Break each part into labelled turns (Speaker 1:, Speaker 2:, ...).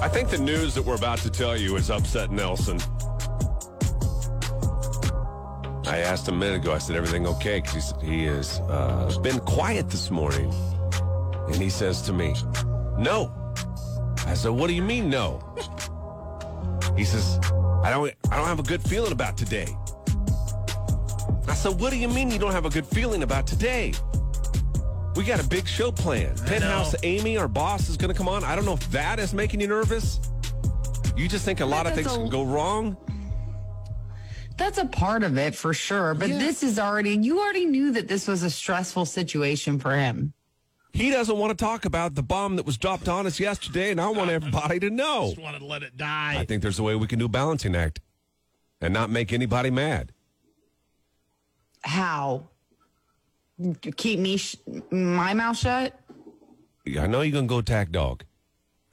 Speaker 1: I think the news that we're about to tell you is upset Nelson. I asked him a minute ago. I said, "Everything okay?" Because he has uh, been quiet this morning, and he says to me, "No." I said, "What do you mean, no?" He says, "I don't. I don't have a good feeling about today." I said, "What do you mean you don't have a good feeling about today?" We got a big show planned. Penthouse Amy, our boss, is going to come on. I don't know if that is making you nervous. You just think a lot of
Speaker 2: that's
Speaker 1: things
Speaker 2: a-
Speaker 1: can go wrong.
Speaker 2: That's a part of it for sure. But this is already, you already knew that this was a stressful situation for him.
Speaker 1: He doesn't want to talk about the bomb that was dropped on us yesterday, and I want everybody to know.
Speaker 3: Just wanted to let it die.
Speaker 1: I think there's a way we can do balancing act and not make anybody mad.
Speaker 2: How? Keep me, sh- my mouth shut?
Speaker 1: I know you're going to go attack dog.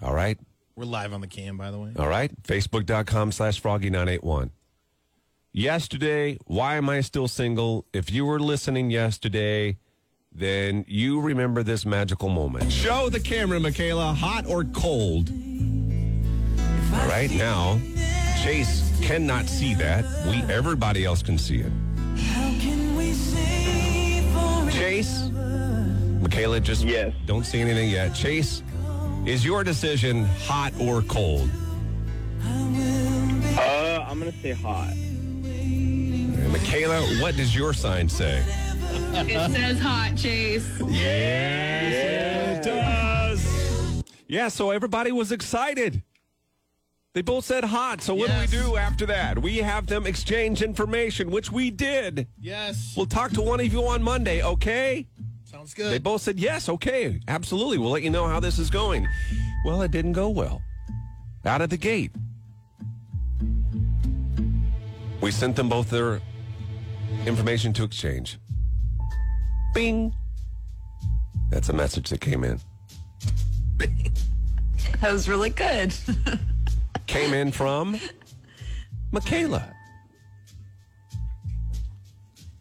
Speaker 1: All right?
Speaker 3: We're live on the cam, by the way.
Speaker 1: All right? Facebook.com slash froggy981. Yesterday, why am I still single? If you were listening yesterday, then you remember this magical moment.
Speaker 3: Show the camera, Michaela, hot or cold.
Speaker 1: All right now, Chase cannot see that. We everybody else can see it. Chase, Michaela, just
Speaker 4: Yes.
Speaker 1: don't see anything yet. Chase, is your decision hot or cold?
Speaker 4: Uh, I'm gonna say hot.
Speaker 1: And Michaela, what does your sign say?
Speaker 5: It says hot chase.
Speaker 1: Yeah, so everybody was excited. They both said hot. So what
Speaker 3: Yes.
Speaker 1: do we do after that? We have them exchange information, which we did.
Speaker 3: Yes.
Speaker 1: We'll talk to one of you on Monday, okay?
Speaker 3: Sounds
Speaker 1: They
Speaker 3: good.
Speaker 1: both said, yes, okay, absolutely. We'll let you know how this is going. Well, it didn't go well. Out of the gate. We sent them both their information to exchange. Bing. That's a message that came in.
Speaker 2: That was really good.
Speaker 1: Came in from Michaela.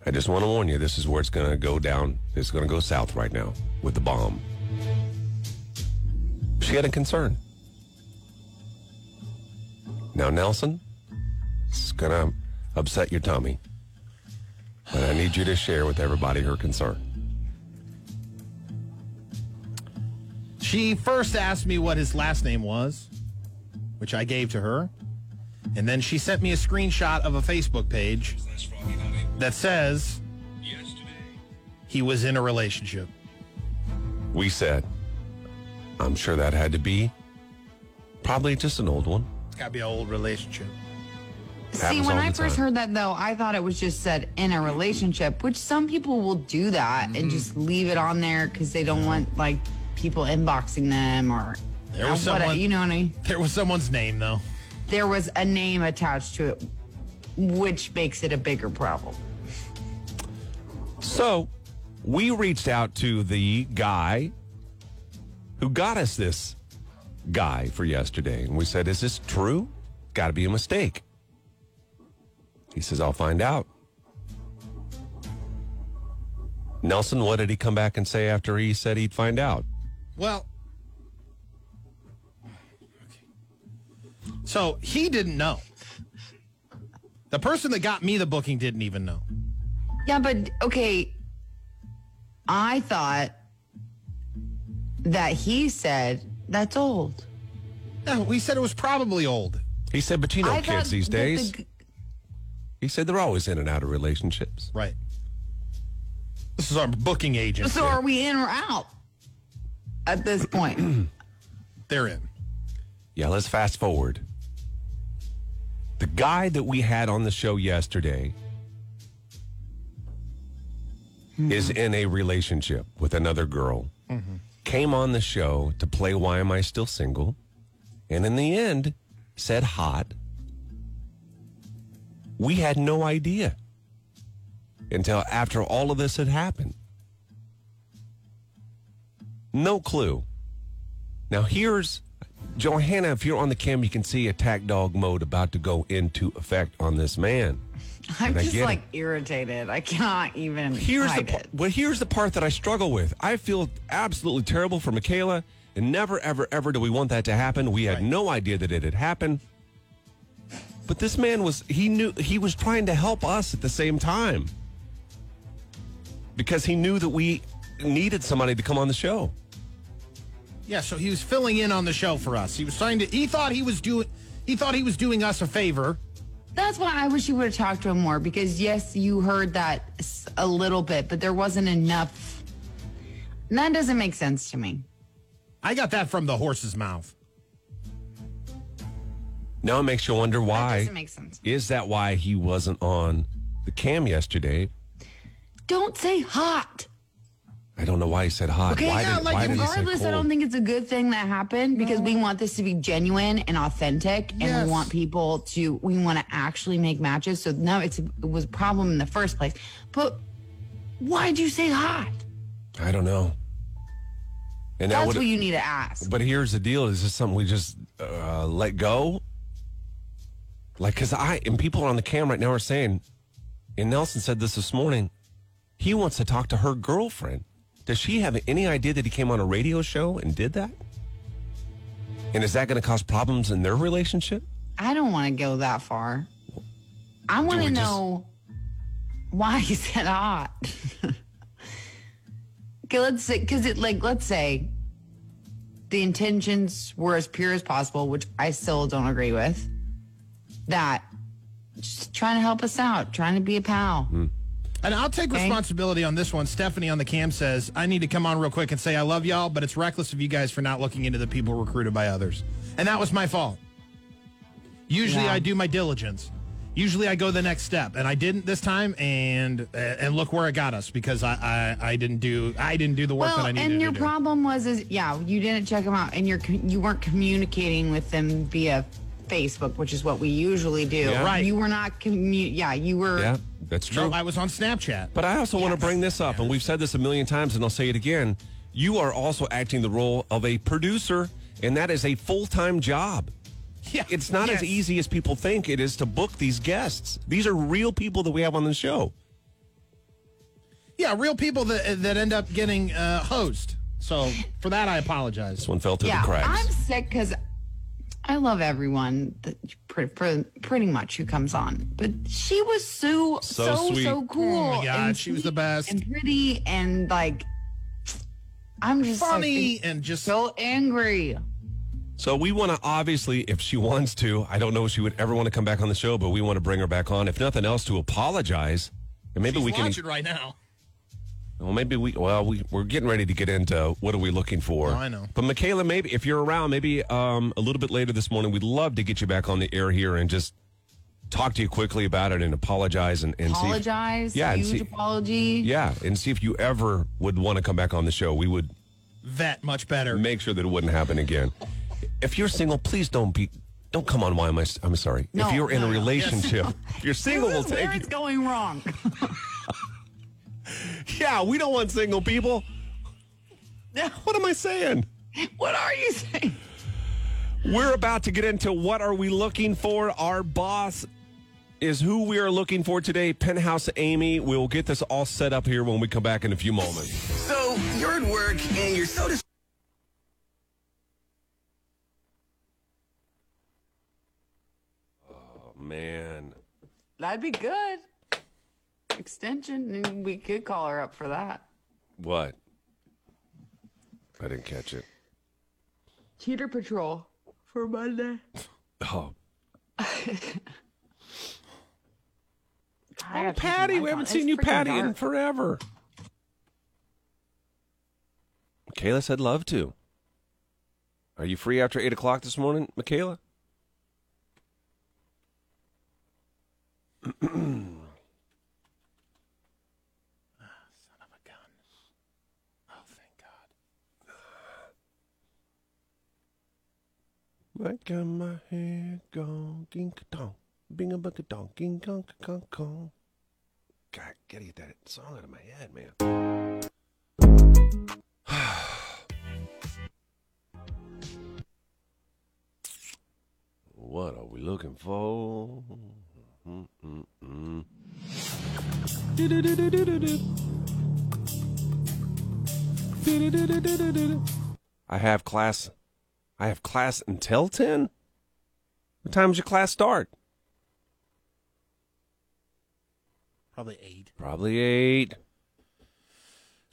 Speaker 1: I just want to warn you, this is where it's going to go down. It's going to go south right now with the bomb. She had a concern. Now, Nelson, it's going to upset your tummy. But I need you to share with everybody her concern.
Speaker 3: She first asked me what his last name was, which I gave to her. And then she sent me a screenshot of a Facebook page that says he was in a relationship.
Speaker 1: We said, I'm sure that had to be probably just an old one.
Speaker 3: It's got to be an old relationship.
Speaker 2: See,
Speaker 1: Happens
Speaker 2: when
Speaker 1: all
Speaker 2: I
Speaker 1: the
Speaker 2: first
Speaker 1: time.
Speaker 2: heard that though, I thought it was just said in a relationship, which some people will do that
Speaker 1: Mm-hmm.
Speaker 2: and just leave it on there because they don't want like people inboxing them or
Speaker 3: There was
Speaker 2: or what-
Speaker 3: someone-
Speaker 2: you know what I mean?
Speaker 3: There was someone's name, though.
Speaker 2: There was a name attached to it, which makes it a bigger problem.
Speaker 1: So we reached out to the guy who got us this guy for yesterday. And we said, Is this true? Got to be a mistake. He says, I'll find out. Nelson, what did he come back and say after he said he'd find out?
Speaker 3: Well, so he didn't know. The person that got me the booking didn't even know.
Speaker 2: Yeah, but okay. I thought that he said that's old.
Speaker 3: No, we said it was probably old.
Speaker 1: He said, But you know
Speaker 2: I thought
Speaker 1: kids these
Speaker 2: that the
Speaker 1: days.
Speaker 2: g-
Speaker 1: he said they're always in and out of relationships.
Speaker 3: Right. This is our booking agent.
Speaker 2: so are we in or out at this point?
Speaker 3: They're in.
Speaker 1: Yeah, let's fast forward. The guy that we had on the show yesterday is in a relationship with another girl. Came on the show to play Why Am I Still Single? And in the end, said hot. We had no idea until after all of this had happened. No clue. Now here's Johanna. If you're on the cam, you can see attack dog mode about to go into effect on this man.
Speaker 2: I'm
Speaker 1: And I
Speaker 2: just
Speaker 1: get it.
Speaker 2: like irritated. I cannot even
Speaker 1: Here's the
Speaker 2: hide
Speaker 1: part.
Speaker 2: it.
Speaker 1: Well, here's the part that I struggle with. I feel absolutely terrible for Michaela And never, ever, ever do we want that to happen. We had
Speaker 3: Right.
Speaker 1: no idea that it had happened. But this man was, he knew, he was trying to help us at the same time because he knew that we needed somebody to come on the show.
Speaker 3: Yeah, so he was filling in on the show for us. He was trying to. He thought he was doing. He thought he was doing us a favor.
Speaker 2: That's why I wish you would have talked to him more because, yes, you heard that s- a little bit, but there wasn't enough. And that doesn't make sense to me.
Speaker 3: I got that from the horse's mouth.
Speaker 1: Now it makes you wonder
Speaker 2: That
Speaker 1: why.
Speaker 2: doesn't make sense.
Speaker 1: Is that why he wasn't on the cam yesterday?
Speaker 2: Don't say hot.
Speaker 1: I don't know why he said hot.
Speaker 2: Okay,
Speaker 1: why
Speaker 3: yeah, like,
Speaker 1: why he say
Speaker 2: Regardless, I
Speaker 1: cold?
Speaker 2: don't think it's a good thing that happened because we want this to be genuine and authentic, and
Speaker 3: Yes.
Speaker 2: we want people to we want to actually make matches. So no, it's it was a problem in the first place. But why'd you say hot?
Speaker 1: I don't know. And that
Speaker 2: That's
Speaker 1: would.
Speaker 2: what you need to ask.
Speaker 1: but here's the deal: is this something we just uh, let go? Like, cause I and people on the cam right now are saying, and Nelson said this this morning. He wants to talk to her girlfriend. Does she have any idea that he came on a radio show and did that? And is that going to cause problems in their relationship?
Speaker 2: I don't want to go that far. I want
Speaker 1: we just-
Speaker 2: to know why he said hot. okay, let's say because it like let's say the intentions were as pure as possible, which I still don't agree with. That just trying to help us out, trying to be a pal.
Speaker 3: And I'll take
Speaker 2: Okay.
Speaker 3: responsibility on this one. Stephanie on the cam says, I need to come on real quick and say I love y'all, but it's reckless of you guys for not looking into the people recruited by others. And that was my fault. Usually
Speaker 2: Yeah.
Speaker 3: I do my diligence. Usually I go the next step, and I didn't this time. And uh, and look where it got us because I I, I didn't do I didn't do the work
Speaker 2: Well,
Speaker 3: that I needed
Speaker 2: and your
Speaker 3: to do.
Speaker 2: problem was is yeah, you didn't check them out, and you're co- you weren't communicating with them via Facebook, which is what we usually do.
Speaker 1: Yeah.
Speaker 3: Right.
Speaker 2: You were not commu- Yeah, you were.
Speaker 1: Yeah, that's true.
Speaker 3: No, I was on Snapchat.
Speaker 1: But I also want to
Speaker 2: Yes.
Speaker 1: bring this up, and we've said this a million times, and I'll say it again. You are also acting the role of a producer, and that is a full time job.
Speaker 3: Yeah,
Speaker 1: It's not
Speaker 3: yes.
Speaker 1: as easy as people think it is to book these guests. These are real people that we have on the show.
Speaker 3: Yeah, real people that that end up getting uh, hosed. So for that, I apologize.
Speaker 1: This one fell through
Speaker 2: yeah,
Speaker 1: the cracks.
Speaker 2: I'm sick because I love everyone that pretty, pretty much who comes on, but she was so
Speaker 1: So
Speaker 2: so so,
Speaker 1: sweet.
Speaker 2: cool.
Speaker 3: Oh my God,
Speaker 2: and
Speaker 3: she was
Speaker 2: sweet
Speaker 3: the best.
Speaker 2: and pretty and like I'm just like,
Speaker 3: Funny and just
Speaker 2: so angry.
Speaker 1: So we want to obviously, if she wants to, I don't know if she would ever want to come back on the show, but we want to bring her back on, if nothing else, to apologize, and maybe we can.
Speaker 3: watching right now.
Speaker 1: Well, maybe we. Well, we, we're getting ready to get into what are we looking for.
Speaker 3: No, Oh, I know.
Speaker 1: But Michaela, maybe if you're around, maybe um, a little bit later this morning, we'd love to get you back on the air here and just talk to you quickly about it and apologize and, and See if,
Speaker 2: Apologize.
Speaker 1: Yeah, and
Speaker 2: Huge
Speaker 1: see-
Speaker 2: apology.
Speaker 1: yeah, and see if you ever would want to come back on the show. We would
Speaker 3: Vet much better.
Speaker 1: make sure that it wouldn't happen again. If you're single, please don't be. Don't come on. Why am I? s- I'm sorry.
Speaker 2: No,
Speaker 1: if you're in
Speaker 2: no,
Speaker 1: a
Speaker 2: no.
Speaker 1: relationship, if you're
Speaker 2: This
Speaker 1: single, we'll
Speaker 2: is where
Speaker 1: take you.
Speaker 2: it's going wrong.
Speaker 1: Yeah, we don't want single people. What am I saying?
Speaker 2: what are you saying?
Speaker 1: We're about to get into what are we looking for? Our boss is who we are looking for today, Penthouse Amy. We'll get this all set up here when we come back in a few moments.
Speaker 4: So you're at work and you're so dis-
Speaker 1: Oh, Man.
Speaker 2: That'd be good. Extension, and we could call her up for that.
Speaker 1: What? I didn't catch it.
Speaker 2: Cheater Patrol for Monday.
Speaker 1: Oh.
Speaker 2: I gotta turn
Speaker 1: Patty, we
Speaker 2: the lights
Speaker 1: haven't
Speaker 2: on.
Speaker 1: seen
Speaker 2: It's
Speaker 1: you,
Speaker 2: freaking
Speaker 1: Patty, in
Speaker 2: dark.
Speaker 1: forever. Michaela said love to. Are you free after 8 o'clock this morning, Michaela?
Speaker 3: Oh, thank God.
Speaker 1: Like got my head gone, gink dong, bing a bucket dong, ging gong, gong, gong. God, gotta get that song out of my head, man. what are we looking for? Mm-mm-mm. Do-do-do-do-do-do-do. Do-do-do-do-do-do-do. I have class. I have class until 10? What time does your class start?
Speaker 3: Probably eight.
Speaker 1: Probably 8.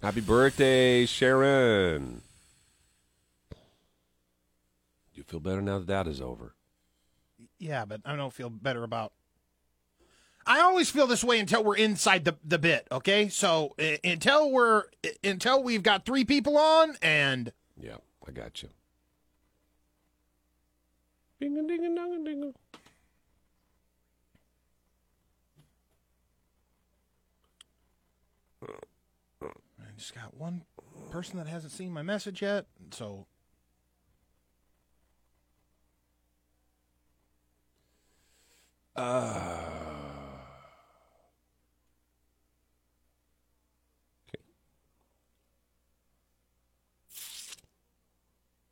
Speaker 1: Happy birthday, Sharon. Do you feel better now that that is over?
Speaker 3: Yeah, but I don't feel better about. I always feel this way until we're inside the, the bit. Okay, so uh, until we're uh, until we've got three people on and
Speaker 1: Yeah, I got you. Ding a ding a ding a ding
Speaker 3: I just got one person that hasn't seen my message yet. So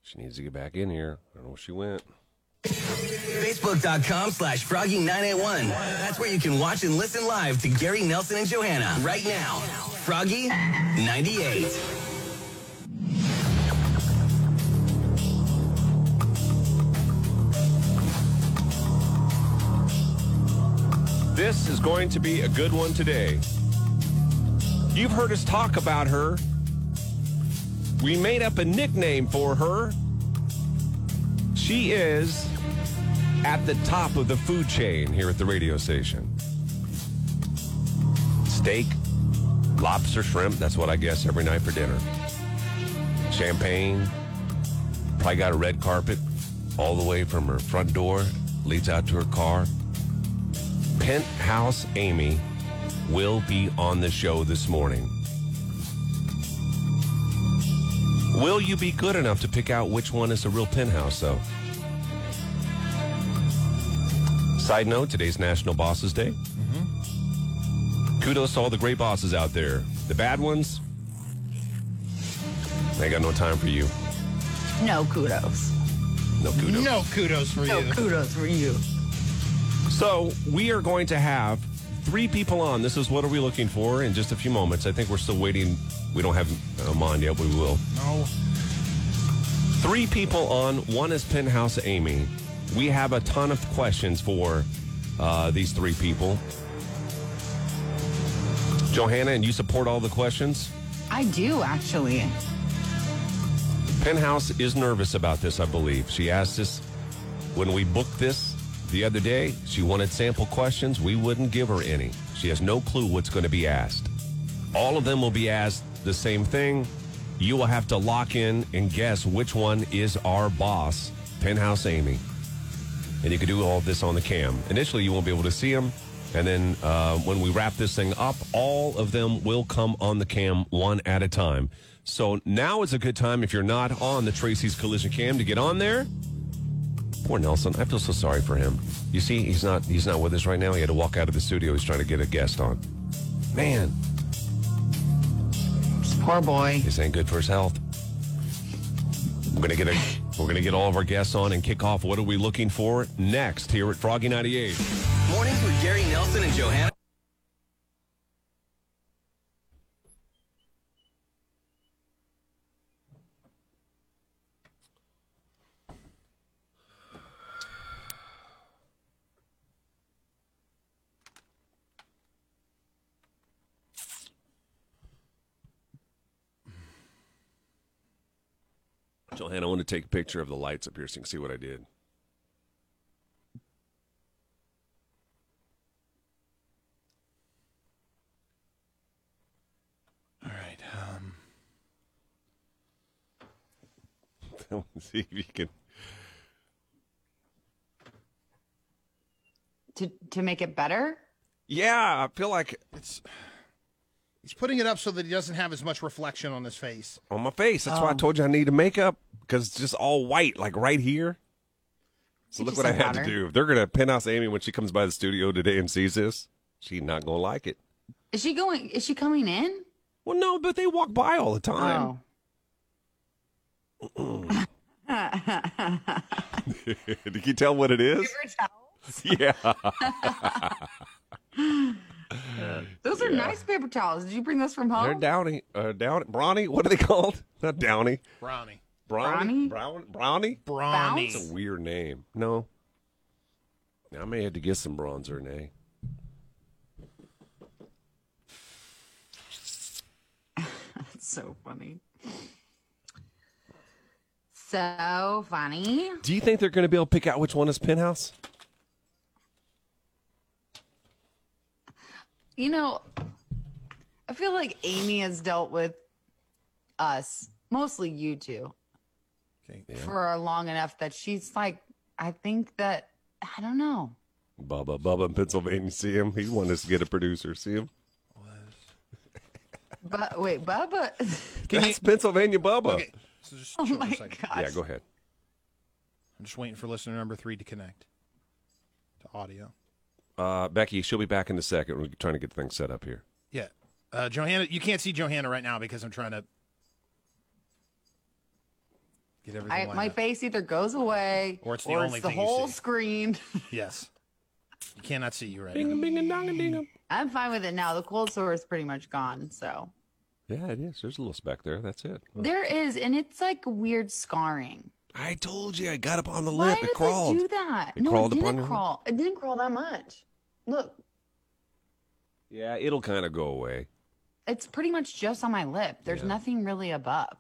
Speaker 1: She needs to get back in here. I don't know where she went.
Speaker 4: Facebook.com slash Froggy981. That's where you can watch and listen live to Gary Nelson and Johanna right now. Froggy98.
Speaker 1: This is going to be a good one today. You've heard us talk about her. We made up a nickname for her. She is at the top of the food chain here at the radio station. Steak, lobster, shrimp, that's what I guess every night for dinner. Champagne, probably got a red carpet all the way from her front door, leads out to her car. Penthouse Amy will be on the show this morning. Will you be good enough to pick out which one is the real penthouse, though? Side note today's National Bosses Day. Kudos to all the great bosses out there. The bad ones, they ain't got no time for you.
Speaker 2: No kudos.
Speaker 1: No kudos.
Speaker 3: no kudos for
Speaker 2: No
Speaker 3: you.
Speaker 2: kudos for you.
Speaker 1: So we are going to have three people on. This is what are we looking for in just a few moments. I think we're still waiting. We don't have them on yet, but we will.
Speaker 3: No.
Speaker 1: Three people on. One is Penthouse Amy. We have a ton of questions for uh, these three people. Johanna, and you support all the questions?
Speaker 2: I do actually.
Speaker 1: Penthouse is nervous about this, I believe. She asked us when we booked this the other day. She wanted sample questions. We wouldn't give her any. She has no clue what's going to be asked. All of them will be asked the same thing. You will have to lock in and guess which one is our boss, Penthouse Amy. And you can do all of this on the cam. Initially, you won't be able to see them. And then uh, when we wrap this thing up, all of them will come on the cam one at a time. So now is a good time if you're not on the Tracy's Collision Cam to get on there. Poor Nelson, I feel so sorry for him. You see, he's not he's not with us right now. He had to walk out of the studio. He's trying to get a guest on. Man,
Speaker 2: Poor boy.
Speaker 1: this ain't good for his health. We're gonna get a we're gonna get all of our guests on and kick off. What are we looking for next here at Froggy ninety eight?
Speaker 4: Mornings with Gary Nelson and Johanna.
Speaker 1: Johanna, I want to take a picture of the lights up here so you can see what I did.
Speaker 3: All right. Um,
Speaker 1: see if you can.
Speaker 2: To to make it better?
Speaker 1: Yeah, I feel like
Speaker 3: it's he's putting it up so that he doesn't have as much reflection on his face.
Speaker 1: on my face. That's
Speaker 3: Oh.
Speaker 1: why I told you I needed makeup because it's just all white, like right here. So
Speaker 2: You
Speaker 1: look
Speaker 2: just
Speaker 1: what I
Speaker 2: said
Speaker 1: had to
Speaker 2: water.
Speaker 1: do. If they're gonna penthouse Amy when she comes by the studio today and sees this, she not gonna like it.
Speaker 2: Is she going is she coming in?
Speaker 1: Well, no, but they walk by all the time.
Speaker 2: Oh.
Speaker 3: Oh.
Speaker 1: Did you tell what it is? yeah.
Speaker 2: Those are nice paper
Speaker 3: Oh.
Speaker 2: towels. Did you bring those from
Speaker 1: They're
Speaker 2: home?
Speaker 1: Downy, uh, Down, Brawny. What are they called? Not Downy.
Speaker 3: Brownie.
Speaker 1: Brownie? Brown,
Speaker 2: Brownie?
Speaker 1: brownie?
Speaker 3: Brawny.
Speaker 1: It's a weird name. No. I may have to get some bronzer, Nay.
Speaker 2: That's so funny. So funny.
Speaker 1: Do you think they're going to be able to pick out which one is Penthouse?
Speaker 2: You know, I feel like Amy has dealt with us, mostly you two,
Speaker 3: Okay.
Speaker 2: for long enough that she's like, I think that, I don't know.
Speaker 1: Bubba, Bubba in Pennsylvania. See him? He wanted us to get a producer. See him?
Speaker 2: But wait, Bubba.
Speaker 3: Can you-
Speaker 1: That's Pennsylvania Bubba.
Speaker 3: okay. So just
Speaker 2: oh
Speaker 3: chill for a
Speaker 2: my
Speaker 3: second.
Speaker 2: gosh.
Speaker 1: Yeah, go ahead.
Speaker 3: I'm just waiting for listener number three to connect to audio.
Speaker 1: Uh, Becky, she'll be back in a second. We're trying to get things set up here.
Speaker 3: Yeah. Uh, Johanna, you can't see Johanna right now because I'm trying to get everything.
Speaker 2: I,
Speaker 3: lined
Speaker 2: my
Speaker 3: up.
Speaker 2: face either goes away
Speaker 3: Or it's the only thing you
Speaker 2: whole
Speaker 3: see.
Speaker 2: screen.
Speaker 3: Yes. You cannot see you right now.
Speaker 1: Bing, bing, and dong, and ding. em.
Speaker 2: I'm fine with it now. The cold sore is pretty much gone. So
Speaker 1: Yeah, it is. There's a little speck there. That's it.
Speaker 2: there is, and it's like weird scarring.
Speaker 1: I told you. I got up on the
Speaker 2: Why
Speaker 1: lip.
Speaker 2: did
Speaker 1: It crawled.
Speaker 2: it do that?
Speaker 1: It
Speaker 2: no,
Speaker 1: crawled
Speaker 2: it
Speaker 1: upon your
Speaker 2: didn't
Speaker 1: lip.
Speaker 2: crawl. It didn't crawl that much. Look,
Speaker 1: Yeah, it'll kind of go away.
Speaker 2: it's pretty much just on my lip. There's
Speaker 1: Yeah.
Speaker 2: nothing really above.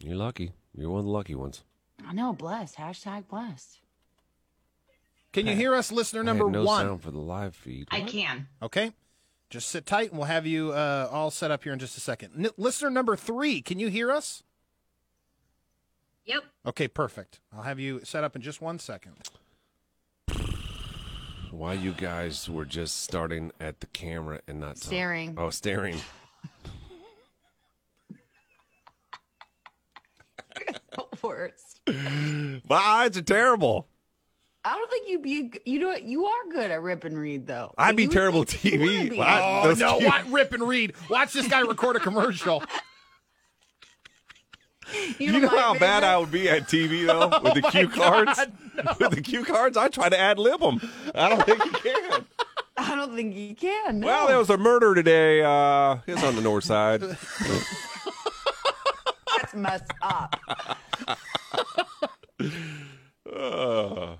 Speaker 1: You're lucky. You're one of the lucky ones.
Speaker 2: I know. Blessed. Hashtag blessed.
Speaker 3: Can you hear us,
Speaker 1: I
Speaker 3: listener
Speaker 1: had
Speaker 3: number
Speaker 1: no
Speaker 3: one?
Speaker 1: sound for the live feed.
Speaker 5: I can.
Speaker 3: Okay. Just sit tight and we'll have you uh, all set up here in just a second. N- listener number three, can you hear us?
Speaker 5: Yep.
Speaker 3: Okay, perfect. I'll have you set up in just one second.
Speaker 1: Why you guys were just starting at the camera and not talking.
Speaker 2: Staring.
Speaker 1: Oh, staring.
Speaker 2: Worst.
Speaker 1: My eyes are terrible.
Speaker 2: I don't think you be you do it. You are good at rip and read though.
Speaker 1: I'd
Speaker 2: Like,
Speaker 1: be
Speaker 2: you would
Speaker 1: terrible
Speaker 2: think you
Speaker 1: TV.
Speaker 2: wanna be.
Speaker 1: Wow.
Speaker 3: Oh,
Speaker 1: Those
Speaker 3: no.
Speaker 1: cute-
Speaker 3: What? Rip and read. Watch this guy record a commercial.
Speaker 1: You,
Speaker 2: know
Speaker 1: know
Speaker 2: my
Speaker 1: how bad
Speaker 2: favorite?
Speaker 1: I would be at TV though with
Speaker 2: Oh
Speaker 1: the cue cards. With the cue cards, I try to ad lib them. I don't think you can.
Speaker 2: I don't think you can. No.
Speaker 1: Well, there was a murder today. Uh, it's on the north side.
Speaker 2: that's messed up.
Speaker 1: Uh,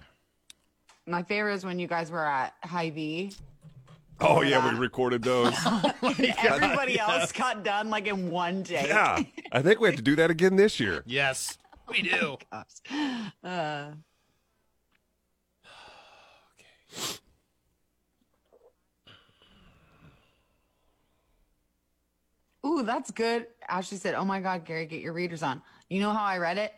Speaker 2: My favorite is when you guys were at Hy-Vee.
Speaker 1: oh yeah, we recorded those.
Speaker 2: Everybody else got done like in one day.
Speaker 1: Yeah, I think we have to do that again this year.
Speaker 3: yes, we do.
Speaker 2: Uh, Ooh, that's good. Ashley said, "Oh my God, Gary, get your readers on." You know how I read it?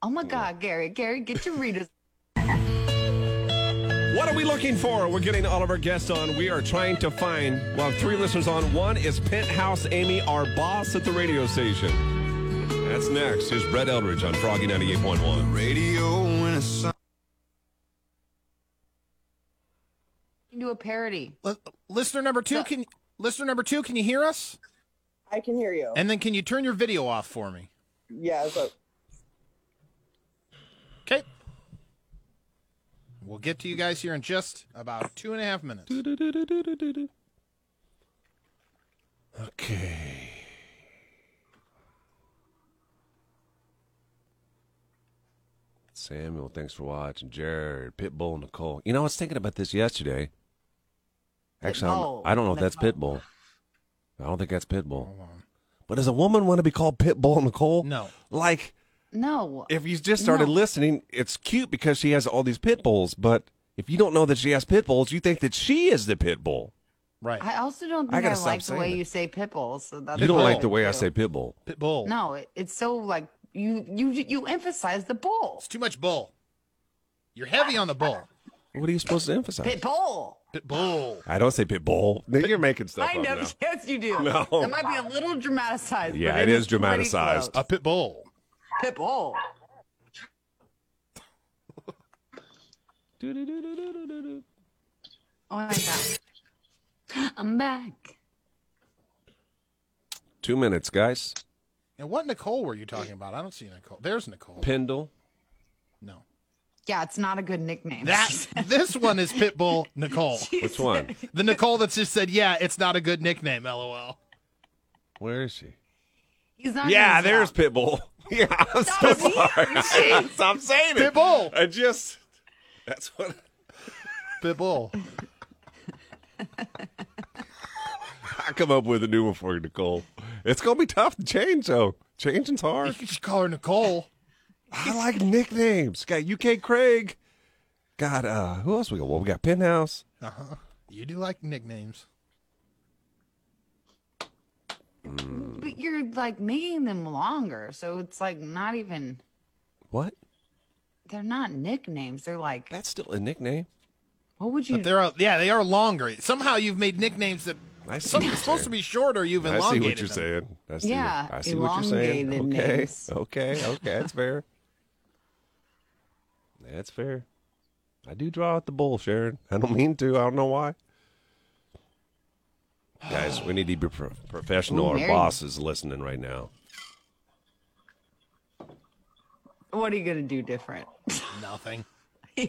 Speaker 2: Oh my God, Gary, Gary, get your readers.
Speaker 1: What are we looking for? We're getting all of our guests on. We are trying to find. Well, three listeners on. One is Penthouse Amy, our boss at the radio station. That's next. Here's Brett Eldridge on Froggy ninety eight point one.
Speaker 6: Radio when it's sun-
Speaker 2: Do a parody.
Speaker 3: Li- listener number two, can listener number two, can you hear us?
Speaker 7: I can hear you.
Speaker 3: And then can you turn your video off for me?
Speaker 7: yeah, so
Speaker 3: Okay. We'll get to you guys here in just about two and a half minutes.
Speaker 1: Okay. Samuel, thanks for watching. Jared, Pitbull, Nicole. You know, I was thinking about this yesterday. Actually, I'm- I don't know if that's Pitbull. I don't think that's Pitbull. But does a woman want to be called Pitbull, Nicole?
Speaker 3: No.
Speaker 1: Like,
Speaker 2: No,
Speaker 1: if you just started
Speaker 2: No.
Speaker 1: listening, it's cute because she has all these pit bulls. But if you don't know that she has pit bulls, you think that she is the pit bull.
Speaker 3: Right.
Speaker 2: I also don't
Speaker 1: I
Speaker 2: think I,
Speaker 1: gotta stop
Speaker 2: like the
Speaker 1: saying
Speaker 2: way
Speaker 1: it.
Speaker 2: you say pitbull. So that's
Speaker 1: You don't like
Speaker 2: cool,
Speaker 1: the way I
Speaker 2: too.
Speaker 1: say pit bull.
Speaker 3: Pit bull.
Speaker 2: No, it, it's so like you you you emphasize the bull.
Speaker 3: It's too much bull. You're heavy on the bull.
Speaker 1: What are you supposed to emphasize?
Speaker 2: Pit bull.
Speaker 3: Pit bull.
Speaker 1: I don't say pit bull. You're making stuff
Speaker 2: I
Speaker 1: up
Speaker 2: know.
Speaker 1: now.
Speaker 2: Yes, you do.
Speaker 1: No.
Speaker 2: It might be a little dramatized. but
Speaker 1: Yeah, it is
Speaker 2: pretty
Speaker 1: dramatized.
Speaker 3: A
Speaker 2: close.
Speaker 3: pit bull.
Speaker 2: Pit bull. Oh my god. I'm back.
Speaker 1: Two minutes, guys.
Speaker 3: And what Nicole were you talking about? I don't see Nicole. There's Nicole.
Speaker 1: Pendle.
Speaker 3: No.
Speaker 2: Yeah, it's not a good nickname.
Speaker 3: That this one is Pitbull Nicole.
Speaker 1: Which one?
Speaker 3: The Nicole that just said, "Yeah, it's not a good nickname." LOL.
Speaker 1: Where is she?
Speaker 2: He's not.
Speaker 1: Yeah,
Speaker 2: gonna
Speaker 1: there's
Speaker 2: stop.
Speaker 1: Pitbull. Yeah, I'm so sorry. so I'm saying it.
Speaker 3: Pitbull.
Speaker 1: I just. That's what.
Speaker 3: Pitbull.
Speaker 1: I come up with a new one for you, Nicole. It's gonna be tough to change though. Changing's
Speaker 3: You
Speaker 1: hard.
Speaker 3: could just call her Nicole.
Speaker 1: I like nicknames. Got UK Craig. Got uh who else we got? Well, we got Penthouse.
Speaker 3: Uh huh. You do like nicknames.
Speaker 2: But you're like making them longer, so it's like not even.
Speaker 1: What?
Speaker 2: They're not nicknames. They're like,
Speaker 1: That's still a nickname.
Speaker 2: what would you?
Speaker 3: But they're yeah, they are longer. Somehow you've made nicknames that
Speaker 1: I see what
Speaker 3: something's
Speaker 1: you're
Speaker 3: supposed to
Speaker 1: saying.
Speaker 3: be shorter. You've
Speaker 1: I see
Speaker 3: elongated.
Speaker 1: what you're
Speaker 3: them.
Speaker 1: saying. I see
Speaker 2: Yeah,
Speaker 1: What, I see what you're saying.
Speaker 2: elongated
Speaker 1: Okay.
Speaker 2: names.
Speaker 1: Okay. Okay. That's fair. That's fair. I do draw out the bull, Sharon. I don't mean to. I don't know why. Guys, we need to be pro- professional.
Speaker 2: Ooh,
Speaker 1: Our
Speaker 2: Mary.
Speaker 1: boss is listening right now.
Speaker 2: What are you gonna do different?
Speaker 3: Nothing.
Speaker 2: yeah.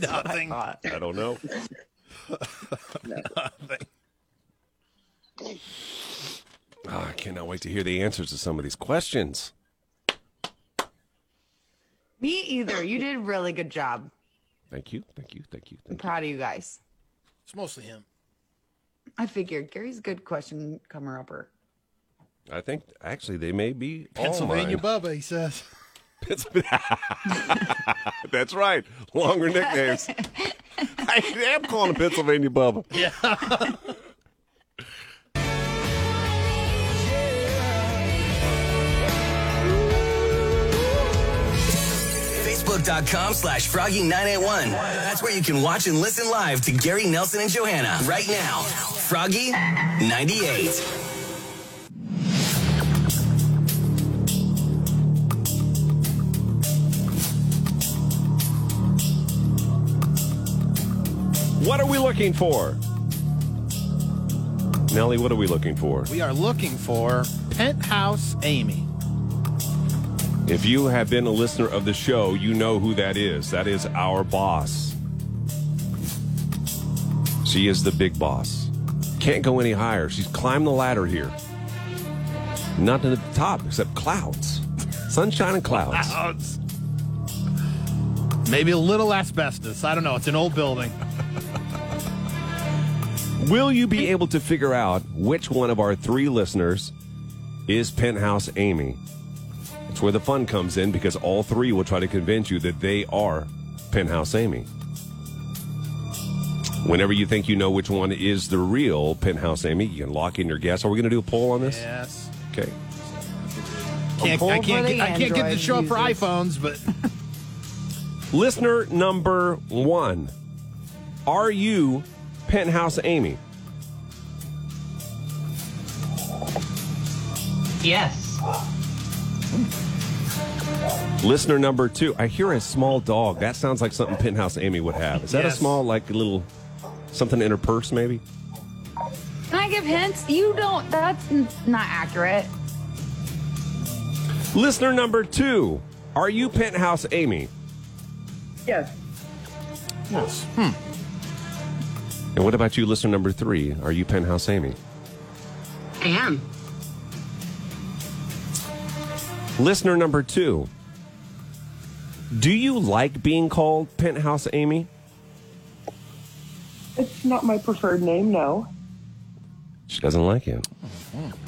Speaker 3: Nothing.
Speaker 1: I don't know.
Speaker 3: Nothing.
Speaker 1: Ah, I cannot wait to hear the answers to some of these questions.
Speaker 2: Me either. You did a really good job.
Speaker 1: Thank you. Thank you. Thank you.
Speaker 2: I'm
Speaker 1: Thank you.
Speaker 2: proud of you guys.
Speaker 3: It's mostly him.
Speaker 2: I figured Gary's a good question comer upper.
Speaker 1: I think actually they may be all
Speaker 3: Pennsylvania
Speaker 1: mine.
Speaker 3: Bubba, he says.
Speaker 1: That's right. Longer nicknames. I am calling him Pennsylvania Bubba. Yeah.
Speaker 4: Facebook.com slash Froggy981. That's where you can watch and listen live to Gary Nelson and Johanna right now. Froggy98.
Speaker 1: What are we looking for? Nellie, what are we looking for?
Speaker 3: We are looking for Penthouse Amy.
Speaker 1: If you have been a listener of the show, you know who that is. That is our boss. She is the big boss. Can't go any higher. She's climbed the ladder here. Not to the top, except clouds. Sunshine and clouds.
Speaker 3: Maybe a little asbestos. I don't know. It's an old building.
Speaker 1: Will you be able to figure out which one of our three listeners is Penthouse Amy? It's where the fun comes in because all three will try to convince you that they are Penthouse Amy. Whenever you think you know which one is the real Penthouse Amy, you can lock in your guess. Are we going to do a poll on this?
Speaker 3: Yes.
Speaker 1: Okay.
Speaker 3: Can't,
Speaker 2: poll
Speaker 3: I
Speaker 2: for
Speaker 3: can't,
Speaker 2: the
Speaker 3: get, I can't get the
Speaker 2: Android
Speaker 3: show up for
Speaker 2: users.
Speaker 3: iPhones, but
Speaker 1: Listener number one Are you Penthouse Amy?
Speaker 6: Yes.
Speaker 1: Listener number two, I hear a small dog. That sounds like something Penthouse Amy would have. Is that a
Speaker 3: Yes.
Speaker 1: small, like little something in her purse, maybe?
Speaker 2: Can I give hints? You don't. That's n- not accurate.
Speaker 1: Listener number two, are you Penthouse Amy?
Speaker 7: Yes.
Speaker 1: Hmm. And what about you, listener number three? Are you Penthouse Amy?
Speaker 6: I am.
Speaker 1: Listener number two, do you like being called Penthouse Amy?
Speaker 7: It's not my preferred name, no.
Speaker 1: She doesn't like it.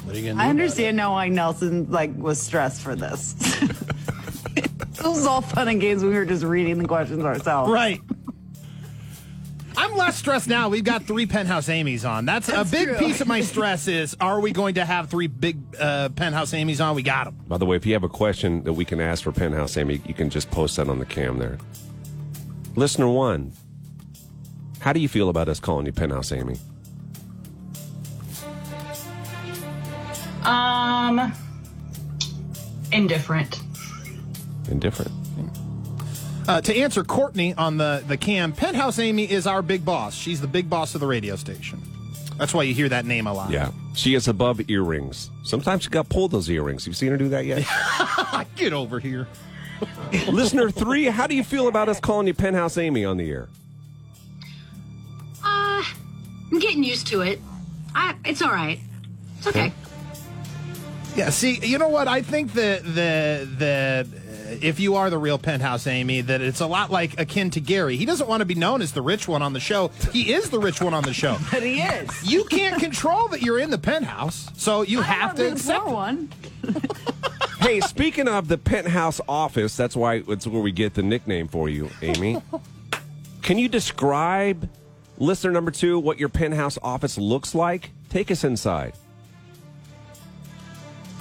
Speaker 3: what are you gonna
Speaker 2: I understand now why Nelson like was stressed for this. it was all fun and games. We were just reading the questions ourselves.
Speaker 3: Right. I'm less stressed now. We've got three penthouse Amy's on. That's,
Speaker 2: That's
Speaker 3: a big
Speaker 2: true.
Speaker 3: piece of my stress. Is are we going to have three big uh, penthouse Amy's on? We got them.
Speaker 1: By the way, if you have a question that we can ask for Penthouse Amy, you can just post that on the cam there. Listener one, how do you feel about us calling you Penthouse Amy?
Speaker 6: Um, indifferent.
Speaker 1: Indifferent.
Speaker 3: Uh, to answer Courtney on the the cam, penthouse Amy is our big boss. She's the big boss of the radio station. That's why you hear that name a lot.
Speaker 1: Yeah. She is above earrings. Sometimes she got pulled those earrings. You've seen her do that yet?
Speaker 3: Ah, Get over here.
Speaker 1: Listener three, how do you feel about us calling you Penthouse Amy on the air?
Speaker 6: Uh, I'm getting used to it. I, it's all right. It's okay.
Speaker 3: Yeah, see, you know what? I think that the the if you are the real penthouse Amy, that it's a lot like akin to Gary. He doesn't want to be known as the rich one on the show. He is the rich one on the show.
Speaker 2: But he is.
Speaker 3: You can't control that you're in the penthouse, so you have to accept.
Speaker 2: poor one.
Speaker 1: hey, speaking of the penthouse office, that's why it's where we get the nickname for you, Amy. Can you describe, listener number two, what your penthouse office looks like? Take us inside.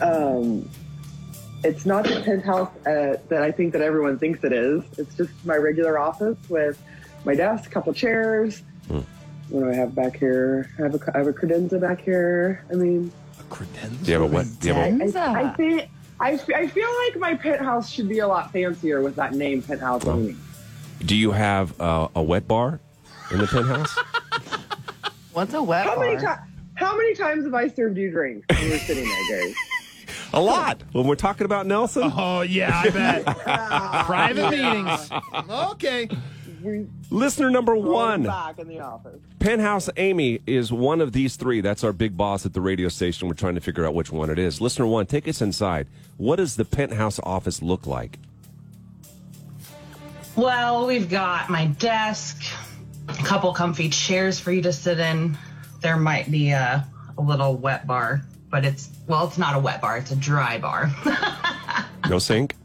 Speaker 7: Um, it's not the penthouse uh, that I think that everyone thinks it is. It's just my regular office with my desk, couple chairs. What do I have back here? I have a, I have a credenza back here. I mean,
Speaker 1: Do you have a what? Do you have a,
Speaker 7: I, I think I, fe- I feel like my penthouse should be a lot fancier with that name, penthouse only.
Speaker 1: do you have uh, a wet bar in the penthouse?
Speaker 2: What's a wet
Speaker 7: How many
Speaker 2: bar?
Speaker 7: times? How many times have I served you drinks when you were sitting there, Gary?
Speaker 1: a lot. Uh-huh. When we're talking about Nelson,
Speaker 3: Oh yeah, I bet. Private meetings. Okay.
Speaker 7: We
Speaker 1: listener number
Speaker 7: rolled
Speaker 1: one.
Speaker 7: back in the office.
Speaker 1: Penthouse Amy is one of these three. That's our big boss at the radio station. We're trying to figure out which one it is. Listener one, take us inside. What does the penthouse office look like?
Speaker 6: Well, we've got my desk, a couple comfy chairs for you to sit in. There might be a, a little wet bar, but it's, well, it's not a wet bar, it's a dry bar.
Speaker 1: No sink?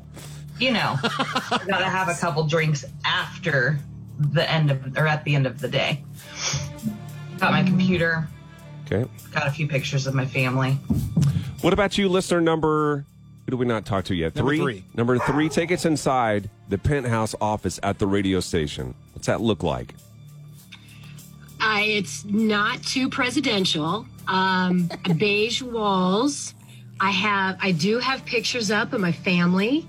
Speaker 6: you know, you gotta have a couple drinks after the end of, or at the end of the day. Got my computer,
Speaker 1: Okay.
Speaker 6: got a few pictures of my family.
Speaker 1: What about you, listener number? Who did we not talk to yet?
Speaker 3: Number three.
Speaker 1: Number three. Take us inside the penthouse office at the radio station. What's that look like?
Speaker 5: I, it's not too presidential. Um, beige walls. I have, I do have pictures up of my family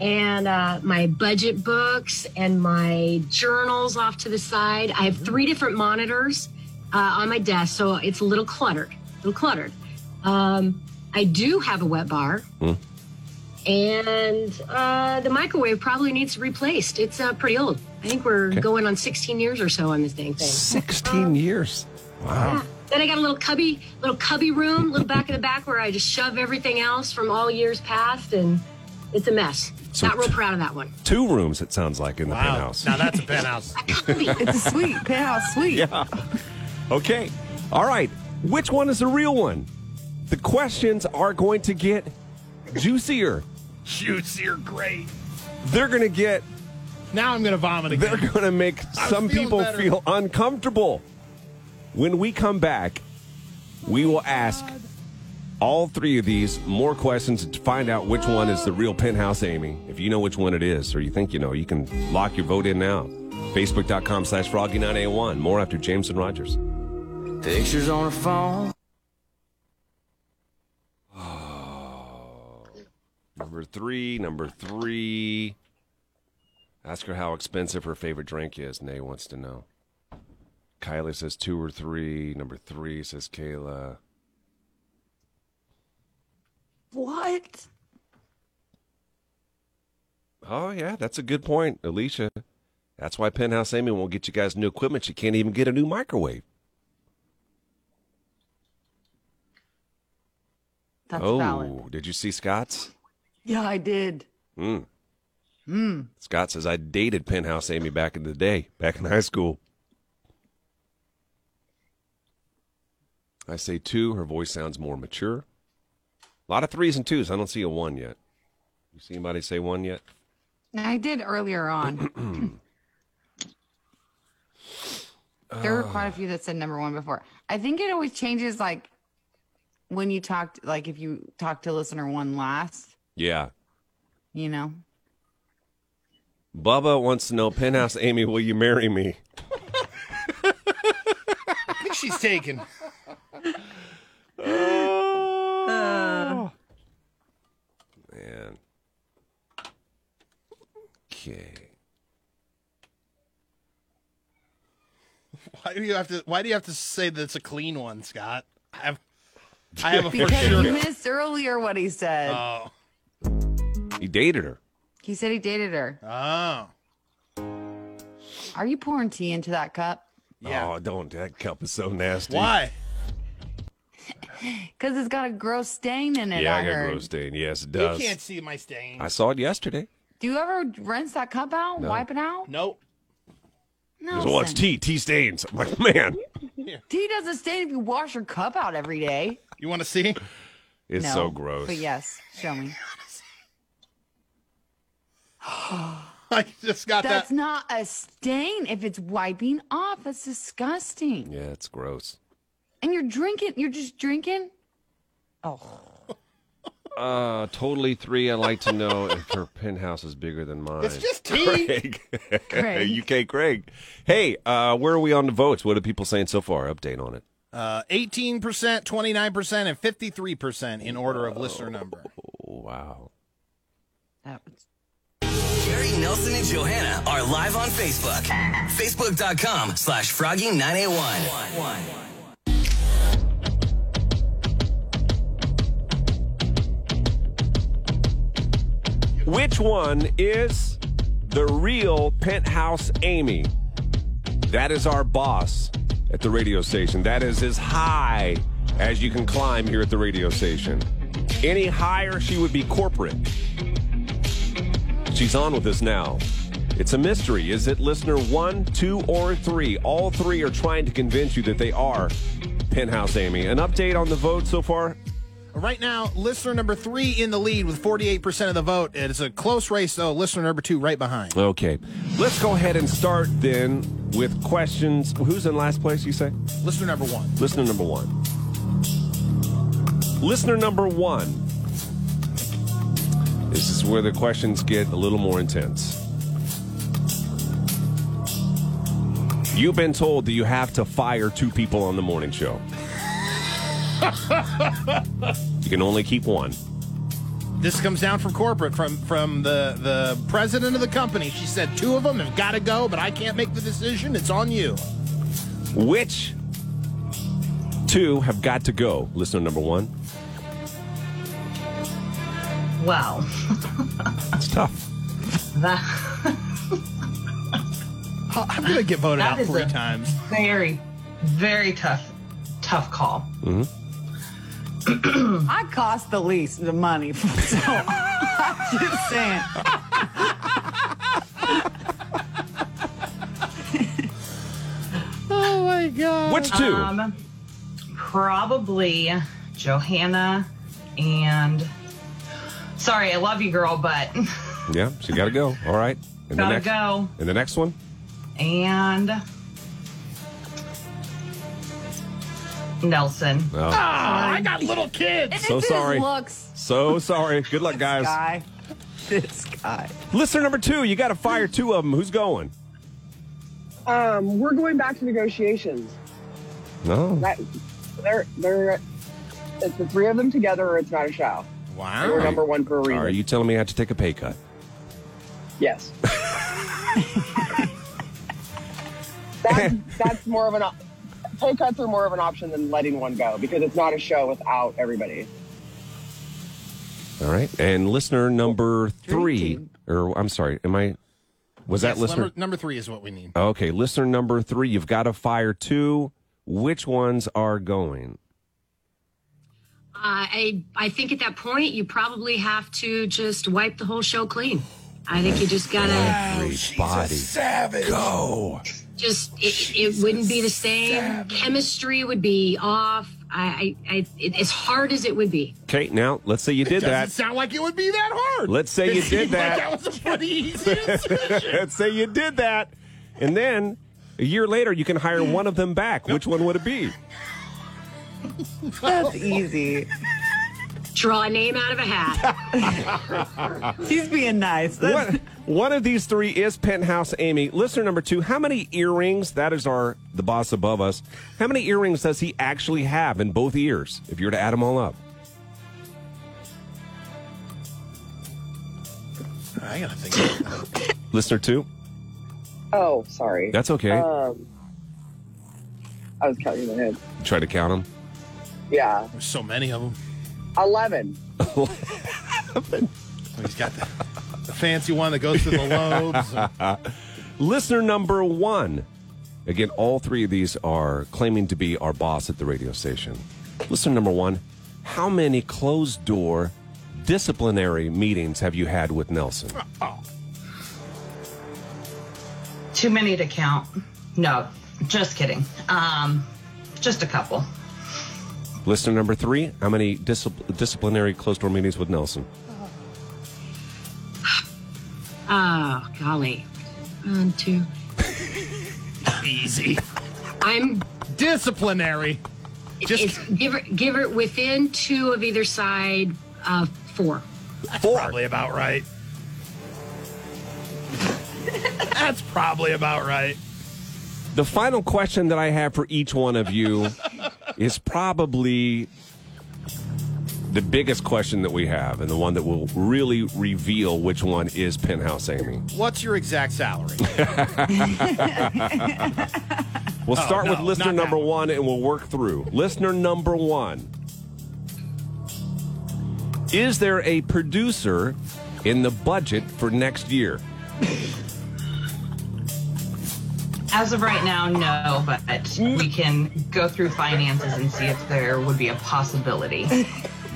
Speaker 5: and uh, my budget books and my journals off to the side. I have three different monitors uh, on my desk, so it's a little cluttered. A little cluttered. Um, I do have a wet bar. And uh, the microwave probably needs replaced. It's uh, pretty old. I think we're going on 16 years or so on this dang thing.
Speaker 1: Sixteen years. Wow.
Speaker 5: Then I got a little cubby, little cubby room, little back in the back where I just shove everything else from all years past, and it's a mess.
Speaker 1: So-
Speaker 5: Not real proud of that one.
Speaker 1: Two rooms. It sounds like in the
Speaker 3: Wow.
Speaker 1: penthouse.
Speaker 3: Now that's a penthouse.
Speaker 5: Uh,
Speaker 2: It's a suite, penthouse suite.
Speaker 1: Okay. All right. Which one is the real one? The questions are going to get juicier.
Speaker 3: Juicier, great.
Speaker 1: They're going to get
Speaker 3: Now I'm gonna vomit
Speaker 1: they're
Speaker 3: again.
Speaker 1: going to make
Speaker 3: I'm
Speaker 1: some
Speaker 3: feeling
Speaker 1: people
Speaker 3: better.
Speaker 1: feel uncomfortable. When we come back,
Speaker 3: Oh
Speaker 1: we will ask all three of these more questions to find out which one is the real penthouse Amy. If you know which one it is, or you think you know, you can lock your vote in now. Facebook.com slash Froggy981. More after Jameson Rogers.
Speaker 4: Pictures on her phone.
Speaker 1: Oh. Number three, number three. Ask her how expensive her favorite drink is. Nay wants to know. Kylie says two or three. Number three says Kayla.
Speaker 2: What?
Speaker 1: Oh, yeah, that's a good point, Alicia. That's why Penthouse Amy won't get you guys new equipment. She can't even get a new microwave.
Speaker 2: That's
Speaker 1: oh,
Speaker 2: valid.
Speaker 1: did you see Scott's?
Speaker 2: Yeah, I did.
Speaker 1: Mm. Scott says, I dated Penthouse Amy back in the day, back in high school. I say two. Her voice sounds more mature. A lot of threes and twos. I don't see a one yet. You see anybody say one yet?
Speaker 2: I did earlier on. there were
Speaker 1: Uh.
Speaker 2: quite a few that said number one before. I think it always changes, like when you talk, like if you talk to listener one last,
Speaker 1: Yeah.
Speaker 2: you know.
Speaker 1: Bubba wants to know, Penthouse Amy, will you marry me?
Speaker 3: I think she's taken.
Speaker 1: Uh, Man. Okay.
Speaker 3: Why do you have to? Why do you have to say that it's a clean one, Scott? I have, I have a for
Speaker 2: Because
Speaker 3: sure.
Speaker 2: you missed earlier what he said.
Speaker 1: Uh.
Speaker 3: Oh,
Speaker 1: He dated her.
Speaker 2: he said he dated her.
Speaker 1: Uh.
Speaker 3: oh,
Speaker 2: Are you pouring tea into that cup?
Speaker 3: yeah.
Speaker 1: Oh, don't. That cup is so nasty.
Speaker 3: Why?
Speaker 2: Because it's got a gross stain in it.
Speaker 1: yeah, I got
Speaker 2: heard.
Speaker 1: gross stain. Yes, it
Speaker 3: You
Speaker 1: does.
Speaker 3: can't see my stain.
Speaker 1: I saw it yesterday.
Speaker 2: Do you ever rinse that cup out?
Speaker 1: No.
Speaker 2: Wipe it out?
Speaker 3: nope.
Speaker 2: No.
Speaker 1: Well, it's tea. Tea stains. I'm like, man,
Speaker 2: Tea doesn't stain if you wash your cup out every day.
Speaker 3: You want to see?
Speaker 1: it's
Speaker 2: no,
Speaker 1: so gross.
Speaker 2: But yes, show me.
Speaker 3: I just got
Speaker 2: That's
Speaker 3: that.
Speaker 2: not a stain if it's wiping off. That's disgusting.
Speaker 1: Yeah, it's gross.
Speaker 2: And you're drinking. You're just drinking. Oh.
Speaker 1: Uh, totally three. I'd like to know if her penthouse is bigger than mine.
Speaker 3: It's just tea.
Speaker 1: Craig.
Speaker 2: Craig.
Speaker 1: UK Craig. Hey, uh, where are we on the votes? What are people saying so far? Update on it.
Speaker 3: Uh, 18%, 29%, and 53% in order of listener number.
Speaker 1: Oh, wow.
Speaker 2: That was-
Speaker 4: Gary Nelson and Johanna are live on Facebook. Facebook.com slash Froggy981.
Speaker 1: Which one is the real penthouse Amy? That is our boss at the radio station. That is as high as you can climb here at the radio station. Any higher, she would be corporate. She's on with us now. It's a mystery. Is it listener one, two, or three? All three are trying to convince you that they are Penthouse Amy. An update on the vote so far?
Speaker 3: Right now, listener number three in the lead with 48% of the vote. It's a close race, though. Listener number two right behind.
Speaker 1: Okay. Let's go ahead and start then with questions. Who's in last place, you say?
Speaker 3: Listener number one.
Speaker 1: Listener number one. Listener number one. This is where the questions get a little more intense. You've been told that you have to fire two people on the morning show. you can only keep one.
Speaker 3: This comes down from corporate, from from the the president of the company. She said two of them have got to go, but I can't make the decision. It's on you.
Speaker 1: Which two have got to go? Listener number one.
Speaker 6: Well,
Speaker 1: It's tough.
Speaker 6: that,
Speaker 3: I'm gonna get voted
Speaker 6: That
Speaker 3: out
Speaker 6: is
Speaker 3: three
Speaker 6: a-
Speaker 3: times.
Speaker 6: very, very tough, tough call.
Speaker 2: I cost the least the money, so I'm just saying.
Speaker 3: Oh my god!
Speaker 1: Which two?
Speaker 6: Um, probably Johanna and. Sorry, I love you, girl, but
Speaker 1: yeah, she got to go. All right. And
Speaker 6: gotta
Speaker 1: the next,
Speaker 6: go.
Speaker 1: And the next one?
Speaker 6: And Nelson.
Speaker 3: I got little kids.
Speaker 2: If
Speaker 1: So
Speaker 2: it's
Speaker 1: sorry.
Speaker 2: His looks,
Speaker 1: So sorry. Good luck, guys.
Speaker 2: guy. This guy.
Speaker 1: Listener number two, you got to fire two of them. Who's going?
Speaker 7: Um, we're going back to negotiations.
Speaker 1: No.
Speaker 7: That, they're they're it's the three of them together, or it's not a show. We're
Speaker 3: Wow.
Speaker 7: number one for a reason.
Speaker 1: Oh. Are you telling me I have to take a pay cut?
Speaker 7: Yes. that's, that's more of an op- pay cuts are more of an option than letting one go because it's not a show without everybody.
Speaker 1: All right. And listener number three,
Speaker 2: Drinking.
Speaker 1: or I'm sorry, am I? Was that
Speaker 3: Yes,
Speaker 1: listener?
Speaker 3: number, number three is what we need.
Speaker 1: Okay, listener number three, you've got to fire two. Which ones are going?
Speaker 5: I I think at that point you probably have to just wipe the whole show clean. I think you just gotta
Speaker 1: Everybody. Savage. Go.
Speaker 5: just it, it- it wouldn't be the same. Chemistry would be off. I, I, I it, as hard as it would be.
Speaker 1: Okay, now let's say you did
Speaker 3: Doesn't
Speaker 1: that.
Speaker 3: sound like it would be that hard.
Speaker 1: Let's say
Speaker 3: It
Speaker 1: you did
Speaker 3: seemed
Speaker 1: that.
Speaker 3: Like that was a pretty easy decision.
Speaker 1: Let's say you did that. And then a year later, you can hire one of them back. Which one would it be?
Speaker 2: That's easy.
Speaker 5: Draw a name out of a hat.
Speaker 2: He's being nice. That's
Speaker 1: What, one of these three is Penthouse Amy. Listener number two, how many earrings? That is our the boss above us. How many earrings does he actually have in both ears? If you were to add them all up,
Speaker 3: I gotta think.
Speaker 1: listener two,
Speaker 7: Oh, sorry.
Speaker 1: that's okay.
Speaker 7: Um, I was counting the head.
Speaker 1: Try to count them.
Speaker 7: Yeah,
Speaker 3: There's so many of them.
Speaker 7: eleven.
Speaker 3: Oh, he's got the, the fancy one that goes through the lobes.
Speaker 1: Listener number one, again, all three of these are claiming to be our boss at the radio station. Listener number one, how many closed door disciplinary meetings have you had with Nelson?
Speaker 6: Too many to count. No, just kidding. Um, just a couple.
Speaker 1: Listener number three, how many discipl- disciplinary closed door meetings with Nelson?
Speaker 5: Oh, golly. One, two.
Speaker 3: Easy.
Speaker 5: I'm
Speaker 3: Disciplinary. Just
Speaker 5: it's give it give it within two of either side of four.
Speaker 3: probably about right. That's probably about right.
Speaker 1: The final question that I have for each one of you is probably the biggest question that we have, and the one that will really reveal which one is Penthouse Amy.
Speaker 3: What's your exact salary?
Speaker 1: We'll start with
Speaker 3: Oh, no,
Speaker 1: listener
Speaker 3: not that
Speaker 1: number
Speaker 3: one.
Speaker 1: one and we'll work through. Listener number one Is there a producer in the budget for next year?
Speaker 6: As of right now, no, but we can go through finances and see if there would be a possibility.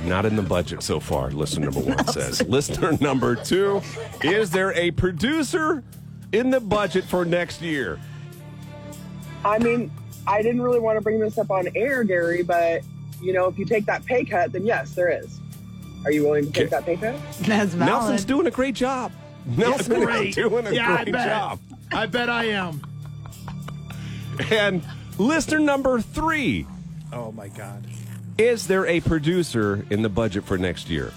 Speaker 1: Not in the budget so far, listener number one says. Listener number two, is there a producer in the budget for next year?
Speaker 7: I mean, I didn't really want to bring this up on air, Gary, but you know, if you take that pay cut, then yes, there is. Are you willing to take that pay cut?
Speaker 2: That's valid.
Speaker 1: Nelson's doing a great job. Nelson is doing a great job.
Speaker 3: I bet I am.
Speaker 1: And listener number three,
Speaker 3: Oh my god.
Speaker 1: is there a producer in the budget for next year?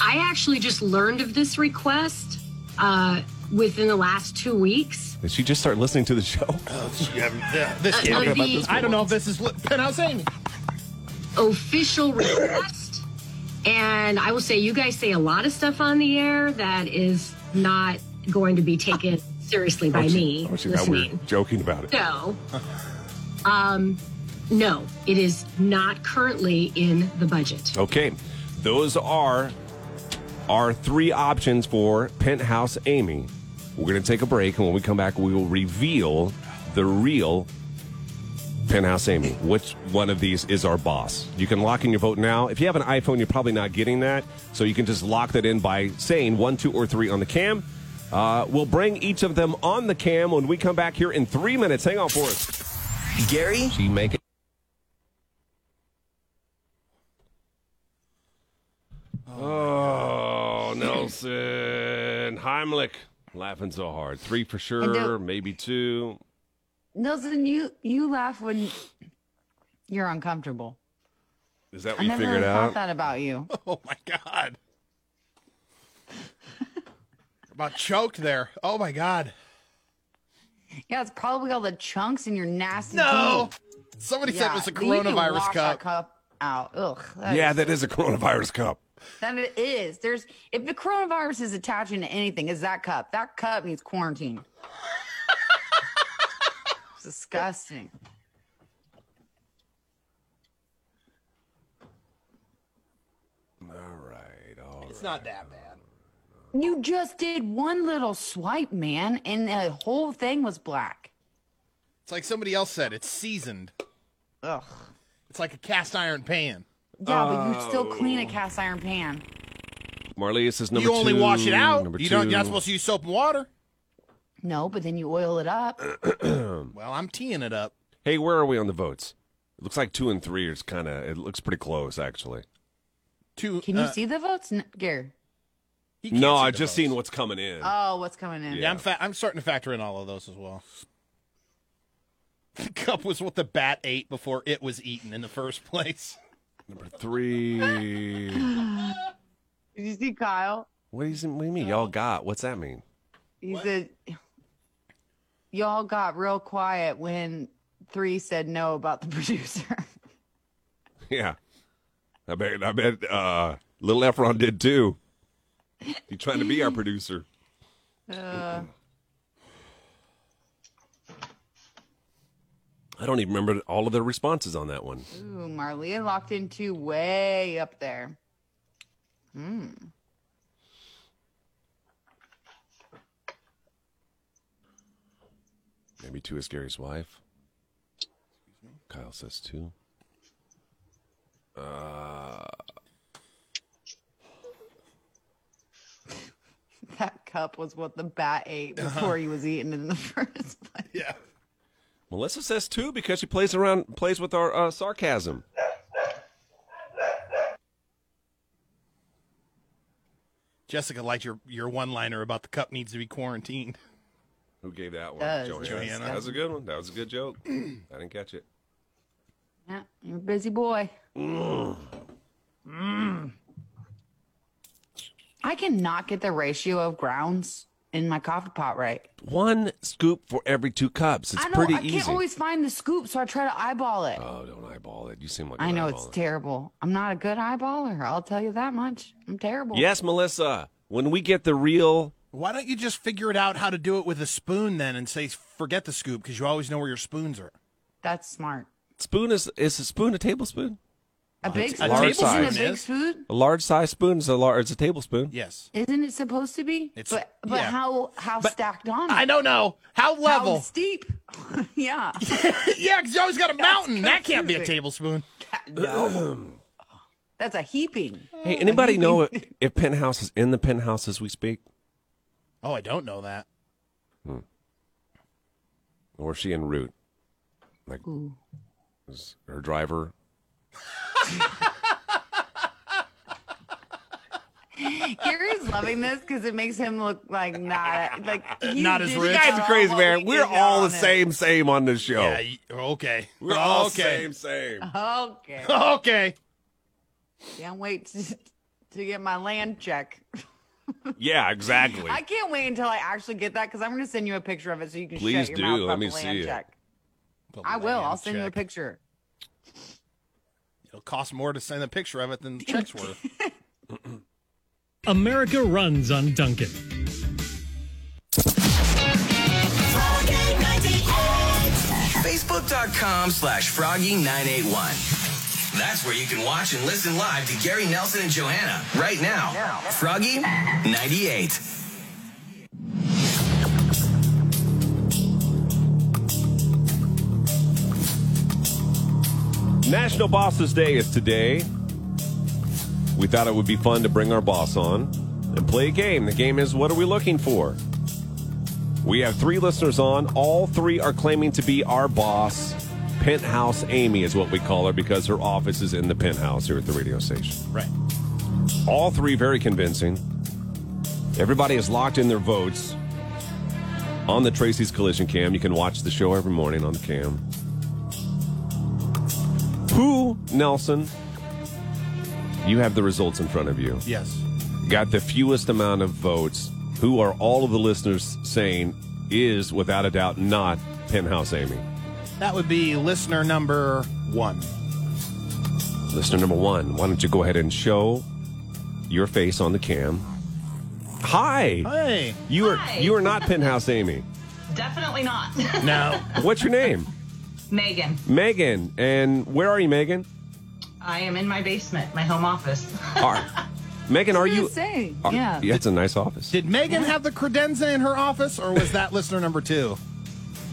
Speaker 5: I actually just learned of this request uh, within the last two weeks.
Speaker 1: Did she just start listening to the show? Oh,
Speaker 3: this
Speaker 5: can't be about this
Speaker 3: I don't know if this is li- penthouse Amy.
Speaker 5: Official request, and I will say you guys say a lot of stuff on the air that is not going to be taken seriously by me.
Speaker 1: Oh, she thought we
Speaker 5: listening.
Speaker 1: were joking about it.
Speaker 5: No. Um, no, it is not currently in the budget.
Speaker 1: Okay, those are our three options for Penthouse Amy. We're going to take a break, and when we come back, we will reveal the real Penthouse Amy. Which one of these is our boss? You can lock in your vote now. If you have an iPhone, you're probably not getting that, so you can just lock that in by saying one, two, or three on the cam. Uh, we'll bring each of them on the cam when we come back here in three minutes. Hang on for us.
Speaker 4: Gary
Speaker 1: She make it. Oh, Nelson Heimlich laughing so hard. Three for sure,
Speaker 2: don't-
Speaker 1: maybe two.
Speaker 2: Nelson, you you laugh when you're uncomfortable.
Speaker 1: Is that
Speaker 2: I
Speaker 1: what you
Speaker 2: never
Speaker 1: figured
Speaker 2: really
Speaker 1: out?
Speaker 2: thought that about you.
Speaker 3: Oh my god. About choked there. Oh my god.
Speaker 2: Yeah, it's probably all the chunks in your nasty
Speaker 3: No.
Speaker 2: teeth.
Speaker 3: Somebody said
Speaker 2: Yeah,
Speaker 3: it was a
Speaker 2: but you can
Speaker 3: coronavirus
Speaker 2: wash
Speaker 3: cup.
Speaker 2: that cup out. Ugh. that
Speaker 1: yeah,
Speaker 2: is-
Speaker 1: that is a coronavirus cup.
Speaker 2: that it is. There's if the coronavirus is attaching to anything, is that cup? That cup needs quarantine. It's disgusting.
Speaker 1: All right. All right.
Speaker 3: It's not that bad.
Speaker 2: You just did one little swipe, man, and the whole thing was black.
Speaker 3: It's like somebody else said, it's seasoned.
Speaker 2: Ugh.
Speaker 3: It's like a cast iron pan.
Speaker 2: Yeah, but you still clean a cast iron pan.
Speaker 1: Marlies is number
Speaker 3: you
Speaker 1: two.
Speaker 3: only wash it out.
Speaker 1: Number
Speaker 3: You
Speaker 1: two.
Speaker 3: don't you're not supposed to use soap and water.
Speaker 2: No, but then you oil it up.
Speaker 3: Well, I'm teeing it up.
Speaker 1: Hey, where are we on the votes? It looks like two and three is kind of. It looks pretty close, actually.
Speaker 3: Two
Speaker 2: Can
Speaker 1: Oh.
Speaker 2: you
Speaker 3: uh,
Speaker 2: see the votes, N- Gary?
Speaker 3: he can't
Speaker 1: No,
Speaker 3: see
Speaker 1: I've
Speaker 3: the
Speaker 1: just
Speaker 3: votes. Uh,
Speaker 1: seen what's coming in.
Speaker 2: Oh, what's coming in?
Speaker 1: Yeah.
Speaker 3: Yeah, I'm fa- I'm starting to factor in all of those as well. The cup was what the bat ate before it was eaten in the first place.
Speaker 1: Number three.
Speaker 2: Did you see Kyle?
Speaker 1: What do you what do you mean? Y'all got? What's that mean?
Speaker 2: He said, "Y'all got real quiet when three said no about the producer."
Speaker 1: Yeah, I bet. I bet. Uh, Little Efron did too. He trying to be our producer.
Speaker 2: Uh,
Speaker 1: I don't even remember all of their responses on that one.
Speaker 2: ooh, Marlea locked in two way up there.
Speaker 1: Maybe two Uh, is Gary's wife. Kyle says two.
Speaker 2: That cup was what the bat ate before he was eaten in the first place.
Speaker 3: Yeah.
Speaker 1: Melissa says two because she plays around, plays with our uh, sarcasm.
Speaker 3: Jessica liked your, your one liner about the cup needs to be quarantined.
Speaker 1: Who gave that one?
Speaker 2: Does.
Speaker 1: Joanna.
Speaker 3: Joanna.
Speaker 1: That was a good one. That was a good joke. I didn't catch it.
Speaker 2: Yeah, you're a busy boy. I cannot get the ratio of grounds in my coffee pot right.
Speaker 1: One scoop for every two cups. It's
Speaker 2: I don't.
Speaker 1: pretty
Speaker 2: I can't
Speaker 1: easy.
Speaker 2: always find the scoop, so I try to eyeball it.
Speaker 1: Oh, don't eyeball it. You seem like
Speaker 2: I
Speaker 1: an
Speaker 2: know it's
Speaker 1: eyeballer.
Speaker 2: terrible. I'm not a good eyeballer. I'll tell you that much. I'm terrible.
Speaker 1: Yes, Melissa. When we get the real,
Speaker 3: Why don't you just figure it out how to do it with a spoon then and say, forget the scoop because you always know where your spoons are?
Speaker 2: that's smart.
Speaker 1: spoon is is a spoon a tablespoon?
Speaker 2: A big
Speaker 3: a
Speaker 2: spoon
Speaker 1: large
Speaker 2: isn't a
Speaker 1: size.
Speaker 2: big
Speaker 3: Is?
Speaker 2: spoon.
Speaker 1: A large size spoon is a large. It's a tablespoon.
Speaker 3: Yes.
Speaker 2: Isn't it supposed to be?
Speaker 3: It's-
Speaker 2: but but
Speaker 3: yeah.
Speaker 2: how how
Speaker 3: But
Speaker 2: stacked on?
Speaker 3: I don't know. How
Speaker 2: How
Speaker 3: level?
Speaker 2: steep. yeah.
Speaker 3: yeah, because you always got a mountain. That can't be a
Speaker 2: confusing.
Speaker 3: tablespoon.
Speaker 2: That's a heaping.
Speaker 1: Hey, anybody know if, if Penthouse is in the penthouse as we speak,
Speaker 3: Oh, I don't know that.
Speaker 1: or is she en route? Like, is her driver?
Speaker 2: Gary's loving this because it makes him look like not like he's
Speaker 3: Not as
Speaker 2: dishing
Speaker 3: rich.
Speaker 2: out
Speaker 3: You guys
Speaker 2: all what we
Speaker 1: We're
Speaker 2: did
Speaker 1: all
Speaker 2: on
Speaker 1: the
Speaker 2: it.
Speaker 1: same, same on this show.
Speaker 3: Yeah, y- okay.
Speaker 1: We're all
Speaker 3: okay.
Speaker 1: same, same.
Speaker 2: Okay.
Speaker 3: Okay.
Speaker 2: Can't wait to, to get my land check.
Speaker 1: Yeah, exactly.
Speaker 2: I can't wait until I actually get that because I'm going to send you a picture of it so you can
Speaker 1: Please
Speaker 2: shut your
Speaker 1: do.
Speaker 2: mouth
Speaker 1: Let
Speaker 2: about
Speaker 1: me
Speaker 2: the
Speaker 1: see
Speaker 2: land
Speaker 1: it.
Speaker 2: check. I will. I'll send you a picture.
Speaker 3: It'll cost more to send a picture of it than the checks were.
Speaker 8: America runs on Duncan.
Speaker 4: Facebook.com slash Froggy981. That's where you can watch and listen live to Gary Nelson and Johanna right now. Froggy98.
Speaker 1: National Bosses Day is today. We thought it would be fun to bring our boss on and play a game. The game is what are we looking for? We have three listeners on. All three are claiming to be our boss. Penthouse Amy is what we call her because her office is in the penthouse here at the radio station.
Speaker 3: right.
Speaker 1: All three very convincing. Everybody has locked in their votes on the Tracy's Collision Cam. You can watch the show every morning on the cam. Who, Nelson? You have the results in front of you.
Speaker 3: Yes.
Speaker 1: Got the fewest amount of votes. Who are all of the listeners saying is, without a doubt, not Penthouse Amy?
Speaker 3: That would be listener number one.
Speaker 1: Listener number one, why don't you go ahead and show your face on the cam? Hi!
Speaker 3: Hey.
Speaker 1: You are
Speaker 6: Hi.
Speaker 1: you are not Penthouse Amy.
Speaker 6: Definitely not.
Speaker 3: No.
Speaker 1: What's your name?
Speaker 6: Megan,
Speaker 1: Megan. And where are you, Megan?
Speaker 6: I am in my basement, my home office.
Speaker 1: Are Megan? Are you?
Speaker 2: Say.
Speaker 1: are-
Speaker 2: yeah.
Speaker 1: it's a nice office.
Speaker 3: Did Megan have the credenza in her office, or was that listener number two?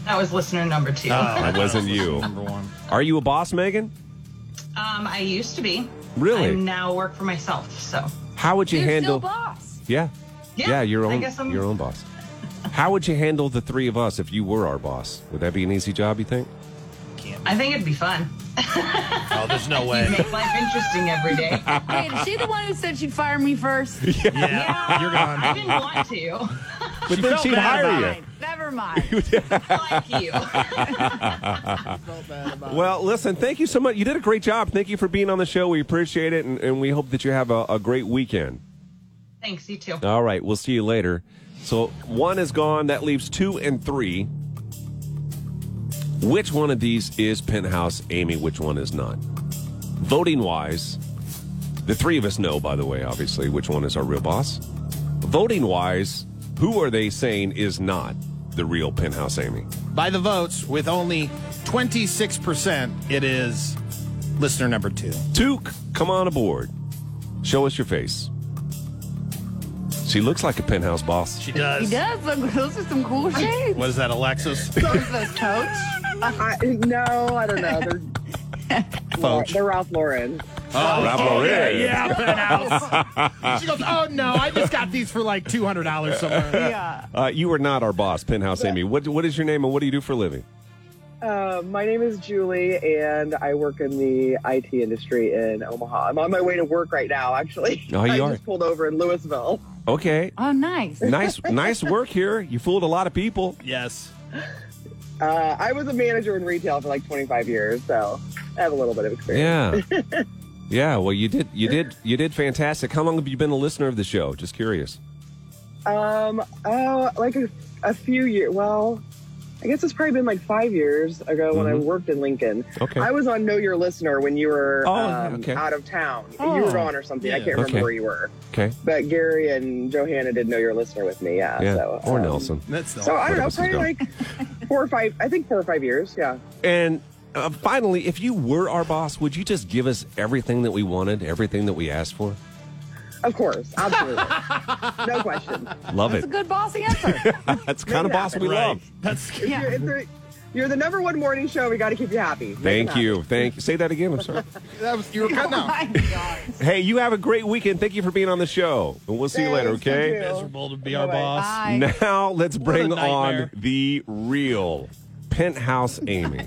Speaker 6: that was listener number two.
Speaker 1: That wasn't you.
Speaker 3: Number one.
Speaker 1: Are you a boss, Megan?
Speaker 6: Um, I used to be.
Speaker 1: Really?
Speaker 6: I now work for myself. So
Speaker 1: How would you
Speaker 2: You're
Speaker 1: handle?
Speaker 2: still boss.
Speaker 1: Yeah.
Speaker 6: Yeah,
Speaker 1: Your
Speaker 6: I
Speaker 1: own.
Speaker 6: guess I'm-
Speaker 1: Your own boss. How would you handle the three of us if you were our boss? Would that be an easy job? You think?
Speaker 6: I think it'd be fun.
Speaker 3: Oh, there's no way.
Speaker 6: Make life interesting every day.
Speaker 2: Wait, is she the one who said she'd fire me first?
Speaker 3: Yeah. You're gone.
Speaker 6: I didn't want to.
Speaker 1: But then
Speaker 3: felt
Speaker 1: she'd
Speaker 3: bad
Speaker 1: hire
Speaker 3: about
Speaker 1: you.
Speaker 2: Fine. Never mind.
Speaker 6: Like you.
Speaker 1: Well, listen. Thank you so much. You did a great job. Thank you for being on the show. We appreciate it, and, and we hope that you have a, a great weekend.
Speaker 6: Thanks, you too.
Speaker 1: All right, we'll see you later. So one is gone. That leaves two and three. Which one of these is Penthouse Amy? Which one is not? Voting wise, the three of us know, by the way, obviously, which one is our real boss. Voting wise, who are they saying is not the real Penthouse Amy?
Speaker 3: By the votes, with only 26%, it is listener number two.
Speaker 1: Took, come on aboard. Show us your face. She looks like a penthouse boss.
Speaker 3: She does.
Speaker 2: He does. Look, those are some cool shades.
Speaker 3: What is that, Alexis?
Speaker 2: Those are those coats.
Speaker 7: I, no, I don't know. They're,
Speaker 3: Fudge.
Speaker 7: they're Ralph Lauren.
Speaker 1: Rapparee.
Speaker 3: Oh, yeah, penthouse. she goes, oh no, I just got these for like two hundred dollars somewhere.
Speaker 7: Yeah.
Speaker 1: Uh, you are not our boss, Penthouse Amy. What What is your name and what do you do for a living?
Speaker 7: Uh, my name is Julie, and I work in the IT industry in Omaha. I'm on my way to work right now, actually.
Speaker 1: Oh, you
Speaker 7: I
Speaker 1: are.
Speaker 7: just pulled over in Louisville.
Speaker 1: Okay,
Speaker 2: Oh, nice.
Speaker 1: nice nice work here. You fooled a lot of people.
Speaker 3: Yes.
Speaker 7: Uh, I was a manager in retail for like 25 years, so I have a little bit of experience.
Speaker 1: Yeah, yeah. Well, you did you did you did fantastic. How long have you been a listener of the show? Just curious.
Speaker 7: Um, oh, like a, a few years. Well, I guess it's probably been like five years ago when I
Speaker 1: Mhm.
Speaker 7: worked in Lincoln.
Speaker 1: Okay.
Speaker 7: I was on Know Your Listener when you were
Speaker 1: Oh,
Speaker 7: um,
Speaker 1: okay.
Speaker 7: out of town. You were gone or something. I
Speaker 3: Yeah.
Speaker 7: can't remember
Speaker 1: Okay.
Speaker 7: where you were.
Speaker 1: Okay.
Speaker 7: But Gary and Johanna did Know Your Listener with me. Yeah.
Speaker 1: Yeah.
Speaker 7: So,
Speaker 1: or
Speaker 7: um,
Speaker 1: Nelson.
Speaker 3: That's
Speaker 7: So
Speaker 3: not.
Speaker 7: I don't
Speaker 1: Whatever
Speaker 7: know,
Speaker 1: this is
Speaker 7: probably
Speaker 1: going.
Speaker 7: like four or five. I think four or five years. Yeah.
Speaker 1: And uh, finally, if you were our boss, would you just give us everything that we wanted, everything that we asked for?
Speaker 7: Of course, absolutely, no question.
Speaker 1: Love
Speaker 2: That's
Speaker 1: it.
Speaker 2: a good bossy answer.
Speaker 1: That's the kind of boss we
Speaker 3: Right.
Speaker 1: love.
Speaker 3: That's
Speaker 2: Yeah.
Speaker 7: You're, it's a- you're the number one morning show. We got to keep you happy. Make
Speaker 1: Thank
Speaker 7: them
Speaker 1: you. Thank you. Say that again. I'm sorry.
Speaker 3: that was you were cutting
Speaker 2: Oh my
Speaker 3: out.
Speaker 2: gosh.
Speaker 1: hey, you have a great weekend. Thank you for being on the show. And we'll see you later,
Speaker 7: Thanks. Thank
Speaker 1: okay?
Speaker 7: you.
Speaker 3: Miserable to be our
Speaker 7: Bye-bye.
Speaker 3: boss.
Speaker 2: Bye.
Speaker 1: Now let's bring
Speaker 3: a
Speaker 1: on
Speaker 3: nightmare.
Speaker 1: the real penthouse Amy.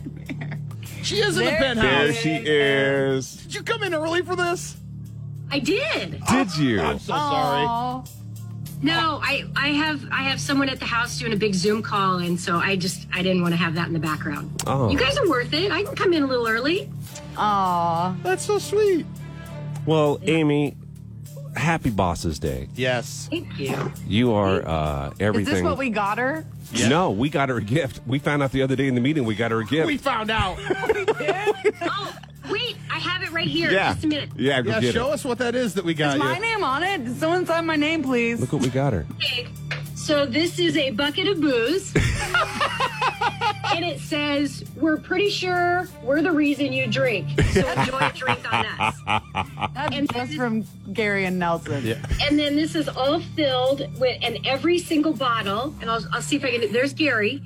Speaker 3: She is in the
Speaker 2: There-
Speaker 1: there
Speaker 3: penthouse.
Speaker 1: she is.
Speaker 3: Did you come in early for this?
Speaker 5: I did.
Speaker 1: Did you?
Speaker 3: I'm so sorry.
Speaker 2: Aw.
Speaker 5: No, I, I have I have someone at the house doing a big Zoom call, and so I just I didn't want to have that in the background.
Speaker 1: Oh.
Speaker 5: You guys are worth it. I can come in a little early.
Speaker 2: Aw.
Speaker 3: That's so sweet.
Speaker 1: Well, Amy, happy Bosses Day.
Speaker 3: Yes.
Speaker 5: Thank you.
Speaker 1: You are uh,
Speaker 2: Is
Speaker 1: everything.
Speaker 2: this what we got her?
Speaker 3: Yeah.
Speaker 1: No, we got her a gift. We found out the other day in the meeting we got her a gift.
Speaker 3: We found out.
Speaker 5: Oh, wait, I have it right here.
Speaker 1: yeah.
Speaker 5: Just a minute.
Speaker 1: Yeah, go
Speaker 3: Yeah,
Speaker 1: get
Speaker 3: show
Speaker 1: it.
Speaker 3: us what that is that we got
Speaker 2: My
Speaker 3: you.
Speaker 2: name on it. Did someone sign my name, please?
Speaker 1: Look what we got her.
Speaker 5: big. So this is a bucket of booze. and it says, We're pretty sure we're the reason you drink. So enjoy a drink on us.
Speaker 2: That's
Speaker 5: And-
Speaker 2: just from Gary and Nelson. Yeah.
Speaker 5: And then this is all filled with, and every single bottle, and I'll, I'll see if I can, there's Gary.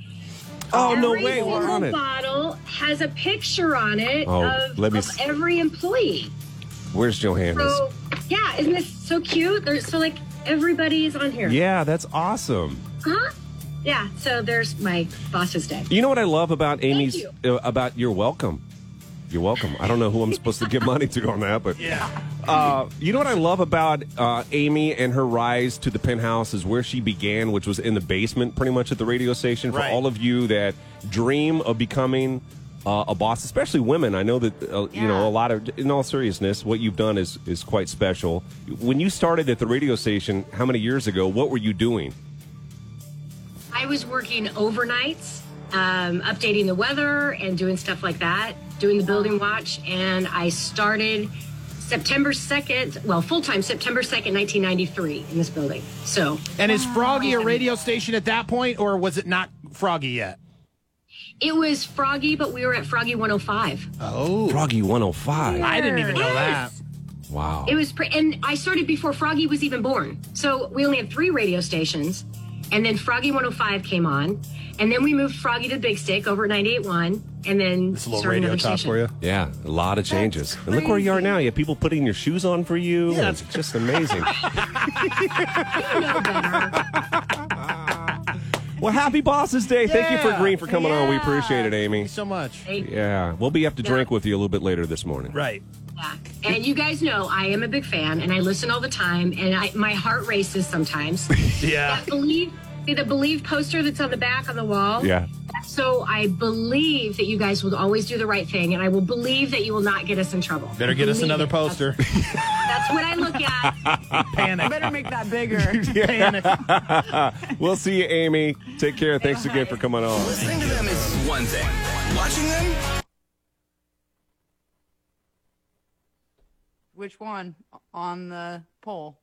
Speaker 1: Oh, no
Speaker 5: every
Speaker 1: way. We're
Speaker 5: single
Speaker 1: on it.
Speaker 5: bottle has a picture on it
Speaker 1: Oh,
Speaker 5: of,
Speaker 1: let me
Speaker 5: of
Speaker 1: s-
Speaker 5: every employee.
Speaker 1: Where's Johannes?
Speaker 5: So, yeah, isn't this so cute? There's, so, like, everybody's on here.
Speaker 1: Yeah, that's awesome.
Speaker 5: Huh? Yeah, so there's my boss's day.
Speaker 1: You know what I love about Amy's
Speaker 5: you.
Speaker 1: uh, about you're welcome. You're welcome. I don't know who I'm supposed to give money to on that, but
Speaker 3: Yeah.
Speaker 1: uh, you know what I love about uh, Amy and her rise to the penthouse is where she began, which was in the basement, pretty much at the radio station. For
Speaker 3: Right.
Speaker 1: all of you that dream of becoming uh, a boss, especially women, I know that uh, you know
Speaker 2: Yeah.
Speaker 1: a lot of. In all seriousness, what you've done is is quite special. When you started at the radio station, how many years ago? What were you doing?
Speaker 5: I was working overnights, um, updating the weather and doing stuff like that, doing the building watch. And I started September 2nd, well, full time September 2nd, 1993, in this building. So
Speaker 3: And is Froggy a radio station at that point, or was it not Froggy yet?
Speaker 5: it was Froggy, but we were at Froggy 105.
Speaker 3: Oh.
Speaker 1: Froggy 105.
Speaker 3: I didn't even know that.
Speaker 1: Wow.
Speaker 5: It was, pre- and I started before Froggy was even born. So we only had three radio stations. And then Froggy 105 came on. And then we moved Froggy to the Big Stick over at 98.1. And then
Speaker 3: It's a little
Speaker 5: started
Speaker 3: radio
Speaker 5: another
Speaker 3: talk
Speaker 5: station.
Speaker 3: for you.
Speaker 1: Yeah, a lot of changes. And look where you are now. You have people putting your shoes on for you.
Speaker 3: Yeah.
Speaker 1: and It's just amazing.
Speaker 5: No better.
Speaker 1: well, happy Bosses Day. Thank you for
Speaker 3: Yeah.
Speaker 1: Green for coming on. We
Speaker 2: Yeah.
Speaker 1: appreciate it, Amy.
Speaker 3: Thank you so much.
Speaker 1: Yeah, we'll be up to drink
Speaker 5: Yeah.
Speaker 1: with you a little bit later this morning.
Speaker 3: Right.
Speaker 5: Yeah. And you guys know I am a big fan and I listen all the time and I, my heart races sometimes.
Speaker 3: Yeah.
Speaker 5: that believe see the believe poster that's on the back on the wall.
Speaker 1: Yeah.
Speaker 5: So I believe that you guys will always do the right thing and I will believe that you will not get us in trouble.
Speaker 3: Better get us
Speaker 5: Believe
Speaker 3: another
Speaker 5: it.
Speaker 3: poster.
Speaker 5: That's, that's what I look at.
Speaker 3: Panic.
Speaker 2: Better make that bigger.
Speaker 3: Panic.
Speaker 1: We'll see you, Amy. Take care. Thanks again for coming on.
Speaker 4: Listening to them is one thing. Watching them
Speaker 2: Which one on the poll?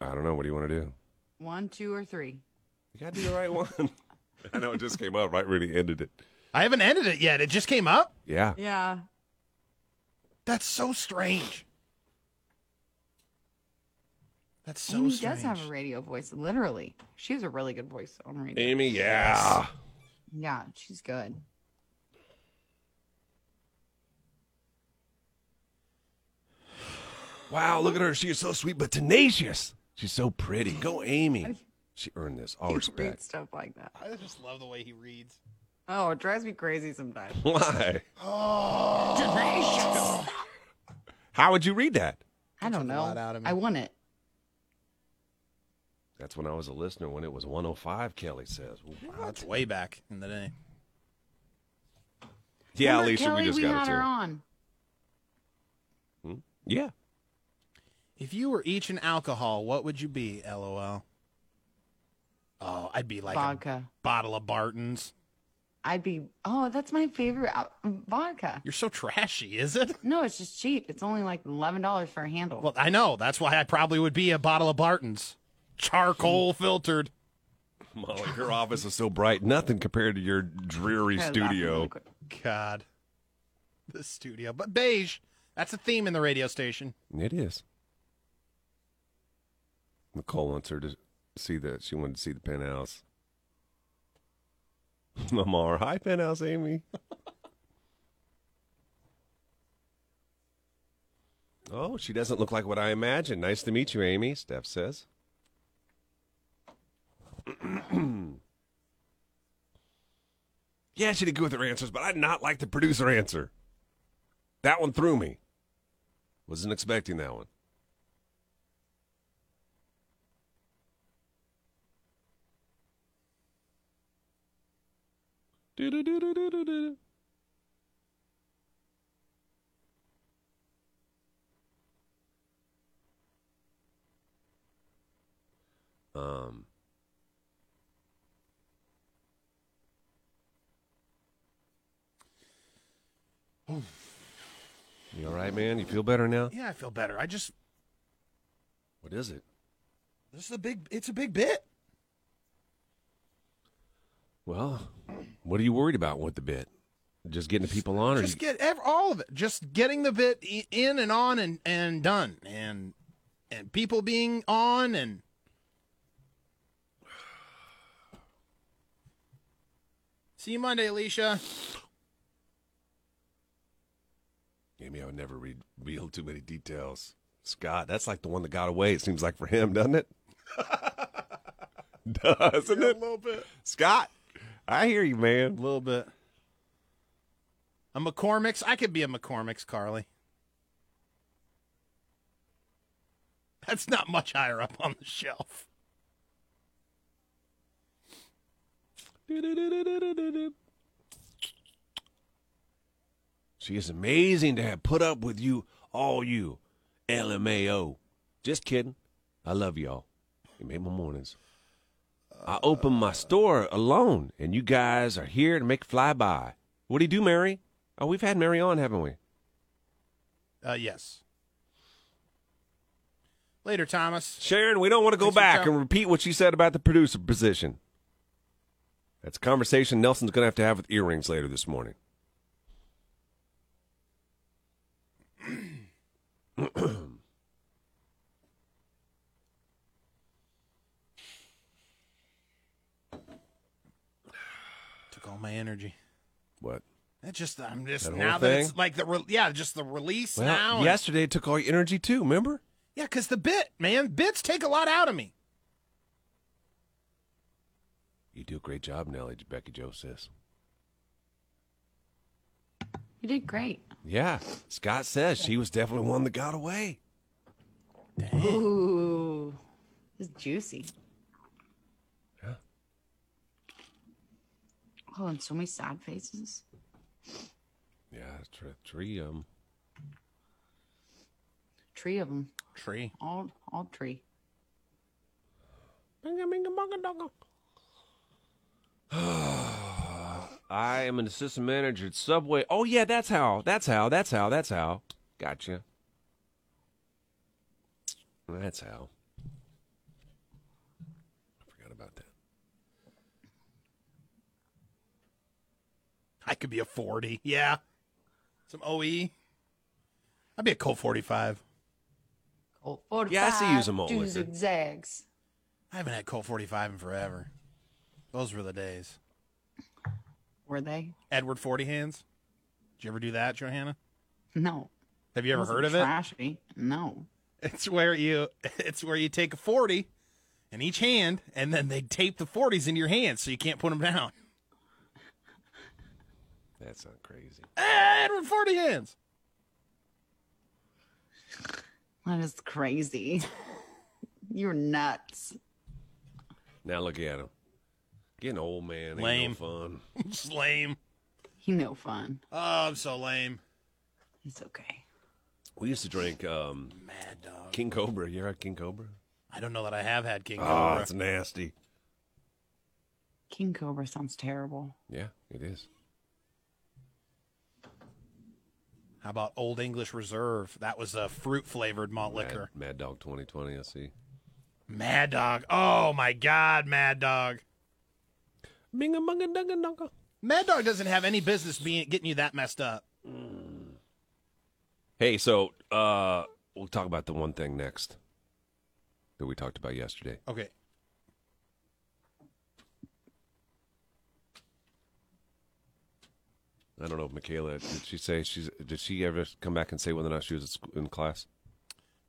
Speaker 1: I don't know. What do you want to do?
Speaker 2: One, two, or three?
Speaker 1: You got to do the right one. I know it just came up right when he ended it.
Speaker 3: I haven't ended it yet. It just came up.
Speaker 1: Yeah.
Speaker 2: Yeah.
Speaker 3: That's so strange. That's so
Speaker 2: Amy
Speaker 3: strange.
Speaker 2: does have a radio voice, literally. She has a really good voice on radio.
Speaker 1: Amy, yeah.
Speaker 2: Yeah, she's good.
Speaker 1: Wow, look at her. She is so sweet but tenacious. She's so pretty. Go, Amy. She earned this. All
Speaker 2: Read
Speaker 1: respect.
Speaker 2: stuff like that.
Speaker 3: I just love the way he reads.
Speaker 2: Oh, it drives me crazy sometimes.
Speaker 1: Why?
Speaker 3: Oh.
Speaker 2: Delicious.
Speaker 1: How would you read that?
Speaker 2: I don't know.
Speaker 3: lot out of me.
Speaker 2: I want it.
Speaker 1: That's when I was a listener when it was 105, Kelly says. What?
Speaker 3: That's way back in the day.
Speaker 1: Yeah,
Speaker 2: Remember
Speaker 1: Alicia,
Speaker 2: Kelly,
Speaker 1: we just
Speaker 2: had
Speaker 1: got it
Speaker 2: her
Speaker 1: too. Hmm?
Speaker 2: on.
Speaker 1: Yeah.
Speaker 3: If you were each an alcohol, what would you be? LOL. Oh, I'd be like
Speaker 2: Vodka.
Speaker 3: a bottle of Bartons.
Speaker 2: I'd be. Oh, that's my favorite al- vodka.
Speaker 3: You're so trashy, is it?
Speaker 2: No, it's just cheap. It's only like eleven dollars for a handle.
Speaker 3: Well, I know. That's why I probably would be a bottle of Bartons. Charcoal filtered.
Speaker 1: Molly, her office is so bright. Nothing compared to your dreary
Speaker 2: Kinda laughing really
Speaker 1: studio.
Speaker 2: quick.
Speaker 3: God. The studio. But beige. That's a theme in the radio station.
Speaker 1: It is. Nicole wants her to see the. She wanted to see the penthouse. Lamar, hi penthouse, Amy. oh, she doesn't look like what I imagined. Nice to meet you, Amy. Steph says. yeah, she did good with her answers, but I did not like the producer answer. That one threw me. Wasn't expecting that one. Do-do-do-do-do-do-do. Um, you all right, man? You feel better now?
Speaker 3: Yeah, I feel better. I just
Speaker 1: What is it?
Speaker 3: this is a big it's a big bit.
Speaker 1: Well, what are you worried about with the bit? Just getting the people on, or
Speaker 3: Just
Speaker 1: you-
Speaker 3: get ev- all of it. Just getting the bit i- in and on and, and done. And and people being on and See you Monday, Alicia.
Speaker 1: Amy, I would never reveal too many details. Scott, that's like the one that got away, it seems like for him, doesn't it? doesn't it? A little bit. Scott, I hear you, man.
Speaker 3: A little bit. A McCormick's. I could be a McCormick's, Carly. That's not much higher up on the shelf.
Speaker 1: She is amazing to have put up with you, all you. LMAO. Just kidding. I love y'all. You made my mornings. I opened my store alone, and you guys are here to make fly by. What do you do, Mary? Oh, we've had Mary on, haven't we?
Speaker 3: Uh, yes. Later, Thomas.
Speaker 1: Sharon, we don't want to go
Speaker 3: Thanks for
Speaker 1: back
Speaker 3: coming.
Speaker 1: and repeat what she said about the producer position. That's a conversation Nelson's going to have to have with earrings later this morning.
Speaker 3: Took all my energy.
Speaker 1: What?
Speaker 3: That just I'm just
Speaker 1: That whole
Speaker 3: now that it's
Speaker 1: thing?
Speaker 3: like the re- yeah, just the release
Speaker 1: Well,
Speaker 3: now. and-
Speaker 1: yesterday it took all your energy too, remember?
Speaker 3: yeah, because the bit, man, bits take a lot out of me.
Speaker 1: You do a great job, Nellie, Becky Joe says.
Speaker 2: You did great.
Speaker 1: Yeah, Scott says she was definitely one that got away.
Speaker 2: Ooh, it's juicy. Oh, and so many sad faces.
Speaker 1: Yeah, tr- tree, um,
Speaker 2: Three of them.
Speaker 3: Tree.
Speaker 2: All, all three.
Speaker 1: I am an assistant manager at Subway. Oh yeah, that's how. That's how. That's how. That's how. Gotcha. That's how. I forgot about that.
Speaker 3: I could be a forty. Yeah. Some OE. I'd be a Colt forty five.
Speaker 2: Oh, four to
Speaker 1: Yeah, I see
Speaker 2: five,
Speaker 1: use 'em all,
Speaker 2: Do
Speaker 1: Liquor.
Speaker 2: zigzags.
Speaker 3: I haven't had Colt 45 in forever. Those were the days.
Speaker 2: Were they?
Speaker 3: Edward 40 hands. Did you ever do that, Johanna?
Speaker 2: No.
Speaker 3: Have you ever
Speaker 2: Wasn't
Speaker 3: heard of it?
Speaker 2: trashy. No.
Speaker 3: It's where you it's where you take a 40 in each hand and then they tape the 40s in your hands so you can't put them down.
Speaker 1: That's not crazy.
Speaker 3: And 40 hands.
Speaker 2: That is crazy. You're nuts.
Speaker 1: Now look at him. Getting old, man. Ain't
Speaker 3: Lame.
Speaker 1: No fun.
Speaker 3: Just lame.
Speaker 2: You no fun.
Speaker 3: Oh, I'm so lame.
Speaker 2: It's okay.
Speaker 1: We used to drink um,
Speaker 3: Mad dog.
Speaker 1: King Cobra. You ever had King Cobra?
Speaker 3: I don't know that I have had King
Speaker 1: Oh,
Speaker 3: Cobra.
Speaker 1: it's nasty.
Speaker 2: King Cobra sounds terrible.
Speaker 1: Yeah, it is.
Speaker 3: How about Old English Reserve? That was a fruit flavored malt
Speaker 1: Mad-
Speaker 3: liquor.
Speaker 1: Mad, Dog 2020, I see.
Speaker 3: Mad Dog. Oh my God, Mad Dog.
Speaker 1: Minga munga dunga dunga.
Speaker 3: Mad Dog doesn't have any business being getting you that messed up.
Speaker 1: Hey, so uh, we'll talk about the one thing next that we talked about yesterday.
Speaker 3: Okay.
Speaker 1: I don't know if Michaela did she say she's did she ever come back and say whether or not she was at sc- in class?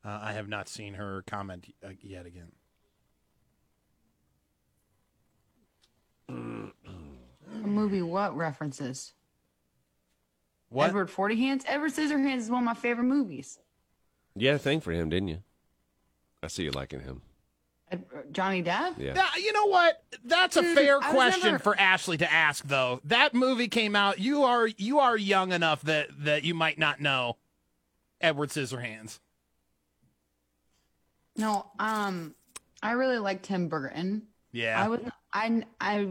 Speaker 3: Uh, I have not seen her comment uh, yet again.
Speaker 2: A movie what references?
Speaker 3: What?
Speaker 2: Edward Forty Hands? Edward Scissorhands is one of my favorite movies.
Speaker 1: You had a thing for him, didn't you? I see you liking him.
Speaker 2: Ed- uh, Johnny Depp?
Speaker 1: Yeah.
Speaker 3: Yeah, you know what? That's a fair
Speaker 2: I was
Speaker 3: question
Speaker 2: never-
Speaker 3: for Ashley to ask, though. That movie came out. You are you are young enough that that you might not know Edward Scissorhands.
Speaker 2: No, um, I really like Tim Burton.
Speaker 3: Yeah,
Speaker 2: I was I I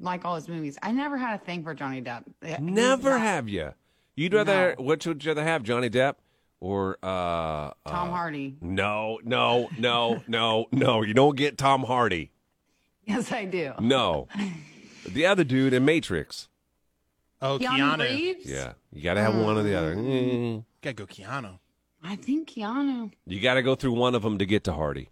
Speaker 2: like all his movies. I never had a thing for Johnny Depp. Yeah, he's
Speaker 1: Never
Speaker 2: not-
Speaker 1: have you. You'd rather what would you rather have, Johnny Depp or uh, uh
Speaker 3: Oh.
Speaker 2: Tom Hardy.
Speaker 1: No, no, no, no, no. You don't get Tom Hardy.
Speaker 2: Yes, I do.
Speaker 1: No. The other dude in Matrix.
Speaker 3: Oh,
Speaker 2: Keanu,
Speaker 3: Keanu.
Speaker 2: Reeves?
Speaker 1: Yeah. You got to have one or the other.
Speaker 2: Mm-hmm.
Speaker 1: Mm.
Speaker 3: Gotta go, Keanu.
Speaker 2: I think Keanu.
Speaker 1: You got to go through one of them to get to Hardy.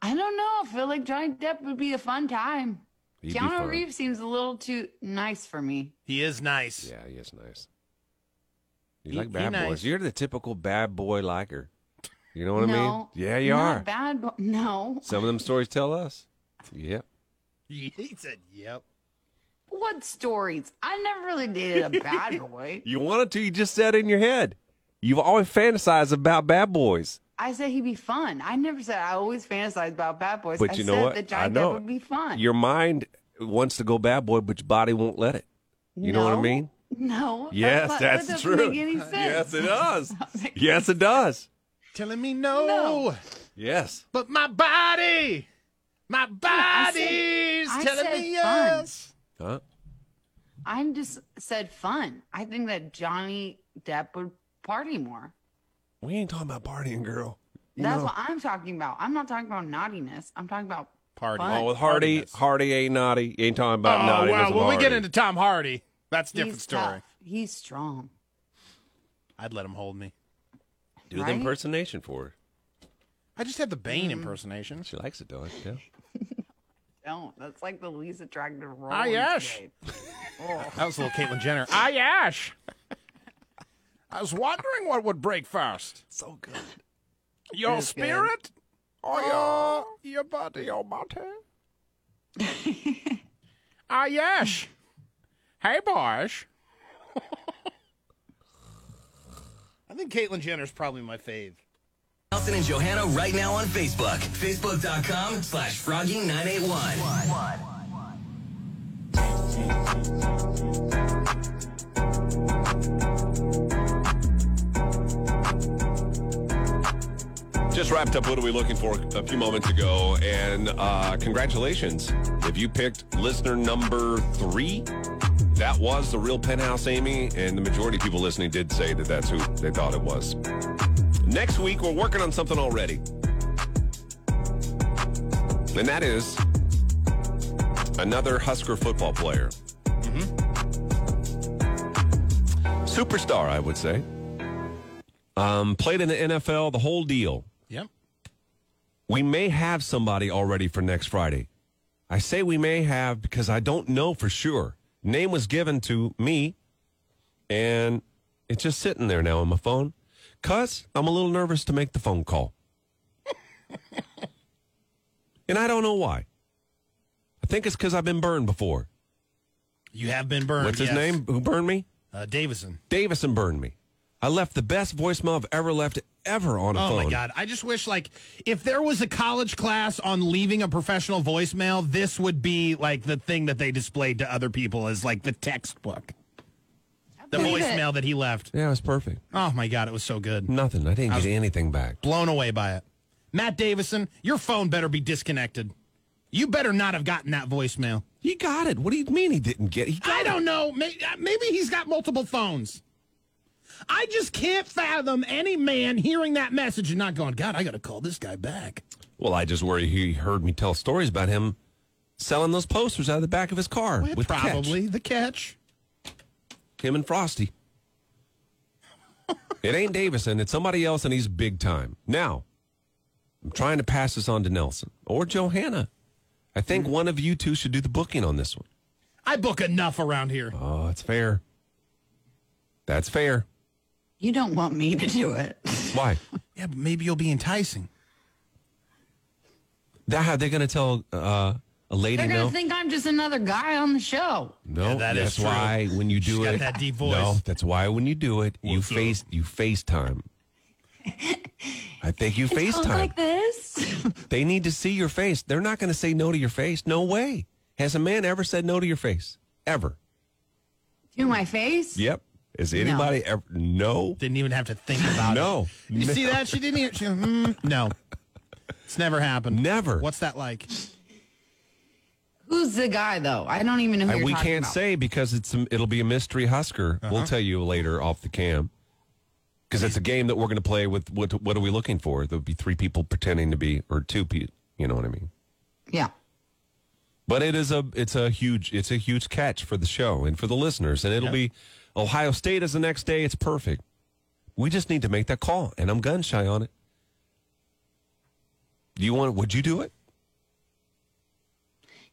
Speaker 2: I don't know. I feel like Johnny Depp would be a fun time.
Speaker 1: He'd be
Speaker 2: Keanu
Speaker 1: fun.
Speaker 2: Reeves seems a little too nice for me.
Speaker 3: He is nice.
Speaker 1: Yeah, he is nice. You
Speaker 3: He-
Speaker 1: like
Speaker 3: he
Speaker 1: bad
Speaker 3: nice.
Speaker 1: boys. You're the typical bad boy liker. You know what I mean?
Speaker 2: no,
Speaker 1: Yeah, you
Speaker 2: not
Speaker 1: are.
Speaker 2: Bad, bo- no.
Speaker 1: Some of them stories tell us. Yep.
Speaker 3: He said, "Yep."
Speaker 2: What stories? I never really dated a bad boy.
Speaker 1: You wanted to, you just said it in your head. You've always fantasized about bad boys.
Speaker 2: I said he'd be fun. I never said I always fantasize about bad boys.
Speaker 1: But
Speaker 2: I
Speaker 1: you
Speaker 2: said
Speaker 1: know what?
Speaker 2: That
Speaker 1: I
Speaker 2: Johnny
Speaker 1: know
Speaker 2: Depp
Speaker 1: it.
Speaker 2: would be fun.
Speaker 1: Your mind wants to go bad boy, but your body won't let it. You know what I
Speaker 2: No.
Speaker 1: mean?
Speaker 2: No.
Speaker 1: Yes,
Speaker 2: not-
Speaker 1: that's
Speaker 2: that
Speaker 1: true.
Speaker 2: doesn't Make any sense.
Speaker 1: Yes, it does.
Speaker 2: Doesn't make-
Speaker 1: yes, it does.
Speaker 3: Telling me no,
Speaker 2: No.
Speaker 1: Yes.
Speaker 3: but my body, my body's
Speaker 2: I
Speaker 3: telling
Speaker 2: said
Speaker 3: me
Speaker 2: fun.
Speaker 3: yes.
Speaker 1: Huh?
Speaker 2: I just said fun. I think that Johnny Depp would party more.
Speaker 1: We ain't talking about partying, girl. You
Speaker 2: That's
Speaker 1: know.
Speaker 2: what I'm talking about. I'm not talking about naughtiness. I'm talking about
Speaker 3: Party.
Speaker 2: Fun.
Speaker 1: Oh, with Hardy,
Speaker 3: Hardiness.
Speaker 1: Hardy ain't naughty. You ain't talking about
Speaker 3: Oh,
Speaker 1: naughty.
Speaker 3: wow. When we get into Tom Hardy, that's a different
Speaker 2: he's
Speaker 3: story.
Speaker 2: tough. He's strong.
Speaker 3: I'd let him hold me.
Speaker 1: do the
Speaker 2: right?
Speaker 1: impersonation for her.
Speaker 3: I just had the Bane impersonation.
Speaker 1: She likes it, though. Yeah.
Speaker 2: Don't. That's like the least attractive role.
Speaker 3: Ah,
Speaker 2: in
Speaker 3: yes.
Speaker 2: today. Oh.
Speaker 3: That was a little Caitlyn Jenner. I Ash. I was wondering what would break first.
Speaker 1: So good.
Speaker 3: Your
Speaker 2: That's good.
Speaker 3: spirit or your
Speaker 1: Oh.
Speaker 3: your body, your body? Ah yes. Hey boys. I think Caitlyn Jenner's probably my fave.
Speaker 4: Nelson and Johanna right now on Facebook. Facebook.com slash Froggy981.
Speaker 1: Just wrapped up What Are We Looking For a few moments ago, and uh, congratulations. If you picked listener number three, that was the real Penthouse Amy, and the majority of people listening did say that that's who they thought it was. Next week, we're working on something already. And that is another Husker football player. Mm-hmm. Superstar, I would say. Um, played in the NFL, the whole deal
Speaker 3: Yep.
Speaker 1: we may have somebody already for next Friday. I say we may have because I don't know for sure. Name was given to me, and it's just sitting there now on my phone. Cuz I'm a little nervous to make the phone call. and I don't know why. I think it's because I've been burned before.
Speaker 3: You have been burned.
Speaker 1: What's his
Speaker 3: yes.
Speaker 1: name? Who burned me?
Speaker 3: Uh, Davison.
Speaker 1: Davison burned me. I left the best voicemail I've ever left ever on a
Speaker 3: Oh
Speaker 1: phone.
Speaker 3: my god! I just wish like if there was a college class on leaving a professional voicemail, this would be like the thing that they displayed to other people as like the textbook. The
Speaker 2: believe it.
Speaker 3: voicemail that he left.
Speaker 1: Yeah, it was perfect.
Speaker 3: Oh my god! It was so good.
Speaker 1: Nothing. I didn't get anything back.
Speaker 3: Blown away by it. Matt Davison, your phone better be disconnected. You better not have gotten that voicemail.
Speaker 1: He got it. What do you mean he didn't get it? He got
Speaker 3: I don't know. May- uh, Maybe he's got multiple phones. I just can't fathom any man hearing that message and not going, God, I got to call this guy back.
Speaker 1: Well, I just worry he heard me tell stories about him selling those posters out of the back of his car
Speaker 3: Well,
Speaker 1: with
Speaker 3: probably the catch.
Speaker 1: Catch. him and Frosty. it ain't Davison. It's somebody else, and he's big time. Now, I'm trying to pass this on to Nelson or Johanna. I think one of you two should do the booking on this one.
Speaker 3: I book enough around here.
Speaker 1: Oh, that's fair. That's fair.
Speaker 2: You don't want me to do it.
Speaker 1: Why?
Speaker 3: Yeah, but maybe you'll be enticing.
Speaker 1: That how they're gonna tell uh, a lady
Speaker 2: They're
Speaker 1: no?
Speaker 2: gonna think I'm just another guy on the show.
Speaker 1: No,
Speaker 3: Yeah, that
Speaker 1: that's
Speaker 3: is true.
Speaker 1: why when you do
Speaker 3: She's
Speaker 1: it,
Speaker 3: got that deep voice.
Speaker 1: No, that's why when you do it, you
Speaker 3: What's up?
Speaker 1: face you FaceTime. I think you
Speaker 2: It's called
Speaker 1: FaceTime.
Speaker 2: like this.
Speaker 1: they need to see your face. They're not going to say no to your face. No way. Has a man ever said no to your face? Ever?
Speaker 2: to my face.
Speaker 1: Yep. Has anybody ever? No.
Speaker 3: Didn't even have to think about
Speaker 1: No.
Speaker 3: it. You see that? She didn't even. She, mm, no. It's never happened.
Speaker 1: Never.
Speaker 3: What's that like?
Speaker 2: Who's the guy though? I don't even know who
Speaker 1: And
Speaker 2: you're
Speaker 1: we
Speaker 2: talking
Speaker 1: can't
Speaker 2: about.
Speaker 1: say because it's it'll be a mystery Husker.
Speaker 3: Uh-huh.
Speaker 1: We'll tell you later off the cam because it's a game that we're going to play with. What what are we looking for? There'll be three people pretending to be or two people. You know what I mean?
Speaker 2: Yeah.
Speaker 1: But it is a it's a huge it's a huge catch for the show and for the listeners, and it'll be Ohio State is the next day. It's perfect. We just need to make that call, and I'm gun shy on it. Do you want? Would you do it?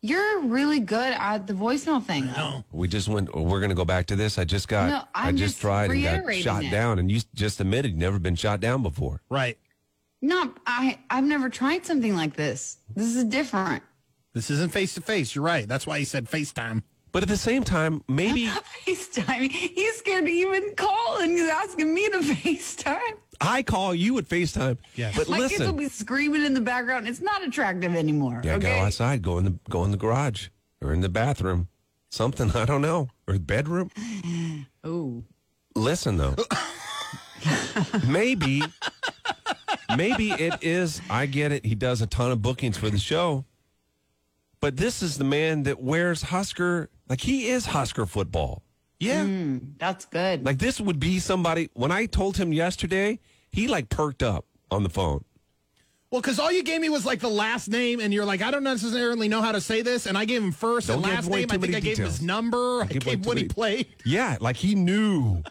Speaker 2: You're really good at the voicemail thing. though.
Speaker 1: We just went. oh, we're going to go back to this. I just got.
Speaker 2: No,
Speaker 1: I
Speaker 2: I'm
Speaker 1: just
Speaker 2: just
Speaker 1: tried and got
Speaker 2: reiterating
Speaker 1: shot
Speaker 2: it.
Speaker 1: down, and you just admitted you've never been shot down before.
Speaker 3: Right.
Speaker 2: No, I I've never tried something like this. This is different.
Speaker 3: This isn't face to face. You're right. That's why he said FaceTime.
Speaker 1: But at the same time, maybe
Speaker 2: FaceTime. He's scared to even call and he's asking me to FaceTime.
Speaker 1: I call you at Facetime.
Speaker 3: Yes.
Speaker 1: But
Speaker 2: My kids will
Speaker 1: listen,
Speaker 2: be screaming in the background. It's not attractive anymore.
Speaker 1: yeah,
Speaker 2: okay?
Speaker 1: go outside, go in the go in the garage or in the bathroom, something I don't know, or bedroom.
Speaker 2: Ooh.
Speaker 1: Listen though. maybe maybe it is I get it. He does a ton of bookings for the show. But this is the man that wears Husker like he is Husker football.
Speaker 3: Yeah.
Speaker 2: That's good.
Speaker 1: Like this would be somebody when I told him yesterday, he like perked up on the phone.
Speaker 3: Well, because all you gave me was like the last name, and you're like, I don't necessarily know how to say this, and I gave him 1st
Speaker 1: Don't
Speaker 3: and
Speaker 1: give
Speaker 3: last
Speaker 1: away
Speaker 3: name.
Speaker 1: too
Speaker 3: I think
Speaker 1: many
Speaker 3: I gave him his
Speaker 1: details.
Speaker 3: number. I
Speaker 1: give away
Speaker 3: gave
Speaker 1: too
Speaker 3: what he
Speaker 1: many-
Speaker 3: played.
Speaker 1: Yeah, like he knew.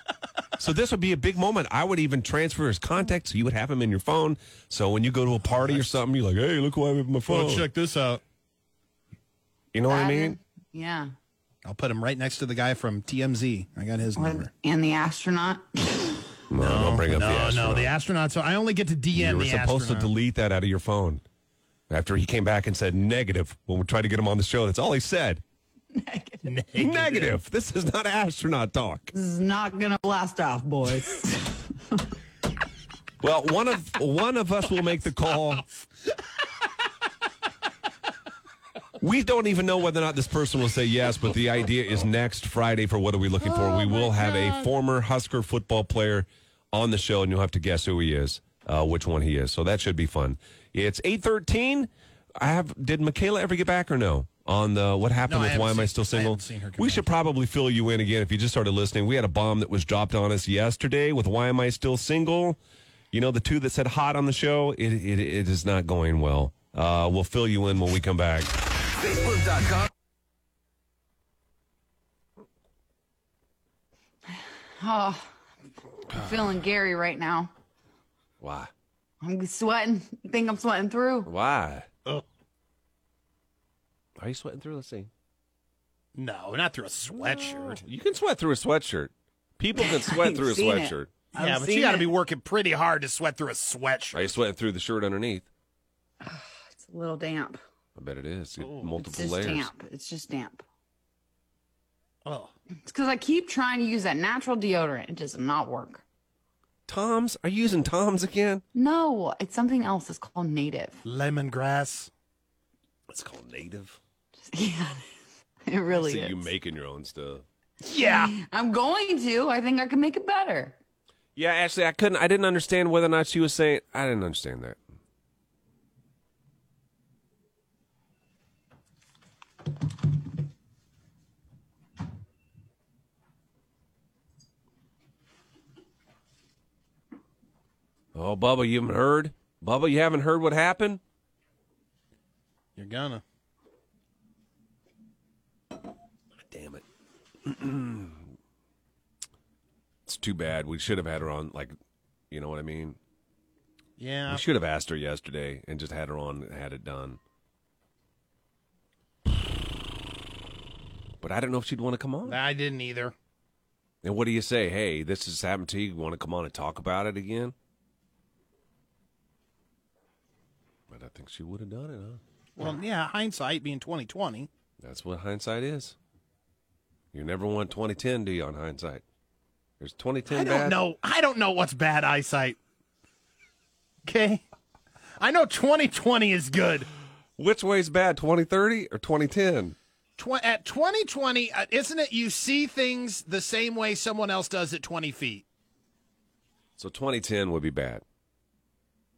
Speaker 1: so this would be a big moment. I would even transfer his contact so you would have him in your phone. So when you go to a party or something, you're like, hey, look who I have in my phone.
Speaker 3: this out.
Speaker 1: You know what I
Speaker 2: That
Speaker 1: mean?
Speaker 2: is- Yeah.
Speaker 3: I'll put him right next to the guy from TMZ. I got his number.
Speaker 2: And the astronaut.
Speaker 1: No, don't bring up the
Speaker 3: No, no,
Speaker 1: astronaut.
Speaker 3: the astronaut. So I only get to DM
Speaker 1: You were
Speaker 3: the
Speaker 1: supposed
Speaker 3: astronaut.
Speaker 1: to delete that out of your phone. After he came back and said negative when we tried to get him on the show, that's all he said. Negative. This is not astronaut talk.
Speaker 2: This is not going to blast off, boys.
Speaker 1: Well, one of one of us will make the call. We don't even know whether or not this person will say yes, but the idea is next Friday for what are we looking for? we will have a former Husker football player on the show, and you'll have to guess who he is, uh, which one he is. So that should be fun. It's eight thirteen. I have. Did Michaela ever get back or no? On the what happened
Speaker 3: No, I
Speaker 1: with
Speaker 3: haven't
Speaker 1: why am I
Speaker 3: seen-
Speaker 1: still
Speaker 3: I
Speaker 1: single?
Speaker 3: haven't seen her come
Speaker 1: we
Speaker 3: back.
Speaker 1: should probably fill you in again if you just started listening. We had a bomb that was dropped on us yesterday with why am I still single? You know the two that said hot on the show. It it, it is not going well. Uh, we'll fill you in when we come back.
Speaker 4: Facebook.com.
Speaker 2: oh, I'm feeling Gary right now.
Speaker 1: Why?
Speaker 2: I'm sweating. I think I'm sweating through.
Speaker 1: Why?
Speaker 2: Oh.
Speaker 1: Are you sweating through? Let's see.
Speaker 3: no, not through a sweatshirt.
Speaker 1: You can sweat through a sweatshirt. People can sweat
Speaker 2: I've
Speaker 1: through a
Speaker 2: seen it.
Speaker 1: sweatshirt.
Speaker 2: I'm
Speaker 3: yeah, but
Speaker 2: seeing
Speaker 3: you got to
Speaker 2: it.
Speaker 3: be working pretty hard to sweat through a sweatshirt.
Speaker 1: I sweat through the shirt underneath.
Speaker 2: It's a little damp.
Speaker 1: I bet it is. It-
Speaker 2: Oh, It's
Speaker 1: multiple
Speaker 2: just
Speaker 1: layers.
Speaker 2: damp. It's just damp.
Speaker 3: Oh,
Speaker 2: It's because I keep trying to use that natural deodorant. It does not work.
Speaker 1: Tom's? Are you using Tom's again?
Speaker 2: No, it's something else. It's called native.
Speaker 3: lemongrass.
Speaker 1: It's called native.
Speaker 2: Yeah, it really
Speaker 1: See
Speaker 2: is.
Speaker 1: you making your own stuff.
Speaker 3: Yeah,
Speaker 2: I'm going to. I think I can make it better.
Speaker 1: Yeah, actually, I couldn't. I didn't understand whether or not she was saying. I didn't understand that. Oh, Bubba, you haven't heard? Bubba, you haven't heard what happened?
Speaker 3: you're gonna.
Speaker 1: Damn it. it's too bad. We should have had her on, like, you know what I mean?
Speaker 3: Yeah,
Speaker 1: We should have asked her yesterday and just had her on and had it done. But I don't know if she'd want to come on.
Speaker 3: I didn't either.
Speaker 1: And what do you say? Hey, this has happened to you. You want to come on and talk about it again? But I think she would have done it, huh?
Speaker 3: Well, yeah, hindsight being 2020.
Speaker 1: That's what hindsight is. You never want 2010, do you, on hindsight? There's 2010
Speaker 3: I don't
Speaker 1: bad.
Speaker 3: know. I don't know what's bad eyesight. Okay, I know 2020 is good.
Speaker 1: Which way's bad, 2030 or 2010?
Speaker 3: Tw- at 2020, uh, isn't it? You see things the same way someone else does at 20 feet,
Speaker 1: So 2010 would be bad.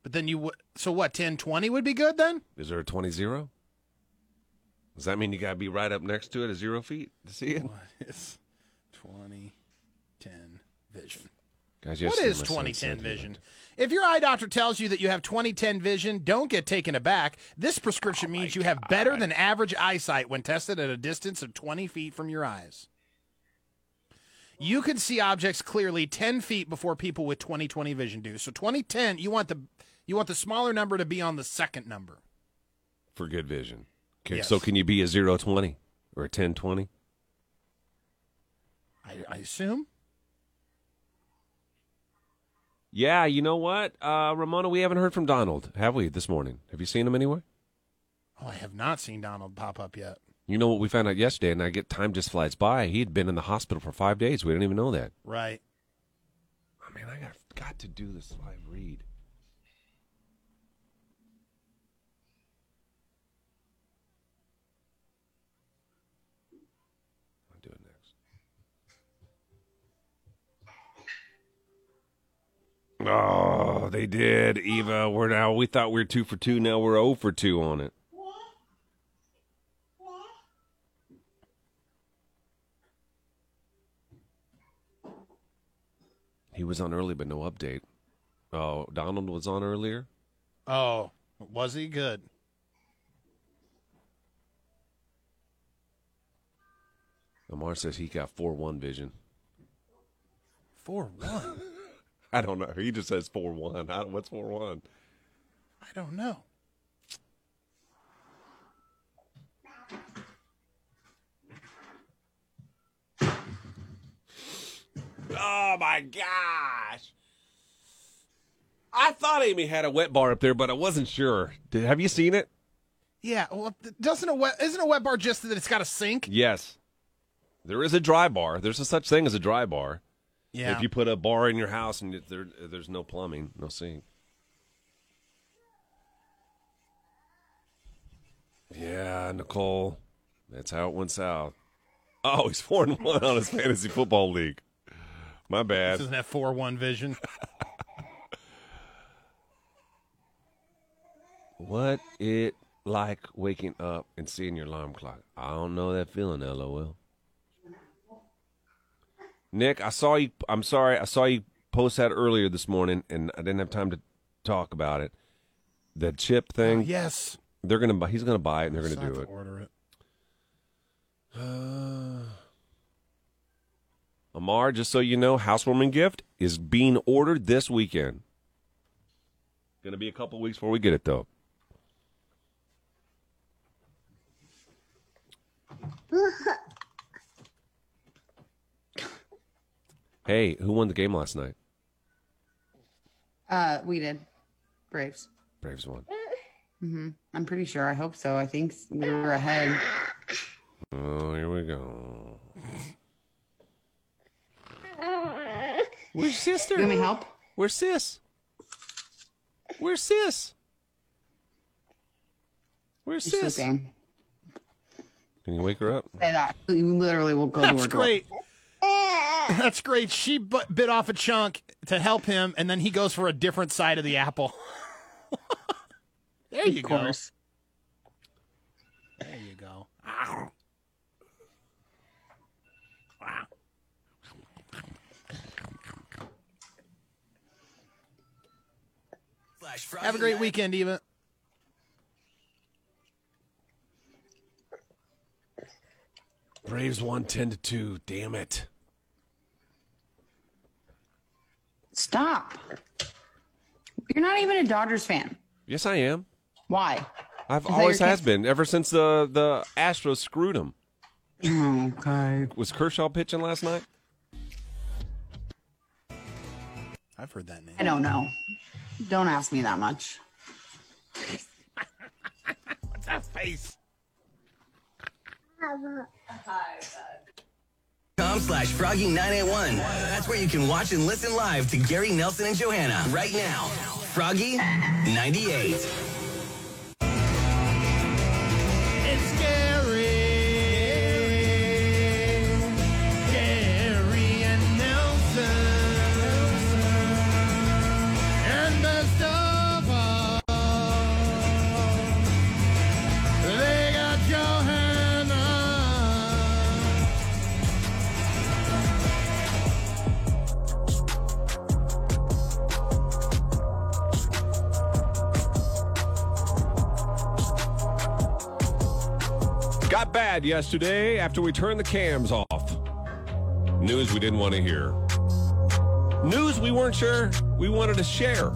Speaker 3: but then you would. So what? 10, 20 would be good then.
Speaker 1: Is there a 20 0? Does that mean you got to be right up next to it at zero feet to see it?
Speaker 3: It's 20, 10 vision.
Speaker 1: Guys,
Speaker 3: What is 2010 vision? If your eye doctor tells you that you have 2010 vision, don't get taken aback. This prescription means you have better than average eyesight when tested at a distance of 20 feet from your eyes. You can see objects clearly 10 feet before people with 20/20 vision do. So 2010, you want the you want the smaller number to be on the second number.
Speaker 1: For good vision. Okay,
Speaker 3: Yes.
Speaker 1: so can you be a zero twenty or a ten twenty?
Speaker 3: I, I assume.
Speaker 1: Yeah, you know what? Uh, Ramona, we haven't heard from Donald, have we, this morning? Have you seen him anywhere?
Speaker 3: Oh, I have not seen Donald pop up yet.
Speaker 1: You know what we found out yesterday, and I get time just flies by. He'd been in the hospital for five days. We didn't even know that.
Speaker 3: Right.
Speaker 1: I mean, I got, got to do this live read. I'll do it next. Oh, they did, Eva. We're now we thought we were two for two. Now we're zero for two on it. He was on early, but no update. Oh, Donald was on earlier.
Speaker 3: Oh, was he good?
Speaker 1: Amar says he got four one vision.
Speaker 3: 4-1.
Speaker 1: I don't know. He just says four one. What's four one?
Speaker 3: I don't know.
Speaker 1: Oh my gosh! I thought Amy had a wet bar up there, but I wasn't sure. Did, have you seen it?
Speaker 3: Yeah, well, th- doesn't a wet isn't a wet bar just that it's got a sink?
Speaker 1: Yes. There is a dry bar. There's a such thing as a dry bar. If you put a bar in your house and it- there, there's no plumbing, no sink. Yeah, Nicole. That's how it went south. Oh, he's four and one on his fantasy football league. My bad.
Speaker 3: doesn't have four one vision.
Speaker 1: What it like waking up and seeing your alarm clock? I don't know that feeling, lol. Nick, I saw you. I'm sorry, I saw you post that earlier this morning, and I didn't have time to talk about it. The chip thing,
Speaker 3: Oh, yes,
Speaker 1: they're gonna buy. He's gonna buy it, and they're
Speaker 3: Just
Speaker 1: gonna
Speaker 3: have
Speaker 1: do
Speaker 3: to
Speaker 1: it.
Speaker 3: Order it.
Speaker 1: Amar, just so you know, housewarming gift is being ordered this weekend. Gonna be a couple weeks before we get it though. hey, who won the game last night?
Speaker 2: Uh, we did. Braves.
Speaker 1: Braves won.
Speaker 2: I'm pretty sure. I hope so. I think we were ahead.
Speaker 1: Oh, here we go. Where's sister?
Speaker 2: You want me to help?
Speaker 1: Where's sis? Where's sis? Where's
Speaker 2: She's
Speaker 1: sis? Can
Speaker 2: sleeping.
Speaker 1: you wake her up?
Speaker 2: Say that. You literally will go to
Speaker 3: That's
Speaker 2: her door.
Speaker 3: great. That's great. She bu- bit off a chunk to help him, and then he goes for a different side of the apple. there you go. There you go.
Speaker 4: Slash Froggy
Speaker 3: Have a great
Speaker 4: Night-
Speaker 3: weekend, Eva.
Speaker 1: Braves won 10 to 2. Damn it.
Speaker 2: Stop. You're not even a Dodgers fan.
Speaker 1: Yes, I am.
Speaker 2: Why?
Speaker 1: I've
Speaker 2: thought
Speaker 1: always
Speaker 2: you were
Speaker 1: has
Speaker 2: Cas-
Speaker 1: been ever since the the Astros screwed him.
Speaker 2: Okay.
Speaker 1: Was Kershaw pitching last night?
Speaker 3: I've heard that name.
Speaker 2: I don't know. Don't ask me that much.
Speaker 4: com slash froggy 981. That's where you can watch and listen live to Gary Nelson and Johanna right now. Froggy 98.
Speaker 3: It's Gary. Gary and Nelson. And best of all, they got Johanna.
Speaker 1: Got bad yesterday after we turned the cams off. News we didn't want to hear. News we weren't sure we wanted to share.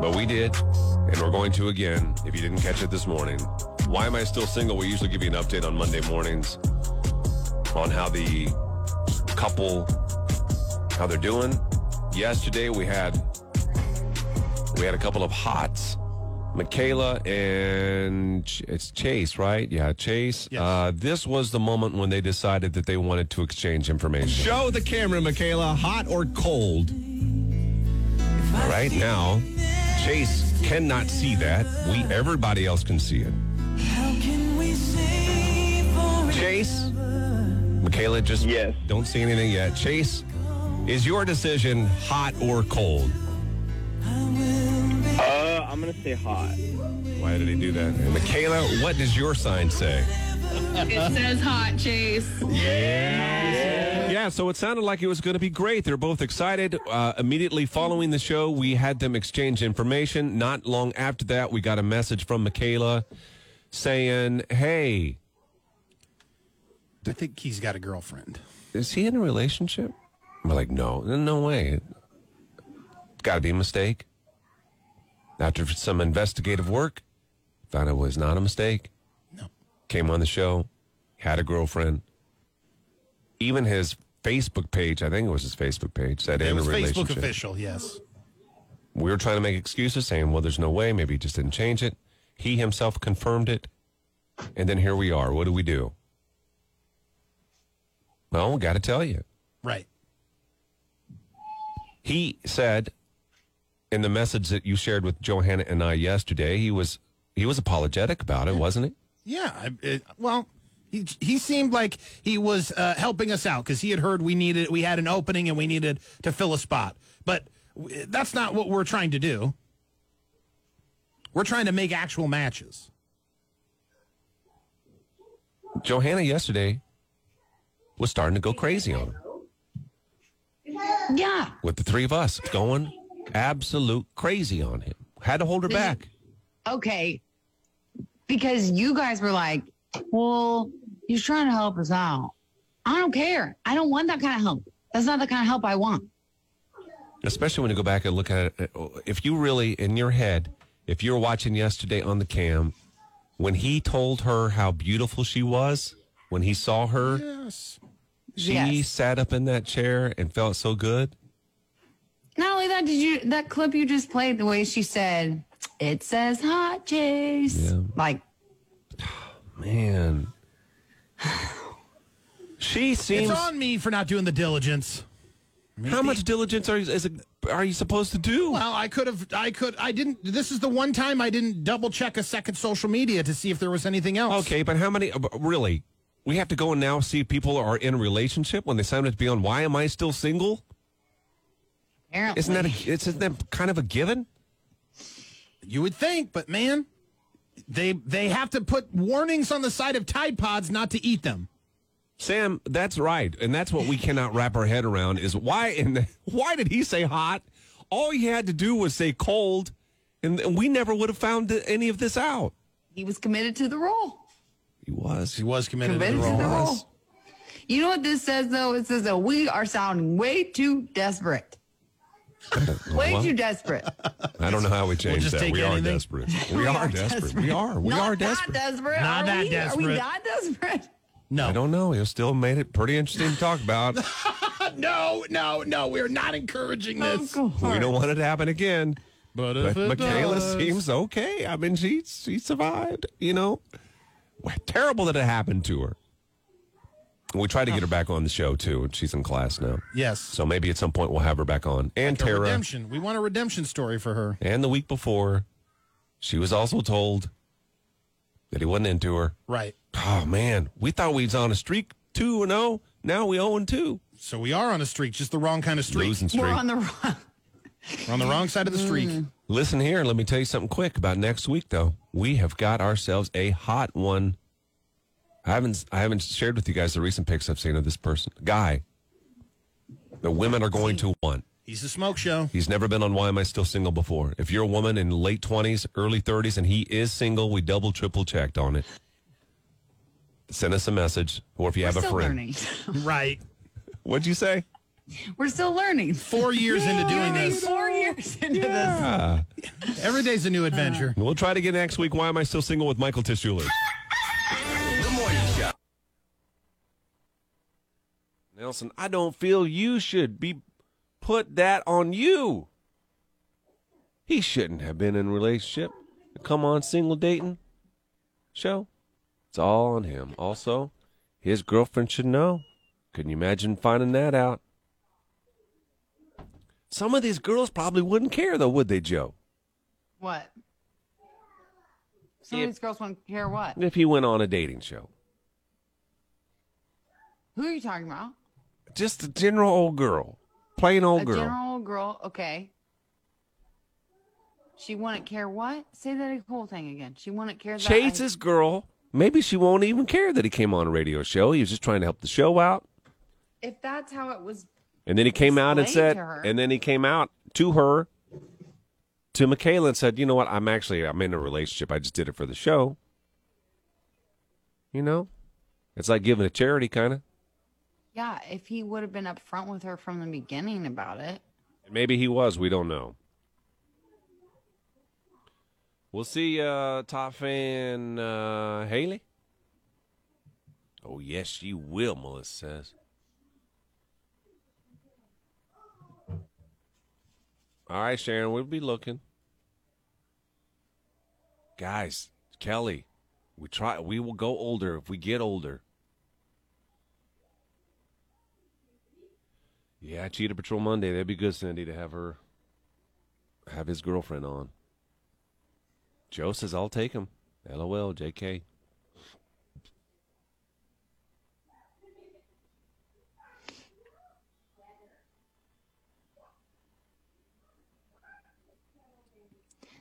Speaker 1: But we did, and we're going to again if you didn't catch it this morning. Why am I still single? We usually give you an update on Monday mornings on how the couple how they're doing. Yesterday we had we had a couple of hots. Michaela and Ch- it's Chase, right? Yeah, Chase.
Speaker 3: Yes.
Speaker 1: Uh, this was the moment when they decided that they wanted to exchange information.
Speaker 9: Show the camera, Michaela, hot or cold.
Speaker 1: Right now, Chase cannot see that. We everybody else can see it. Chase, Michaela, just
Speaker 7: Yes.
Speaker 1: don't see anything yet. Chase, is your decision hot or cold?
Speaker 10: Uh, I'm gonna say hot.
Speaker 1: Why did he do that? And Michaela, what does your sign say?
Speaker 11: It says hot chase.
Speaker 1: Yeah, so it sounded like it was going to be great. They're both excited. Uh, immediately following the show, we had them exchange information. Not long after that, we got a message from Michaela saying, "Hey,
Speaker 3: I think he's got a girlfriend.
Speaker 1: is he in a relationship?" We're like, "No, no way. Got to be a mistake." After some investigative work, found it was not a mistake.
Speaker 3: No.
Speaker 1: Came on the show, had a girlfriend. Even his Facebook page, I think it was his Facebook page, said
Speaker 3: It
Speaker 1: in
Speaker 3: was
Speaker 1: a
Speaker 3: Facebook
Speaker 1: relationship.
Speaker 3: official, yes.
Speaker 1: We were trying to make excuses, saying, well, there's no way. Maybe he just didn't change it. He himself confirmed it. And then here we are. What do we do? Well, we got to tell you.
Speaker 3: Right.
Speaker 1: He said in the message that you shared with Johanna and I yesterday, he was he was apologetic about it, wasn't he?
Speaker 3: Yeah. I- It, well, he, he seemed like he was uh, helping us out because he had heard we needed we had an opening and we needed to fill a spot. But w- that's not what we're trying to do. We're trying to make actual matches.
Speaker 1: Johanna yesterday was starting to go crazy on him
Speaker 2: Yeah.
Speaker 1: with the three of us going absolute crazy on him. Had to hold her back.
Speaker 2: Okay. Because you guys were like, well, he's trying to help us out. I don't care. I don't want that kind of help. That's not the kind of help I want.
Speaker 1: especially when you go back and look at it uh, if you really in your head if you were watching yesterday on the cam when he told her how beautiful she was when he saw her
Speaker 3: Yes.
Speaker 1: she
Speaker 2: Yes.
Speaker 1: sat up in that chair and felt so good
Speaker 2: Not only that, did you that clip you just played? The way she said, "It says hot chase," like
Speaker 1: Man. She seems.
Speaker 3: It's on me for not doing the diligence.
Speaker 1: How much diligence are you, is it, are you supposed to do?
Speaker 3: Well, Oh, I could have. I could. I didn't. This is the one time I didn't double check a second social media to see if there was anything else.
Speaker 1: Okay, but how many? but Really, we have to go and now see if people are in a relationship when they sign up to be on. Why am I still single?
Speaker 2: apparently
Speaker 1: Isn't that a, isn't that kind of a given?
Speaker 3: You would think, but man, they they have to put warnings on the side of Tide Pods not to eat them.
Speaker 1: Sam, that's right, and that's what we cannot wrap our head around is why and why did he say hot? All he had to do was say cold, and, and we never would have found any of this out.
Speaker 2: he was committed to the role.
Speaker 1: He was.
Speaker 3: He was committed,
Speaker 2: Committed
Speaker 3: to the role.
Speaker 2: You know what this says though? It says that we are sounding way too desperate. way too desperate.
Speaker 1: I don't know how we changed
Speaker 3: just
Speaker 1: that.
Speaker 3: take
Speaker 1: We are
Speaker 3: anything.
Speaker 1: desperate. We, are, desperate. We are. We
Speaker 2: Not
Speaker 1: are
Speaker 2: that
Speaker 1: desperate.
Speaker 2: desperate.
Speaker 3: Not
Speaker 2: are
Speaker 3: that
Speaker 2: we? Are
Speaker 3: desperate.
Speaker 2: we not desperate?
Speaker 1: I
Speaker 3: No,
Speaker 1: don't know. It still made it pretty interesting to talk about.
Speaker 3: no, no, no. We're not encouraging this.
Speaker 2: Oh,
Speaker 1: we
Speaker 2: God.
Speaker 1: don't want it to happen again.
Speaker 3: But
Speaker 1: But
Speaker 3: if it
Speaker 1: Michaela
Speaker 3: does-
Speaker 1: seems okay. I mean, she she survived. You know, terrible that it happened to her. We tried to get her back on the show too, and she's in class now.
Speaker 3: yes,
Speaker 1: So maybe at some point we'll have her back on. And
Speaker 3: a
Speaker 1: Tara,
Speaker 3: redemption. We want a redemption story for her.
Speaker 1: and the week before, she was also told that he wasn't into her.
Speaker 3: Right.
Speaker 1: Oh man, we thought we was on a streak two and zero. Now we zero and two,
Speaker 3: So we are on a streak, just the wrong kind of streak.
Speaker 1: losing
Speaker 2: We're
Speaker 1: streak.
Speaker 2: on the wrong.
Speaker 3: We're on the wrong side of the streak.
Speaker 1: Listen here, let me tell you something quick about next week though. We have got ourselves a hot one. I haven't I haven't shared with you guys the recent pics I've seen of this person. Guy. The women are going to want.
Speaker 3: He's a smoke show.
Speaker 1: He's never been on Why Am I Still Single before. If you're a woman in late twenties, early thirties, and he is single, we double triple checked on it. Send us a message. Or if you have a
Speaker 2: Still
Speaker 1: friend.
Speaker 2: learning.
Speaker 3: Right.
Speaker 1: What'd you say?
Speaker 2: We're still learning.
Speaker 3: Four years into doing this.
Speaker 2: Four years into this.
Speaker 3: Every day's a new adventure.
Speaker 1: We'll try to get next week Why Am I Still Single with Michael Tischuler.
Speaker 4: The morning show.
Speaker 1: Nelson, I don't feel you should be put that on you. He shouldn't have been in a relationship. Come on, single dating show. It's all on him. Also, his girlfriend should know. Couldn't you imagine finding that out? Some of these girls probably wouldn't care, though, would they, Joe?
Speaker 2: What? Some of these girls won't care what.
Speaker 1: If he went on a dating show.
Speaker 2: Who are you talking about?
Speaker 1: Just a general old girl. Plain old
Speaker 2: a
Speaker 1: girl.
Speaker 2: general girl. Okay. She wouldn't care what? Say that whole thing again. She wouldn't care that.
Speaker 1: Chase
Speaker 2: I-
Speaker 1: this girl. Maybe she won't even care that he came on a radio show. He was just trying to help the show out.
Speaker 2: if that's how it was.
Speaker 1: And then he came out and
Speaker 2: Explain
Speaker 1: said,
Speaker 2: to her.
Speaker 1: and then he came out to her, to Michaela and said, you know what? I'm actually, I'm in a relationship. I just did it for the show. You know, it's like giving a charity kind of.
Speaker 2: Yeah, if he would have been upfront with her from the beginning about it.
Speaker 1: Maybe he was. We don't know. We'll see, uh, top fan uh, Haley. Oh, yes, she will, Melissa says. All right, Sharon, we'll be looking. Guys, Kelly, we try. We will go older if we get older. Yeah, Cheetah Patrol Monday. That'd be good, Cindy, to have her, have his girlfriend on. Joe says, I'll take him. LOL, JK.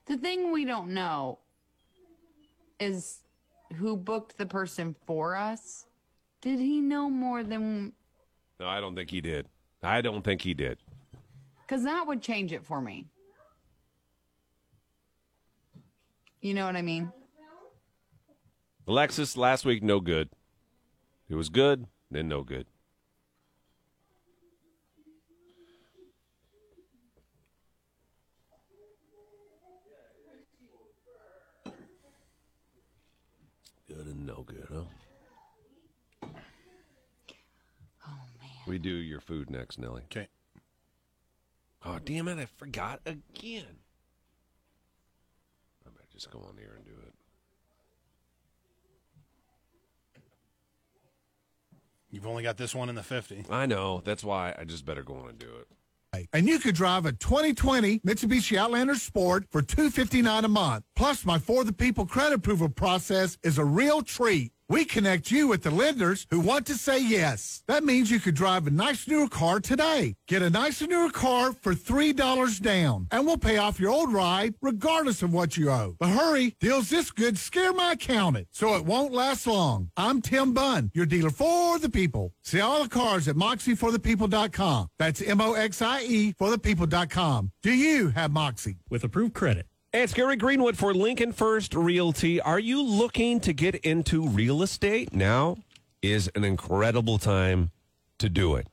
Speaker 2: The thing we don't know is who booked the person for us. Did he know more than.
Speaker 1: No, I don't think he did. I don't think he did.
Speaker 2: Because that would change it for me. You know what I mean?
Speaker 1: Alexis, last week, no good. It was good, then no good. Good and no good, huh? Oh, man. We do your food next, Nelly.
Speaker 3: Okay.
Speaker 1: Oh, damn it. I forgot again. I better just go on here and do it.
Speaker 3: You've only got this one in the 50.
Speaker 1: I know. That's why I just better go on and do it.
Speaker 10: And you could drive a 2020 Mitsubishi Outlander Sport for $259 a month. Plus, my For the People credit approval process is a real treat. We connect you with the lenders who want to say yes. That means you could drive a nice newer car today. Get a nice newer car for $3 down, and we'll pay off your old ride regardless of what you owe. But hurry, deals this good scare my accountant, so it won't last long. I'm Tim Bunn, your dealer for the people. See all the cars at moxieforthepeople.com. That's M-O-X-I-E E for the people.com. Do you have Moxie?
Speaker 8: with approved credit.
Speaker 1: Hey, it's Gary Greenwood for Lincoln First Realty. Are you looking to get into real estate? Now is an incredible time to do it.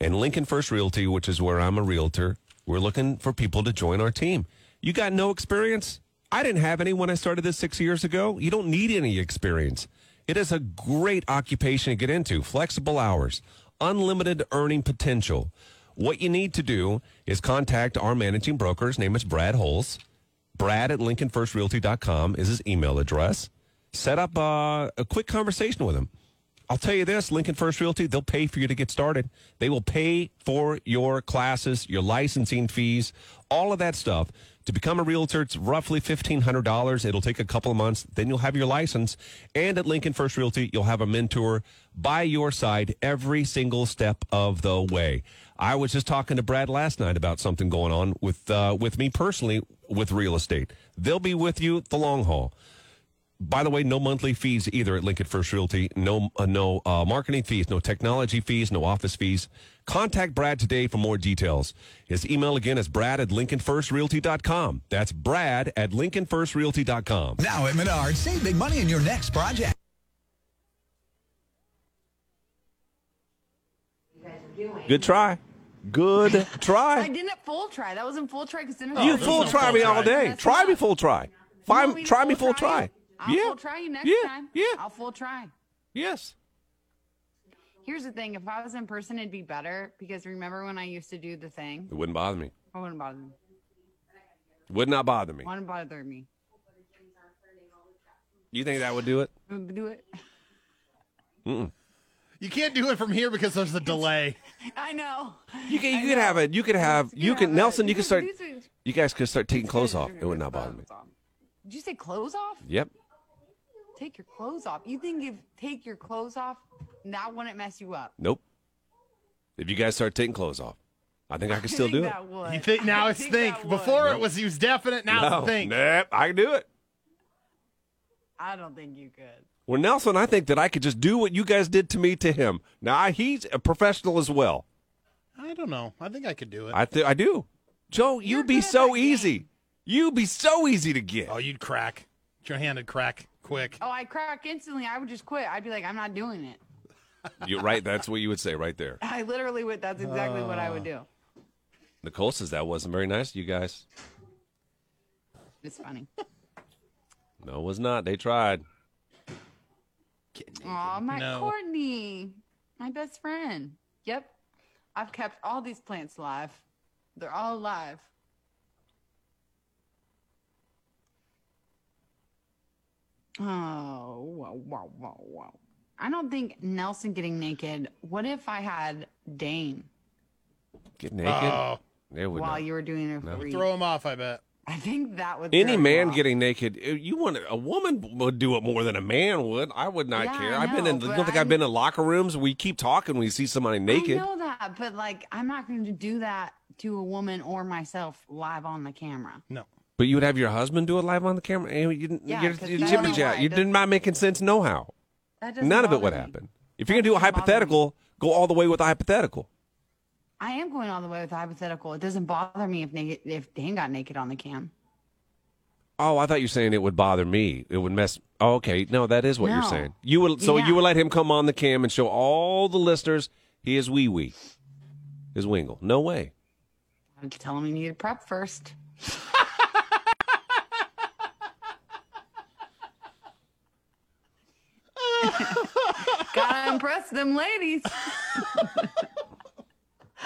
Speaker 1: And Lincoln First Realty, which is where I'm a realtor, we're looking for people to join our team. You got no experience? I didn't have any when I started this six years ago. You don't need any experience. It is a great occupation to get into. Flexible hours, unlimited earning potential. What you need to do is contact our managing broker. His name is Brad Holes. Brad at LincolnFirstRealty.com is his email address. Set up uh, a quick conversation with him. I'll tell you this Lincoln First Realty, they'll pay for you to get started. They will pay for your classes, your licensing fees, all of that stuff. To become a realtor, it's roughly $1,500. It'll take a couple of months. Then you'll have your license. And at Lincoln First Realty, you'll have a mentor by your side every single step of the way. I was just talking to Brad last night about something going on with, uh, with me personally with real estate. They'll be with you the long haul by the way, no monthly fees either at Lincoln First Realty. No, uh, no uh, marketing fees, no technology fees, no office fees. Contact Brad today for more details. His email again is brad at lincolnfirstrealty.com. That's brad at lincolnfirstrealty.com.
Speaker 12: Now at Menards, save big money in your next project.
Speaker 1: Good try. Good
Speaker 2: I
Speaker 1: try.
Speaker 2: didn't full try. That wasn't Oh, full try because didn't
Speaker 1: You full try me all day. Try me full try. Find,
Speaker 2: me to
Speaker 1: try me
Speaker 2: full
Speaker 1: full
Speaker 2: try
Speaker 1: try.
Speaker 2: I'll
Speaker 1: yeah.
Speaker 2: full try you next
Speaker 1: yeah.
Speaker 2: time.
Speaker 1: Yeah.
Speaker 2: I'll full try.
Speaker 1: Yes.
Speaker 2: Here's the thing: if I was in person, it'd be better because remember when I used to do the thing?
Speaker 1: It wouldn't bother me.
Speaker 2: It wouldn't bother me.
Speaker 1: Would not bother me.
Speaker 2: Wouldn't bother me.
Speaker 1: You think that would do it?
Speaker 2: Do it.
Speaker 1: Mm-mm.
Speaker 3: You can't do it from here because there's a delay.
Speaker 2: I know.
Speaker 1: You can, you could have it. You could have. You can Nelson. You can start.
Speaker 2: These are-
Speaker 1: You guys could start taking clothes off. It would not bother me.
Speaker 2: Did you say clothes off?
Speaker 1: Yep.
Speaker 2: Take your clothes off. You think if take your clothes off, that wouldn't mess you up?
Speaker 1: Nope. If you guys start taking clothes off, I think I could
Speaker 2: I
Speaker 1: still
Speaker 2: think
Speaker 1: do it.
Speaker 2: that would.
Speaker 3: You think now
Speaker 2: I
Speaker 3: it's
Speaker 2: that
Speaker 3: think.
Speaker 2: would.
Speaker 3: Before it was use definite, now
Speaker 1: no,
Speaker 3: it's think.
Speaker 1: Nope, I can do it.
Speaker 2: I don't think you could.
Speaker 1: Well, Nelson, I think that I could just do what you guys did to me to him. Now I- he's a professional as well.
Speaker 3: I don't know. I think I could do it.
Speaker 1: I th- I do. Joe, you be so easy. You be so easy to get.
Speaker 3: oh, you'd crack. Your hand would crack quick.
Speaker 2: Oh, I crack instantly. I would just quit. I'd be like, I'm not doing it.
Speaker 1: You're right. That's what you would say right there.
Speaker 2: I literally would. That's exactly what I would
Speaker 3: Ah.
Speaker 2: do.
Speaker 1: Nicole says that wasn't very nice of you guys.
Speaker 2: It's funny.
Speaker 1: No, it was not. They tried.
Speaker 2: Oh, my
Speaker 1: No.
Speaker 2: Courtney, my best friend. Yep. I've kept all these plants alive. They're all alive. Oh, wow, wow, wow, wow. I don't think Nelson getting naked. What if I had Dane
Speaker 1: Get naked.
Speaker 3: Oh.
Speaker 1: They would
Speaker 2: while
Speaker 1: not.
Speaker 2: you were doing it?
Speaker 1: No.
Speaker 2: free?
Speaker 3: Throw him off, I bet.
Speaker 2: I think that would
Speaker 1: Any
Speaker 2: throw you
Speaker 1: man
Speaker 2: off.
Speaker 1: getting naked, uh, you want a woman would do it more than a man would. I would not
Speaker 2: Yeah,
Speaker 1: care.
Speaker 2: I
Speaker 1: I've been in.
Speaker 2: know,
Speaker 1: You
Speaker 2: but
Speaker 1: don't think
Speaker 2: I-
Speaker 1: I've been in locker rooms? We keep talking. We see somebody naked.
Speaker 2: I know that, but like, I'm not going to do that to a woman or myself live on the camera.
Speaker 3: No.
Speaker 1: But you would have your husband do it live on the camera. And you, didn't-
Speaker 2: Yeah,
Speaker 1: you're,
Speaker 2: 'cause
Speaker 1: you're
Speaker 2: that's
Speaker 1: jibber
Speaker 2: not
Speaker 1: jab.
Speaker 2: why.
Speaker 1: You're
Speaker 2: Doesn't-
Speaker 1: not making sense. No how.
Speaker 2: That doesn't
Speaker 1: None of it
Speaker 2: bother
Speaker 1: would
Speaker 2: me.
Speaker 1: happen. If you're gonna do a
Speaker 2: doesn't bother me.
Speaker 1: hypothetical, go all the way with a hypothetical.
Speaker 2: I am going all the way with the hypothetical. It doesn't bother me if naked, if Dan got naked on the cam.
Speaker 1: Oh, I thought you were saying it would bother me. It would mess. Oh, okay, no, that is what you're
Speaker 2: No.
Speaker 1: saying. You would. So
Speaker 2: Yeah.
Speaker 1: you would let him come on the cam and show all the listeners his wee wee, his wingle. No way.
Speaker 2: I'd tell him he needed prep first. Gotta impress them ladies.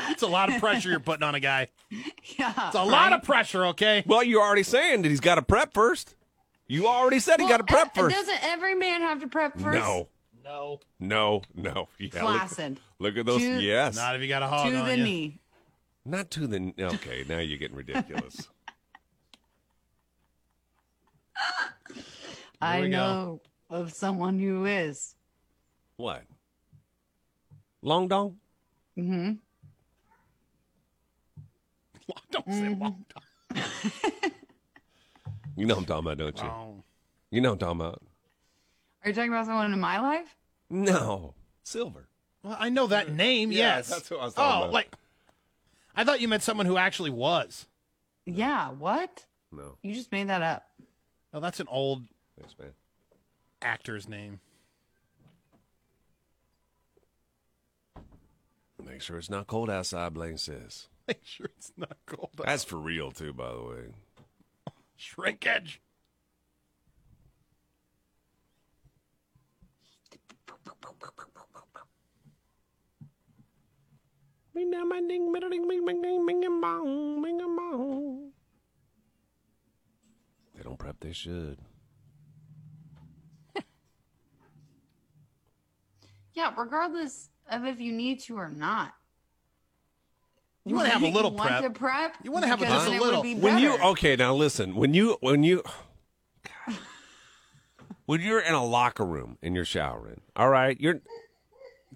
Speaker 3: That's a lot of pressure you're putting on a guy.
Speaker 2: Yeah.
Speaker 3: It's a lot of pressure, okay?
Speaker 1: Well, you're already saying that he's got to prep first. You already said he got to prep
Speaker 2: Uh,
Speaker 1: first.
Speaker 2: Doesn't every man have to prep first?
Speaker 1: No.
Speaker 3: No.
Speaker 1: No, no. Yeah, look,
Speaker 2: Flaccid.
Speaker 1: look at those.
Speaker 2: To-
Speaker 1: yes.
Speaker 3: Not if you got a hog
Speaker 2: to
Speaker 3: on
Speaker 2: the
Speaker 3: you.
Speaker 2: knee.
Speaker 1: Not to the. Okay, now you're getting ridiculous.
Speaker 2: I
Speaker 1: we go.
Speaker 2: know of someone who is.
Speaker 1: what? Long dong?
Speaker 2: Mm-hmm.
Speaker 3: Don't say long
Speaker 2: Mm-hmm.
Speaker 1: You know what I'm talking about, don't you?
Speaker 3: Long.
Speaker 1: You know what I'm talking about.
Speaker 2: Are you talking about someone in my life?
Speaker 1: No. Silver.
Speaker 3: Well, I know that name,
Speaker 1: Mm. Yeah,
Speaker 3: yes.
Speaker 1: that's what I was
Speaker 3: oh,
Speaker 1: talking about.
Speaker 3: like I thought you meant someone who actually was.
Speaker 1: Uh.
Speaker 2: Yeah. What?
Speaker 1: No.
Speaker 2: You just made that up.
Speaker 3: No, Oh, that's an old
Speaker 1: Thanks, man.
Speaker 3: actor's name.
Speaker 1: Make sure it's not cold outside, Blaine says.
Speaker 3: Make sure it's not cold.
Speaker 1: That's for real, too, by the way.
Speaker 3: Shrinkage.
Speaker 1: They don't prep, they should.
Speaker 2: Yeah. Regardless of if you need to or not.
Speaker 3: You wanna have a little
Speaker 2: want
Speaker 3: prep.
Speaker 2: to prep.
Speaker 3: You wanna have a-
Speaker 2: because
Speaker 3: just a
Speaker 2: then it would
Speaker 3: little.
Speaker 2: be
Speaker 1: When you
Speaker 2: better.
Speaker 1: okay, now listen. When you when you God. when you're in a locker room and you're showering, all right, you're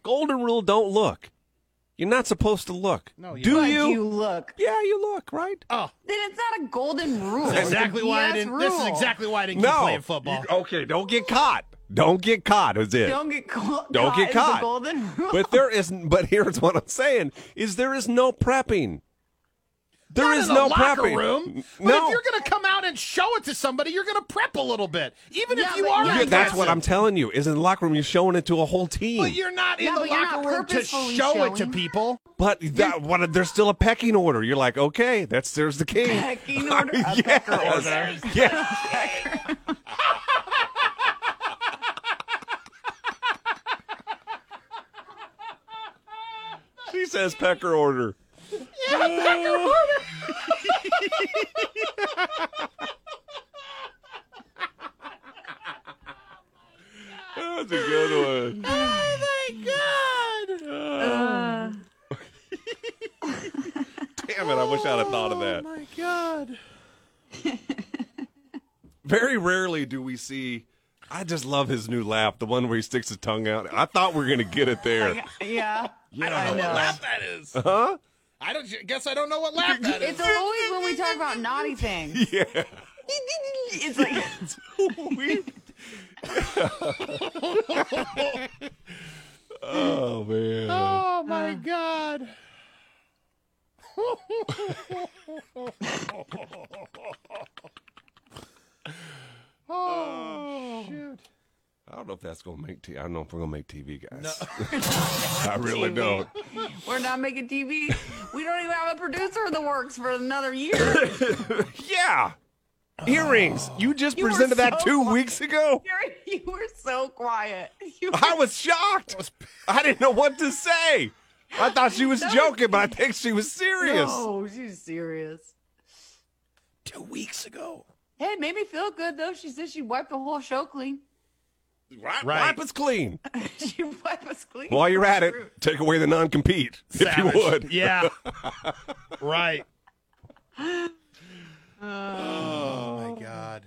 Speaker 1: golden rule: don't look. You're not supposed to look.
Speaker 3: No, you
Speaker 1: do
Speaker 2: But
Speaker 1: you?
Speaker 2: you look.
Speaker 1: Yeah, you look right.
Speaker 3: Oh,
Speaker 2: Then it's not a golden rule.
Speaker 3: that's
Speaker 2: It's a
Speaker 3: exactly why I
Speaker 2: BS
Speaker 3: didn't. This is
Speaker 2: rule.
Speaker 3: exactly why I didn't keep
Speaker 1: no,
Speaker 3: playing football.
Speaker 1: You- oh, okay, don't get caught. Don't get caught. Is it?
Speaker 2: Don't get caught.
Speaker 1: Don't
Speaker 2: caught
Speaker 1: get
Speaker 2: is the
Speaker 1: caught.
Speaker 2: golden rule.
Speaker 1: But there isn't. But here's what I'm saying: is there is no prepping. There
Speaker 3: Not
Speaker 1: is
Speaker 3: in a
Speaker 1: no
Speaker 3: locker
Speaker 1: prepping.
Speaker 3: room. But
Speaker 1: no,
Speaker 3: if you're gonna come out and show it to somebody, you're gonna prep a little bit, even
Speaker 2: Yeah,
Speaker 3: if you
Speaker 2: but
Speaker 3: are.
Speaker 2: yeah,
Speaker 1: Yeah, that's what
Speaker 3: aggressive.
Speaker 1: I'm telling you. Is in the locker room, you're showing it to a whole team.
Speaker 3: But you're not in
Speaker 2: Yeah,
Speaker 3: the
Speaker 2: but you're not
Speaker 3: locker room to show
Speaker 2: purposefully
Speaker 3: it to
Speaker 2: showing.
Speaker 3: people.
Speaker 1: But that, what, there's still a pecking order. You're like, okay, that's there's the king.
Speaker 2: Pecking order. A
Speaker 1: yes.
Speaker 2: pecker order.
Speaker 1: Yes. she says pecker order. Yeah, pecker order. that's a good one. Oh my god.
Speaker 2: Uh,
Speaker 1: Damn it, I wish I'd have thought of that.
Speaker 3: Oh, my god.
Speaker 1: Very rarely do we see. I just love his new laugh, the one where he sticks his tongue out. I thought we were going to get it there.
Speaker 2: yeah.
Speaker 1: Yeah.
Speaker 3: I don't know what laugh that is. Huh? I don't guess I don't know what laugh that is.
Speaker 2: It's always when we talk about naughty things. Yeah. It's like
Speaker 1: Oh, man.
Speaker 3: Oh my god. oh shoot.
Speaker 1: Um, I don't know if that's going to make t- I don't know if we're going to make TV, guys. I really
Speaker 2: TV.
Speaker 1: don't.
Speaker 2: we're not making TV. We don't even have a producer in the works for another year.
Speaker 1: Yeah. Earrings. You just
Speaker 2: You were
Speaker 1: presented that
Speaker 2: so
Speaker 1: two
Speaker 2: funny.
Speaker 1: weeks ago.
Speaker 2: You're- you were so quiet. You were-
Speaker 1: I was shocked. I didn't know what to say. I thought she was joking, but I think she was serious.
Speaker 2: No, she's serious.
Speaker 1: Two weeks ago.
Speaker 2: Hey, it made me feel good though. She said she wiped the whole show clean.
Speaker 1: Right.
Speaker 3: Right.
Speaker 1: Wipe us clean.
Speaker 2: she wiped us clean.
Speaker 1: While you're at it, take away the non compete, if you
Speaker 3: Savage.
Speaker 1: would.
Speaker 3: Yeah. right.
Speaker 1: Oh,
Speaker 3: my god.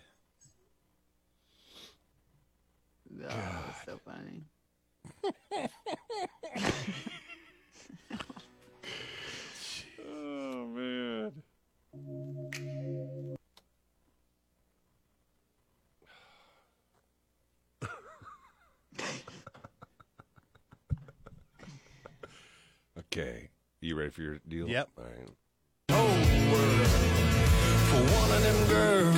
Speaker 2: Oh, that was so funny.
Speaker 1: man. okay. You ready for your deal?
Speaker 3: Yep.
Speaker 1: All right.
Speaker 4: For one of them girls.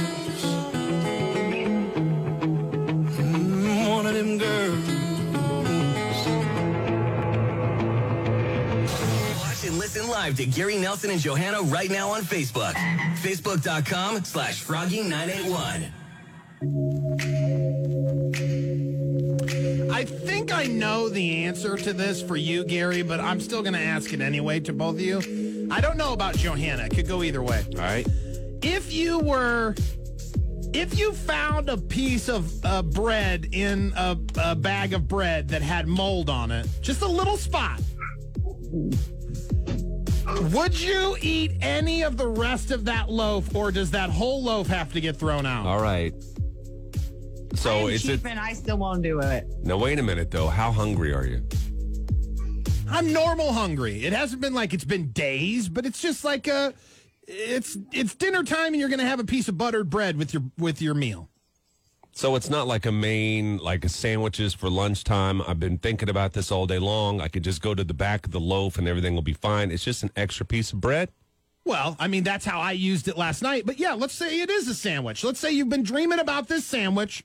Speaker 4: Mm, one of them girls. Watch and listen live to Gary Nelson and Johanna right now on Facebook. Facebook.com slash Froggy981.
Speaker 3: I I think I know the answer to this for you, Gary, but I'm still going to ask it anyway to both of you. I don't know about Johanna. It could go either way.
Speaker 1: All right.
Speaker 3: If you were, if you found a piece of uh, bread in a, a bag of bread that had mold on it, just a little spot, would you eat any of the rest of that loaf, or does that whole loaf have to get thrown out?
Speaker 1: All right. So
Speaker 2: I'm
Speaker 1: it's a,
Speaker 2: cheap and I still won't do it.
Speaker 1: now. Wait a minute though. How hungry are you?
Speaker 3: I'm normal hungry. It hasn't been like it's been days, but it's just like uh it's it's dinner time and you're gonna have a piece of buttered bread with your with your meal.
Speaker 1: So it's not like a main, like a sandwiches for lunchtime. I've been thinking about this all day long. I could just go to the back of the loaf and everything will be fine. It's just an extra piece of bread.
Speaker 3: Well, I mean that's how I used it last night. But yeah, let's say it is a sandwich. Let's say you've been dreaming about this sandwich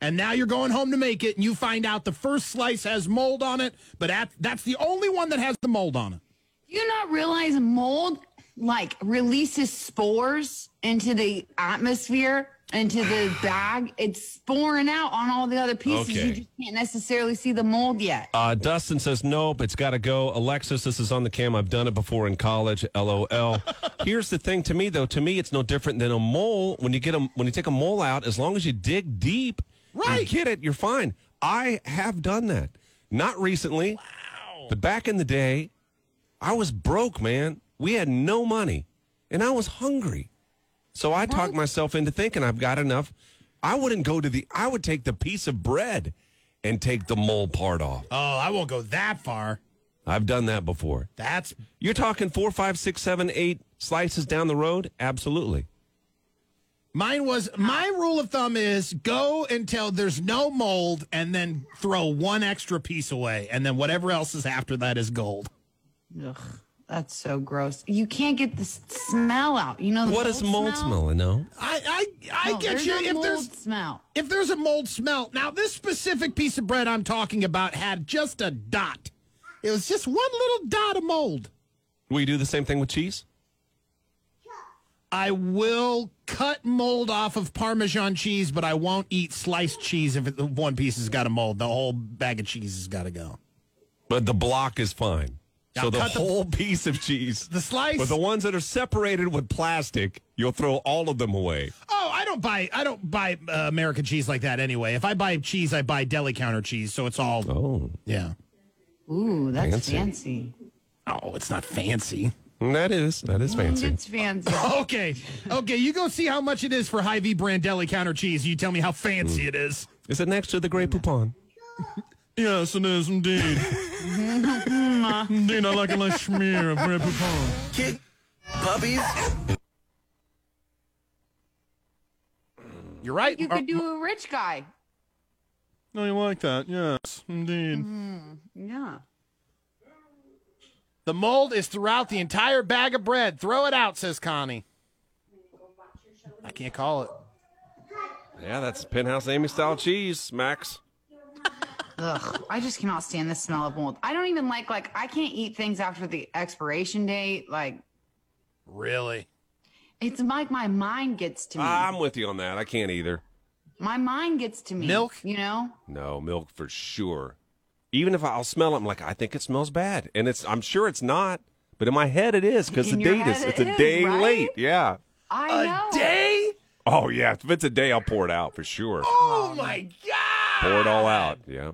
Speaker 3: and now you're going home to make it and you find out the first slice has mold on it, but at, that's the only one that has the mold on it.
Speaker 2: Do you not realize mold like releases spores into the atmosphere, into the bag? It's sporing out on all the other pieces.
Speaker 1: Okay.
Speaker 2: You just can't necessarily see the mold yet.
Speaker 1: Uh, Dustin says, nope, it's got to go. Alexis, this is on the cam. I've done it before in college. LOL. Here's the thing to me, though. To me, it's no different than a mole. When you get a, when you take a mole out, as long as you dig deep, you
Speaker 3: Right.
Speaker 1: get it, you're fine. I have done that. Not recently, but back in the day, I was broke, man. We had no money, and I was hungry. So I talked myself into thinking I've got enough. I wouldn't go to the, I would take the piece of bread and take the mole part off.
Speaker 3: Oh, I won't go that far.
Speaker 1: I've done that before.
Speaker 3: That's
Speaker 1: You're talking four, five, six, seven, eight slices down the road? Absolutely.
Speaker 3: Mine was my rule of thumb is go until there's no mold and then throw one extra piece away and then whatever else is after that is gold.
Speaker 2: Ugh, that's so gross. You can't get the s- smell out. You know the
Speaker 1: What is mold
Speaker 2: smell?
Speaker 1: smelling, though?
Speaker 3: I I, I
Speaker 2: No,
Speaker 3: get
Speaker 2: there's
Speaker 3: you
Speaker 2: no
Speaker 3: if
Speaker 2: mold
Speaker 3: there's
Speaker 2: smell.
Speaker 3: if there's a mold smell. Now this specific piece of bread I'm talking about had just a dot. It was just one little dot of mold.
Speaker 1: Will you do the same thing with cheese?
Speaker 3: I will cut mold off of Parmesan cheese, but I won't eat sliced cheese if it, one piece has got a mold. The whole bag of cheese has got to go.
Speaker 1: But the block is fine.
Speaker 3: Yeah,
Speaker 1: so the
Speaker 3: cut the-
Speaker 1: whole piece of cheese.
Speaker 3: The slice.
Speaker 1: But the ones that are separated with plastic, you'll throw all of them away.
Speaker 3: Oh, I don't buy I don't buy uh, American cheese like that anyway. If I buy cheese, I buy deli counter cheese, so it's all
Speaker 1: Oh.
Speaker 3: yeah.
Speaker 2: Ooh, that's
Speaker 1: Fancy.
Speaker 2: fancy.
Speaker 3: Oh, it's not fancy.
Speaker 1: That is. That
Speaker 3: Mm,
Speaker 1: is fancy.
Speaker 2: It's fancy.
Speaker 3: Okay, okay, you go see how much it is for high V brand deli counter cheese. You tell me how fancy it is.
Speaker 1: Is it next to the Grey Poupon?
Speaker 9: Yes, it is indeed. indeed, I like a nice smear of bread pecan.
Speaker 4: Kick puppies.
Speaker 3: You're right.
Speaker 2: You could do a rich guy.
Speaker 9: Uh, No, you like that? Yes, indeed.
Speaker 2: Mm-hmm. Yeah.
Speaker 3: the mold is throughout the entire bag of bread. Throw it out, says Connie. I can't call it.
Speaker 1: Yeah, that's Penthouse Amy style cheese, Max.
Speaker 2: Ugh, I just cannot stand the smell of mold. I don't even like like I can't eat things after the expiration date. Like
Speaker 3: Really?
Speaker 2: it's like my mind gets
Speaker 3: Mm.
Speaker 2: to me.
Speaker 9: Ah.
Speaker 1: I'm with you on that. I can't either.
Speaker 2: my mind gets to me.
Speaker 3: Milk?
Speaker 2: you know?
Speaker 1: No, milk for sure. Even if I- I'll smell it, I'm like, I think it smells bad, and it's. I'm sure it's not, but in my head it is because the
Speaker 2: In your
Speaker 1: date is.
Speaker 2: head
Speaker 1: It's
Speaker 2: it
Speaker 1: a
Speaker 2: is,
Speaker 1: day
Speaker 2: right?
Speaker 1: late. Yeah.
Speaker 2: I know.
Speaker 3: Day?
Speaker 1: Oh yeah, if it's a day, I'll pour it out for sure.
Speaker 3: Oh my god!
Speaker 1: Pour it all out. Yeah.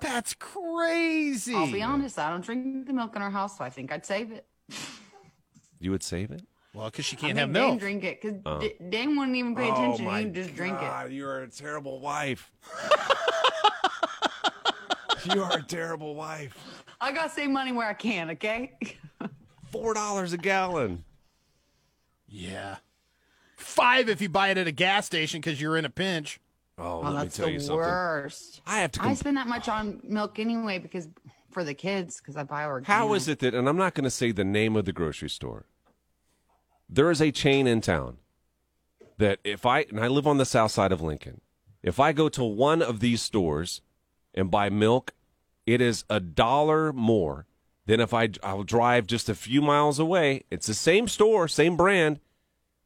Speaker 3: That's crazy.
Speaker 2: I'll be honest, I don't drink the milk in our house, so I think I'd save it.
Speaker 1: You would save it.
Speaker 3: Well, because she
Speaker 2: I
Speaker 3: can't have
Speaker 2: think
Speaker 3: milk.
Speaker 2: Dane drink it because
Speaker 1: Oh.
Speaker 2: Dane wouldn't even
Speaker 9: Oh
Speaker 2: pay attention. He would just drink it.
Speaker 1: You're a terrible wife. you are a terrible wife.
Speaker 2: I gotta save money where I can. Okay.
Speaker 1: Four dollars a gallon.
Speaker 3: Yeah. Five if you buy it at a gas station because you're in a pinch.
Speaker 1: Oh,
Speaker 2: Oh,
Speaker 1: let me
Speaker 2: that's
Speaker 1: tell
Speaker 2: the
Speaker 1: you something.
Speaker 2: worst.
Speaker 1: I have to.
Speaker 2: I
Speaker 1: Comp-
Speaker 2: spend that much on milk anyway because for the kids because I buy organic.
Speaker 1: How is it that, and I'm not going to say the name of the grocery store, there is a chain in town that if I, and I live on the south side of Lincoln, if I go to one of these stores and buy milk, it is a dollar more than if I, I'll drive just a few miles away. It's the same store, same brand,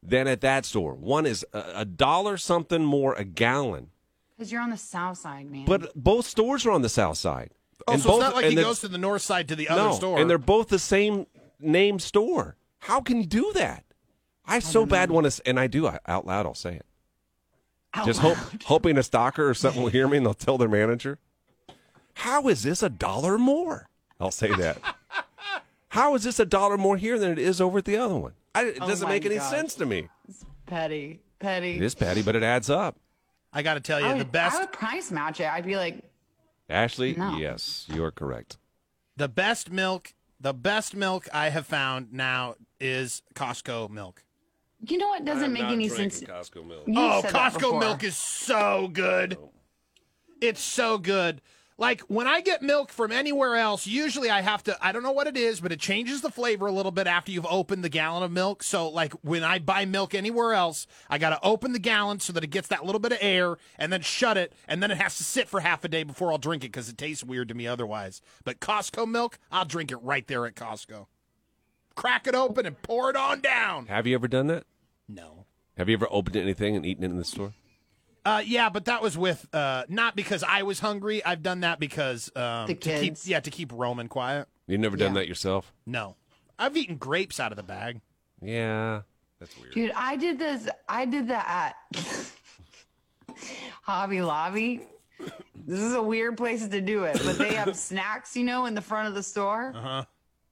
Speaker 1: than at that store. One is a, a dollar something more a gallon.
Speaker 2: Because you're on the south side, man.
Speaker 1: But both stores are on the south side.
Speaker 3: Oh,
Speaker 1: And
Speaker 3: so
Speaker 1: both-
Speaker 3: it's not like
Speaker 1: and
Speaker 3: he
Speaker 1: the-
Speaker 3: goes to the north side to the other
Speaker 1: no,
Speaker 3: store.
Speaker 1: and they're both the same name store. How can you do that? I, so bad want to, and I do I, out loud. I'll say it. Just hope, hoping a stalker or something will hear me and they'll tell their manager. How is this a dollar more? I'll say that. How is this a dollar more here than it is over at the other one? I, it
Speaker 2: Oh
Speaker 1: doesn't
Speaker 2: my
Speaker 1: make any
Speaker 2: God.
Speaker 1: sense to me.
Speaker 2: petty, petty.
Speaker 1: It is petty, but it adds up.
Speaker 3: I got to tell
Speaker 2: I would, I would price match it. I'd be like,
Speaker 1: Ashley,
Speaker 2: No.
Speaker 1: yes, you are correct.
Speaker 3: The best milk, the best milk I have found now is Costco milk.
Speaker 2: you know what doesn't make any sense.
Speaker 1: Costco milk.
Speaker 2: You've
Speaker 3: oh,
Speaker 2: said that
Speaker 3: Costco
Speaker 2: before.
Speaker 3: milk is so good. It's so good. Like when I get milk from anywhere else, usually I have to I don't know what it is, but it changes the flavor a little bit after you've opened the gallon of milk. So like when I buy milk anywhere else, I got to open the gallon so that it gets that little bit of air and then shut it and then it has to sit for half a day before I'll drink it cuz it tastes weird to me otherwise. But Costco milk, I'll drink it right there at Costco. Crack it open and pour it on down.
Speaker 1: Have you ever done that?
Speaker 3: No.
Speaker 1: Have you ever opened anything and eaten it in the store?
Speaker 3: Uh, yeah, but that was with uh, not because I was hungry. I've done that because um,
Speaker 2: The
Speaker 3: to keep
Speaker 2: kids.
Speaker 3: yeah to keep Roman quiet.
Speaker 1: You've never done that yourself?
Speaker 3: No, I've eaten grapes out of the bag.
Speaker 1: Yeah, that's weird.
Speaker 2: Dude, I did this. I did that at Hobby Lobby. This is a weird place to do it, but they have snacks, you know, in the front of the store.
Speaker 3: huh.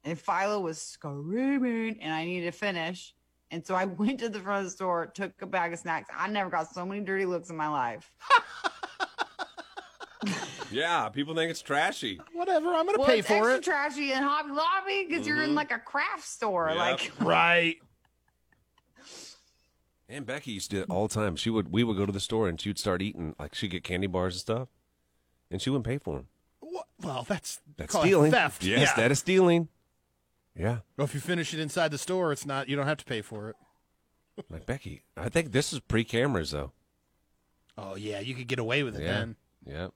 Speaker 2: And Philo was screaming, and I needed to finish. And so I went to the front of the store, took a bag of snacks. I never got so many dirty looks in my life.
Speaker 1: Yeah, people think it's trashy.
Speaker 3: Whatever, I'm gonna
Speaker 2: Well,
Speaker 3: pay
Speaker 2: it's
Speaker 3: for
Speaker 2: extra
Speaker 3: it.
Speaker 2: trashy in Hobby Lobby because you're in like a craft store. Like,
Speaker 3: right.
Speaker 1: And Becky used to do it all the time. She would we would go to the store and she would start eating like she'd get candy bars and stuff, and she wouldn't pay for them.
Speaker 3: Wha- Well, that's
Speaker 1: That's
Speaker 3: call it
Speaker 1: stealing.
Speaker 3: theft.
Speaker 1: Yes,
Speaker 3: yeah.
Speaker 1: that is stealing. Yeah,
Speaker 3: Well, if you finish it inside the store, it's not. You don't have to pay for it.
Speaker 1: like Becky. I think this is pre-cameras though.
Speaker 3: Oh yeah, you could get away with it
Speaker 1: yeah,
Speaker 3: then.
Speaker 1: yeah.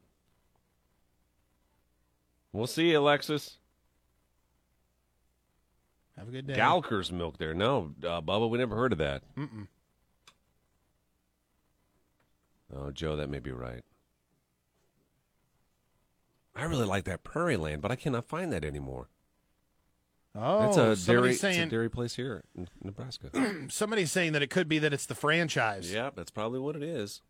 Speaker 1: We'll see, you, Alexis.
Speaker 3: Have a good day.
Speaker 1: Galker's milk there. No, uh, Bubba, we never heard of that.
Speaker 3: Mm-mm.
Speaker 1: Oh, Joe, that may be right. I really like that Prairie Land, but I cannot find that anymore.
Speaker 3: Oh,
Speaker 1: That's a
Speaker 3: somebody's
Speaker 1: dairy, it's a
Speaker 3: saying
Speaker 1: dairy place here in Nebraska.
Speaker 3: somebody's saying that it could be that it's the franchise.
Speaker 1: yep, that's probably what it is.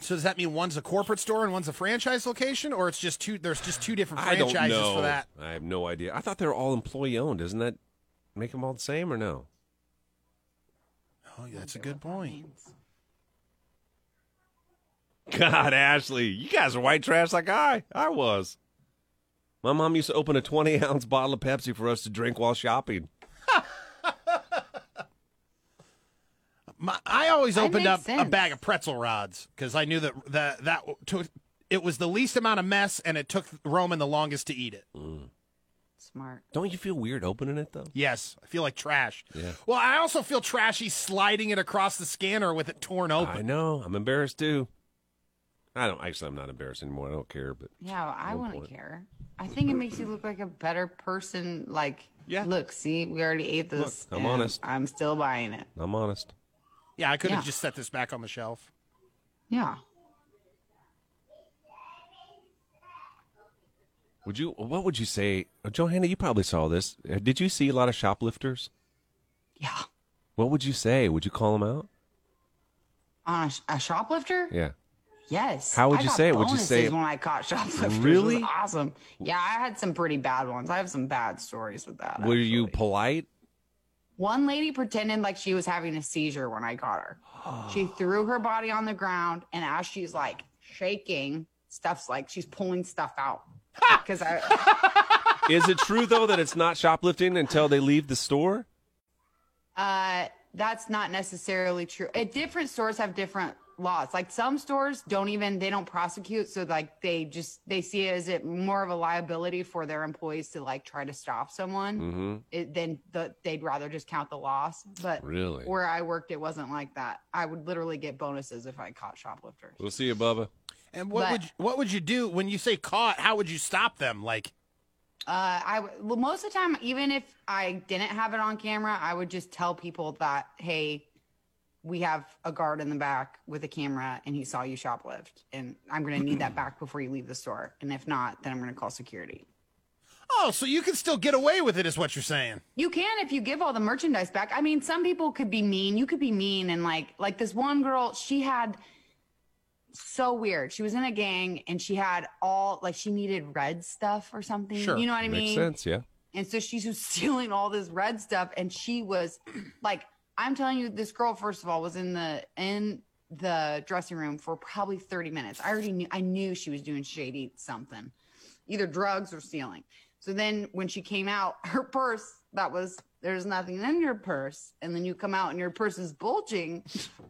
Speaker 3: So does that mean one's a corporate store and one's a franchise location, or it's just two? There's just two different
Speaker 1: I
Speaker 3: franchises
Speaker 1: don't know.
Speaker 3: for that.
Speaker 1: I have no idea. I thought they were all employee owned. Doesn't that make them all the same or no?
Speaker 3: Oh, yeah, that's a good point.
Speaker 1: God, Ashley, you guys are white trash like I. I was. My mom used to open a 20 ounce bottle of Pepsi for us to drink while shopping.
Speaker 3: My, I always
Speaker 2: That
Speaker 3: opened
Speaker 2: makes
Speaker 3: up a
Speaker 2: sense.
Speaker 3: bag of pretzel rods because I knew that that that took, it was the least amount of mess, and it took Roman the longest to eat it.
Speaker 2: smart.
Speaker 1: Don't you feel weird opening it though?
Speaker 3: Yes, I feel like trash.
Speaker 1: Yeah.
Speaker 3: Well, I also feel trashy sliding it across the scanner with it torn
Speaker 1: I
Speaker 3: open.
Speaker 1: know. I'm embarrassed too. I don't actually I'm not embarrassed anymore. I don't care, but
Speaker 2: Yeah, I
Speaker 1: Good
Speaker 2: wouldn't
Speaker 1: point.
Speaker 2: care. I think it makes you look like a better person. Like,
Speaker 1: Yeah.
Speaker 2: look, see, we already ate this.
Speaker 1: I'm
Speaker 2: and
Speaker 1: honest.
Speaker 2: I'm still buying it.
Speaker 1: I'm honest.
Speaker 3: Yeah, I could have
Speaker 2: Yeah.
Speaker 3: just set this back on the shelf.
Speaker 2: Yeah.
Speaker 1: Would you what would you say, uh, Johanna, you probably saw this. Uh, Did you see a lot of shoplifters?
Speaker 2: Yeah.
Speaker 1: What would you say? Would you call them out?
Speaker 2: On a, sh- a shoplifter?
Speaker 1: Yeah.
Speaker 2: Yes.
Speaker 1: How would
Speaker 2: I
Speaker 1: you
Speaker 2: got
Speaker 1: say it? Would you
Speaker 2: bonuses
Speaker 1: say it-
Speaker 2: when I caught shoplifters? Really?
Speaker 1: Really?
Speaker 2: awesome. Yeah, I had some pretty bad ones. I have some bad stories with that.
Speaker 1: Were you polite?
Speaker 2: One lady pretended like she was having a seizure when I caught her. she threw her body on the ground, and as she's like shaking, stuff's like she's pulling stuff out. Because I,
Speaker 1: Is it true though that it's not shoplifting until they leave the store?
Speaker 2: uh, that's not necessarily true. Uh, different stores have different laws. Like some stores don't even they don't prosecute, so like they just they see it as it more of a liability for their employees to like try to stop someone.
Speaker 1: Mm-hmm.
Speaker 2: it, then the, they'd rather just count the loss. But
Speaker 1: Really?
Speaker 2: where I worked, it wasn't like that. I would literally get bonuses if I caught shoplifters.
Speaker 1: We'll see you, Bubba.
Speaker 3: And what
Speaker 2: But-
Speaker 3: would you, what would you do when you say caught? How would you stop them? Like,
Speaker 2: Uh, I w- well, most of the time, even if I didn't have it on camera, I would just tell people that, hey, we have a guard in the back with a camera and he saw you shoplift and I'm going to need that back before you leave the store. And if not, then I'm going to call security.
Speaker 3: Oh, so you can still get away with it, is what you're saying?
Speaker 2: You can if you give all the merchandise back. I mean, some people could be mean. You could be mean and like like this one girl, she had so weird. She was in a gang and she had all like she needed red stuff or something. You know what I mean?
Speaker 1: Makes sense, yeah.
Speaker 2: And so she's just stealing all this red stuff. And she was like, I'm telling you, this girl, first of all, was in the in the dressing room for probably 30 minutes. I already knew I knew she was doing shady something, either drugs or stealing. So then when she came out, her purse that was there's nothing in your purse. And then you come out and your purse is bulging.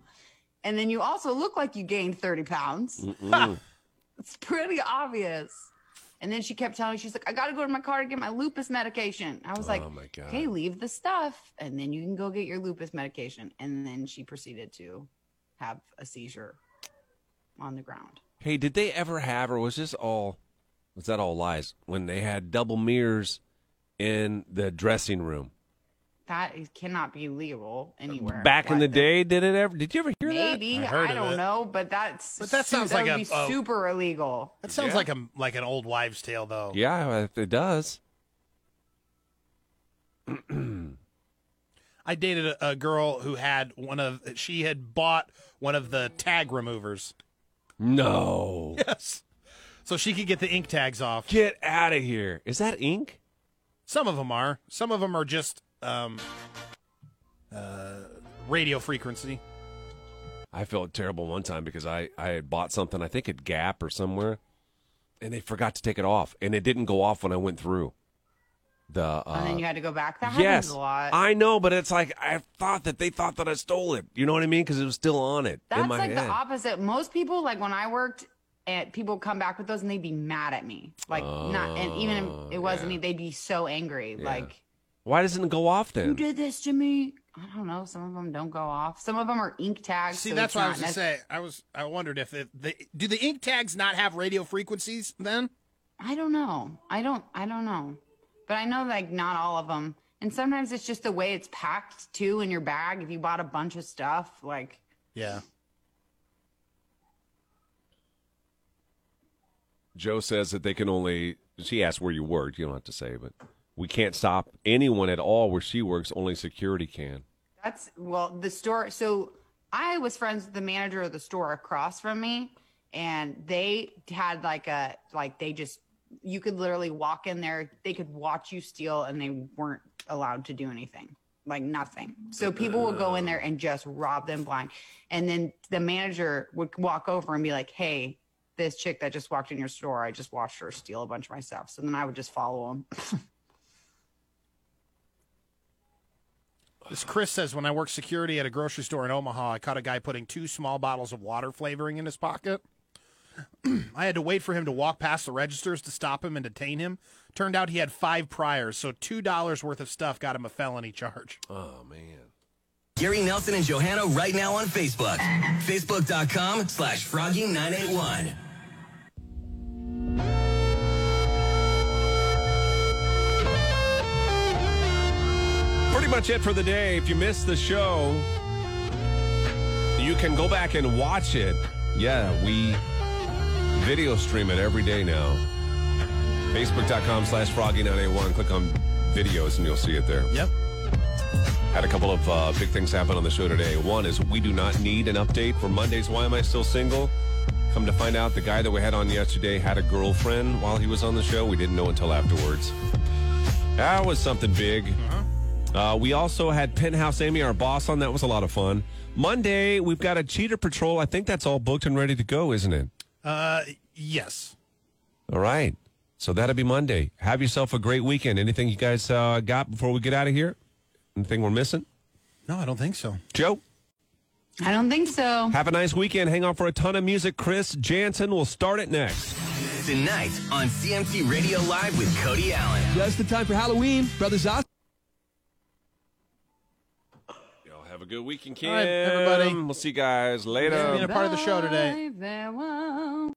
Speaker 2: And then you also look like you gained 30 pounds.
Speaker 1: Mm-mm.
Speaker 2: It's pretty obvious. And then she kept telling me, she's like, I got to go to my car to get my lupus medication. I was like,
Speaker 1: Oh, my God.
Speaker 2: okay, leave the stuff. And then you can go get your lupus medication. And then she proceeded to have a seizure on the ground.
Speaker 1: Hey, did they ever have, or was this all, was that all lies? When they had double mirrors in the dressing room
Speaker 2: That is, cannot be legal anywhere.
Speaker 1: Uh, back in the day, did it ever? Did you ever hear that?
Speaker 2: Maybe. I, don't know, but that's
Speaker 3: But that
Speaker 2: su-
Speaker 3: sounds like
Speaker 2: would
Speaker 3: a-
Speaker 2: be
Speaker 3: a-
Speaker 2: super illegal.
Speaker 3: That sounds
Speaker 1: Yeah.
Speaker 3: like a like an old wives' tale, though.
Speaker 1: Yeah, it does.
Speaker 3: I dated a, a girl who had one of she had bought one of the tag removers.
Speaker 1: No.
Speaker 3: Yes. So she could get the ink tags off.
Speaker 1: Get out of here. Is that ink?
Speaker 3: Some of them are. Some of them are just um, uh, radio frequency.
Speaker 1: I felt terrible one time because I, I had bought something, I think at Gap or somewhere, and they forgot to take it off. And it didn't go off when I went through the. Uh,
Speaker 2: and then you had to go back. That happens
Speaker 1: yes.
Speaker 2: a lot.
Speaker 1: I know, but it's like I thought that they thought that I stole it. You know what I mean? Because it was still on it in
Speaker 2: That's
Speaker 1: my
Speaker 2: like
Speaker 1: head.
Speaker 2: the opposite. Most people, like when I worked, at people come back with those and they'd be mad at me. Like not, and even
Speaker 3: Oh,
Speaker 2: if it wasn't me, they'd be so angry.
Speaker 1: Yeah.
Speaker 2: Like
Speaker 1: Why doesn't it go off
Speaker 2: you
Speaker 1: then?
Speaker 2: did this to me. I don't know. Some of them don't go off. Some of them are ink tags.
Speaker 3: See,
Speaker 2: so
Speaker 3: that's
Speaker 2: it's
Speaker 3: what I
Speaker 2: not
Speaker 3: was gonna
Speaker 2: nec-
Speaker 3: say. I was I wondered if, if the do the ink tags not have radio frequencies then?
Speaker 2: I don't know. I don't. I don't know. But I know like not all of them. And sometimes it's just the way it's packed too in your bag. If you bought a bunch of stuff, like
Speaker 3: Yeah.
Speaker 1: Joe says that they can only. She asked where you worked. You don't have to say, but we can't stop anyone at all where she works. Only security can.
Speaker 2: That's well, the store. So I was friends with the manager of the store across from me, and they had like a like they just you could literally walk in there, they could watch you steal, and they weren't allowed to do anything like nothing. So people will go in there and just rob them blind, and then the manager would walk over and be like, "Hey." This chick that just walked in your store, I just watched her steal a bunch of my stuff. So then I would just follow him.
Speaker 3: This Chris says when I worked security at a grocery store in Omaha, I caught a guy putting two small bottles of water flavoring in his pocket. I had to wait for him to walk past the registers to stop him and detain him. Turned out he had five priors, so two dollars worth of stuff got him a felony charge.
Speaker 1: Oh man.
Speaker 4: Gary Nelson and Johanna right now on Facebook. Facebook.com slash Froggy981.
Speaker 1: Pretty much it for the day. If you missed the show, you can go back and watch it. Yeah, we video stream it every day now. Facebook.com slash froggy981. Click on videos and you'll see it there.
Speaker 3: Yep.
Speaker 1: Had a couple of uh, big things happen on the show today. One is we do not need an update for Monday's Why Am I Still Single? Come to find out, the guy that we had on yesterday had a girlfriend while he was on the show. We didn't know until afterwards. That was something big. Uh, we also had Penthouse Amy, our boss, on. That was a lot of fun. Monday, we've got a cheater patrol. I think that's all booked and ready to go, isn't it?
Speaker 3: Uh, yes.
Speaker 1: All right. So that'll be Monday. Have yourself a great weekend. Anything you guys uh, got before we get out of here? Anything we're missing?
Speaker 3: No, I don't think so.
Speaker 1: Joe?
Speaker 2: I don't think so.
Speaker 1: Have a nice weekend. Hang on for a ton of music. Chris Jansen will start it next.
Speaker 4: Tonight on CMT Radio Live with Cody Allen.
Speaker 12: Just the time for Halloween. Brothers Oz.
Speaker 1: Y'all have a good weekend,
Speaker 3: All right, everybody.
Speaker 1: We'll see you guys later.
Speaker 3: Thanks for being a part of the show today.
Speaker 2: Bye, farewell.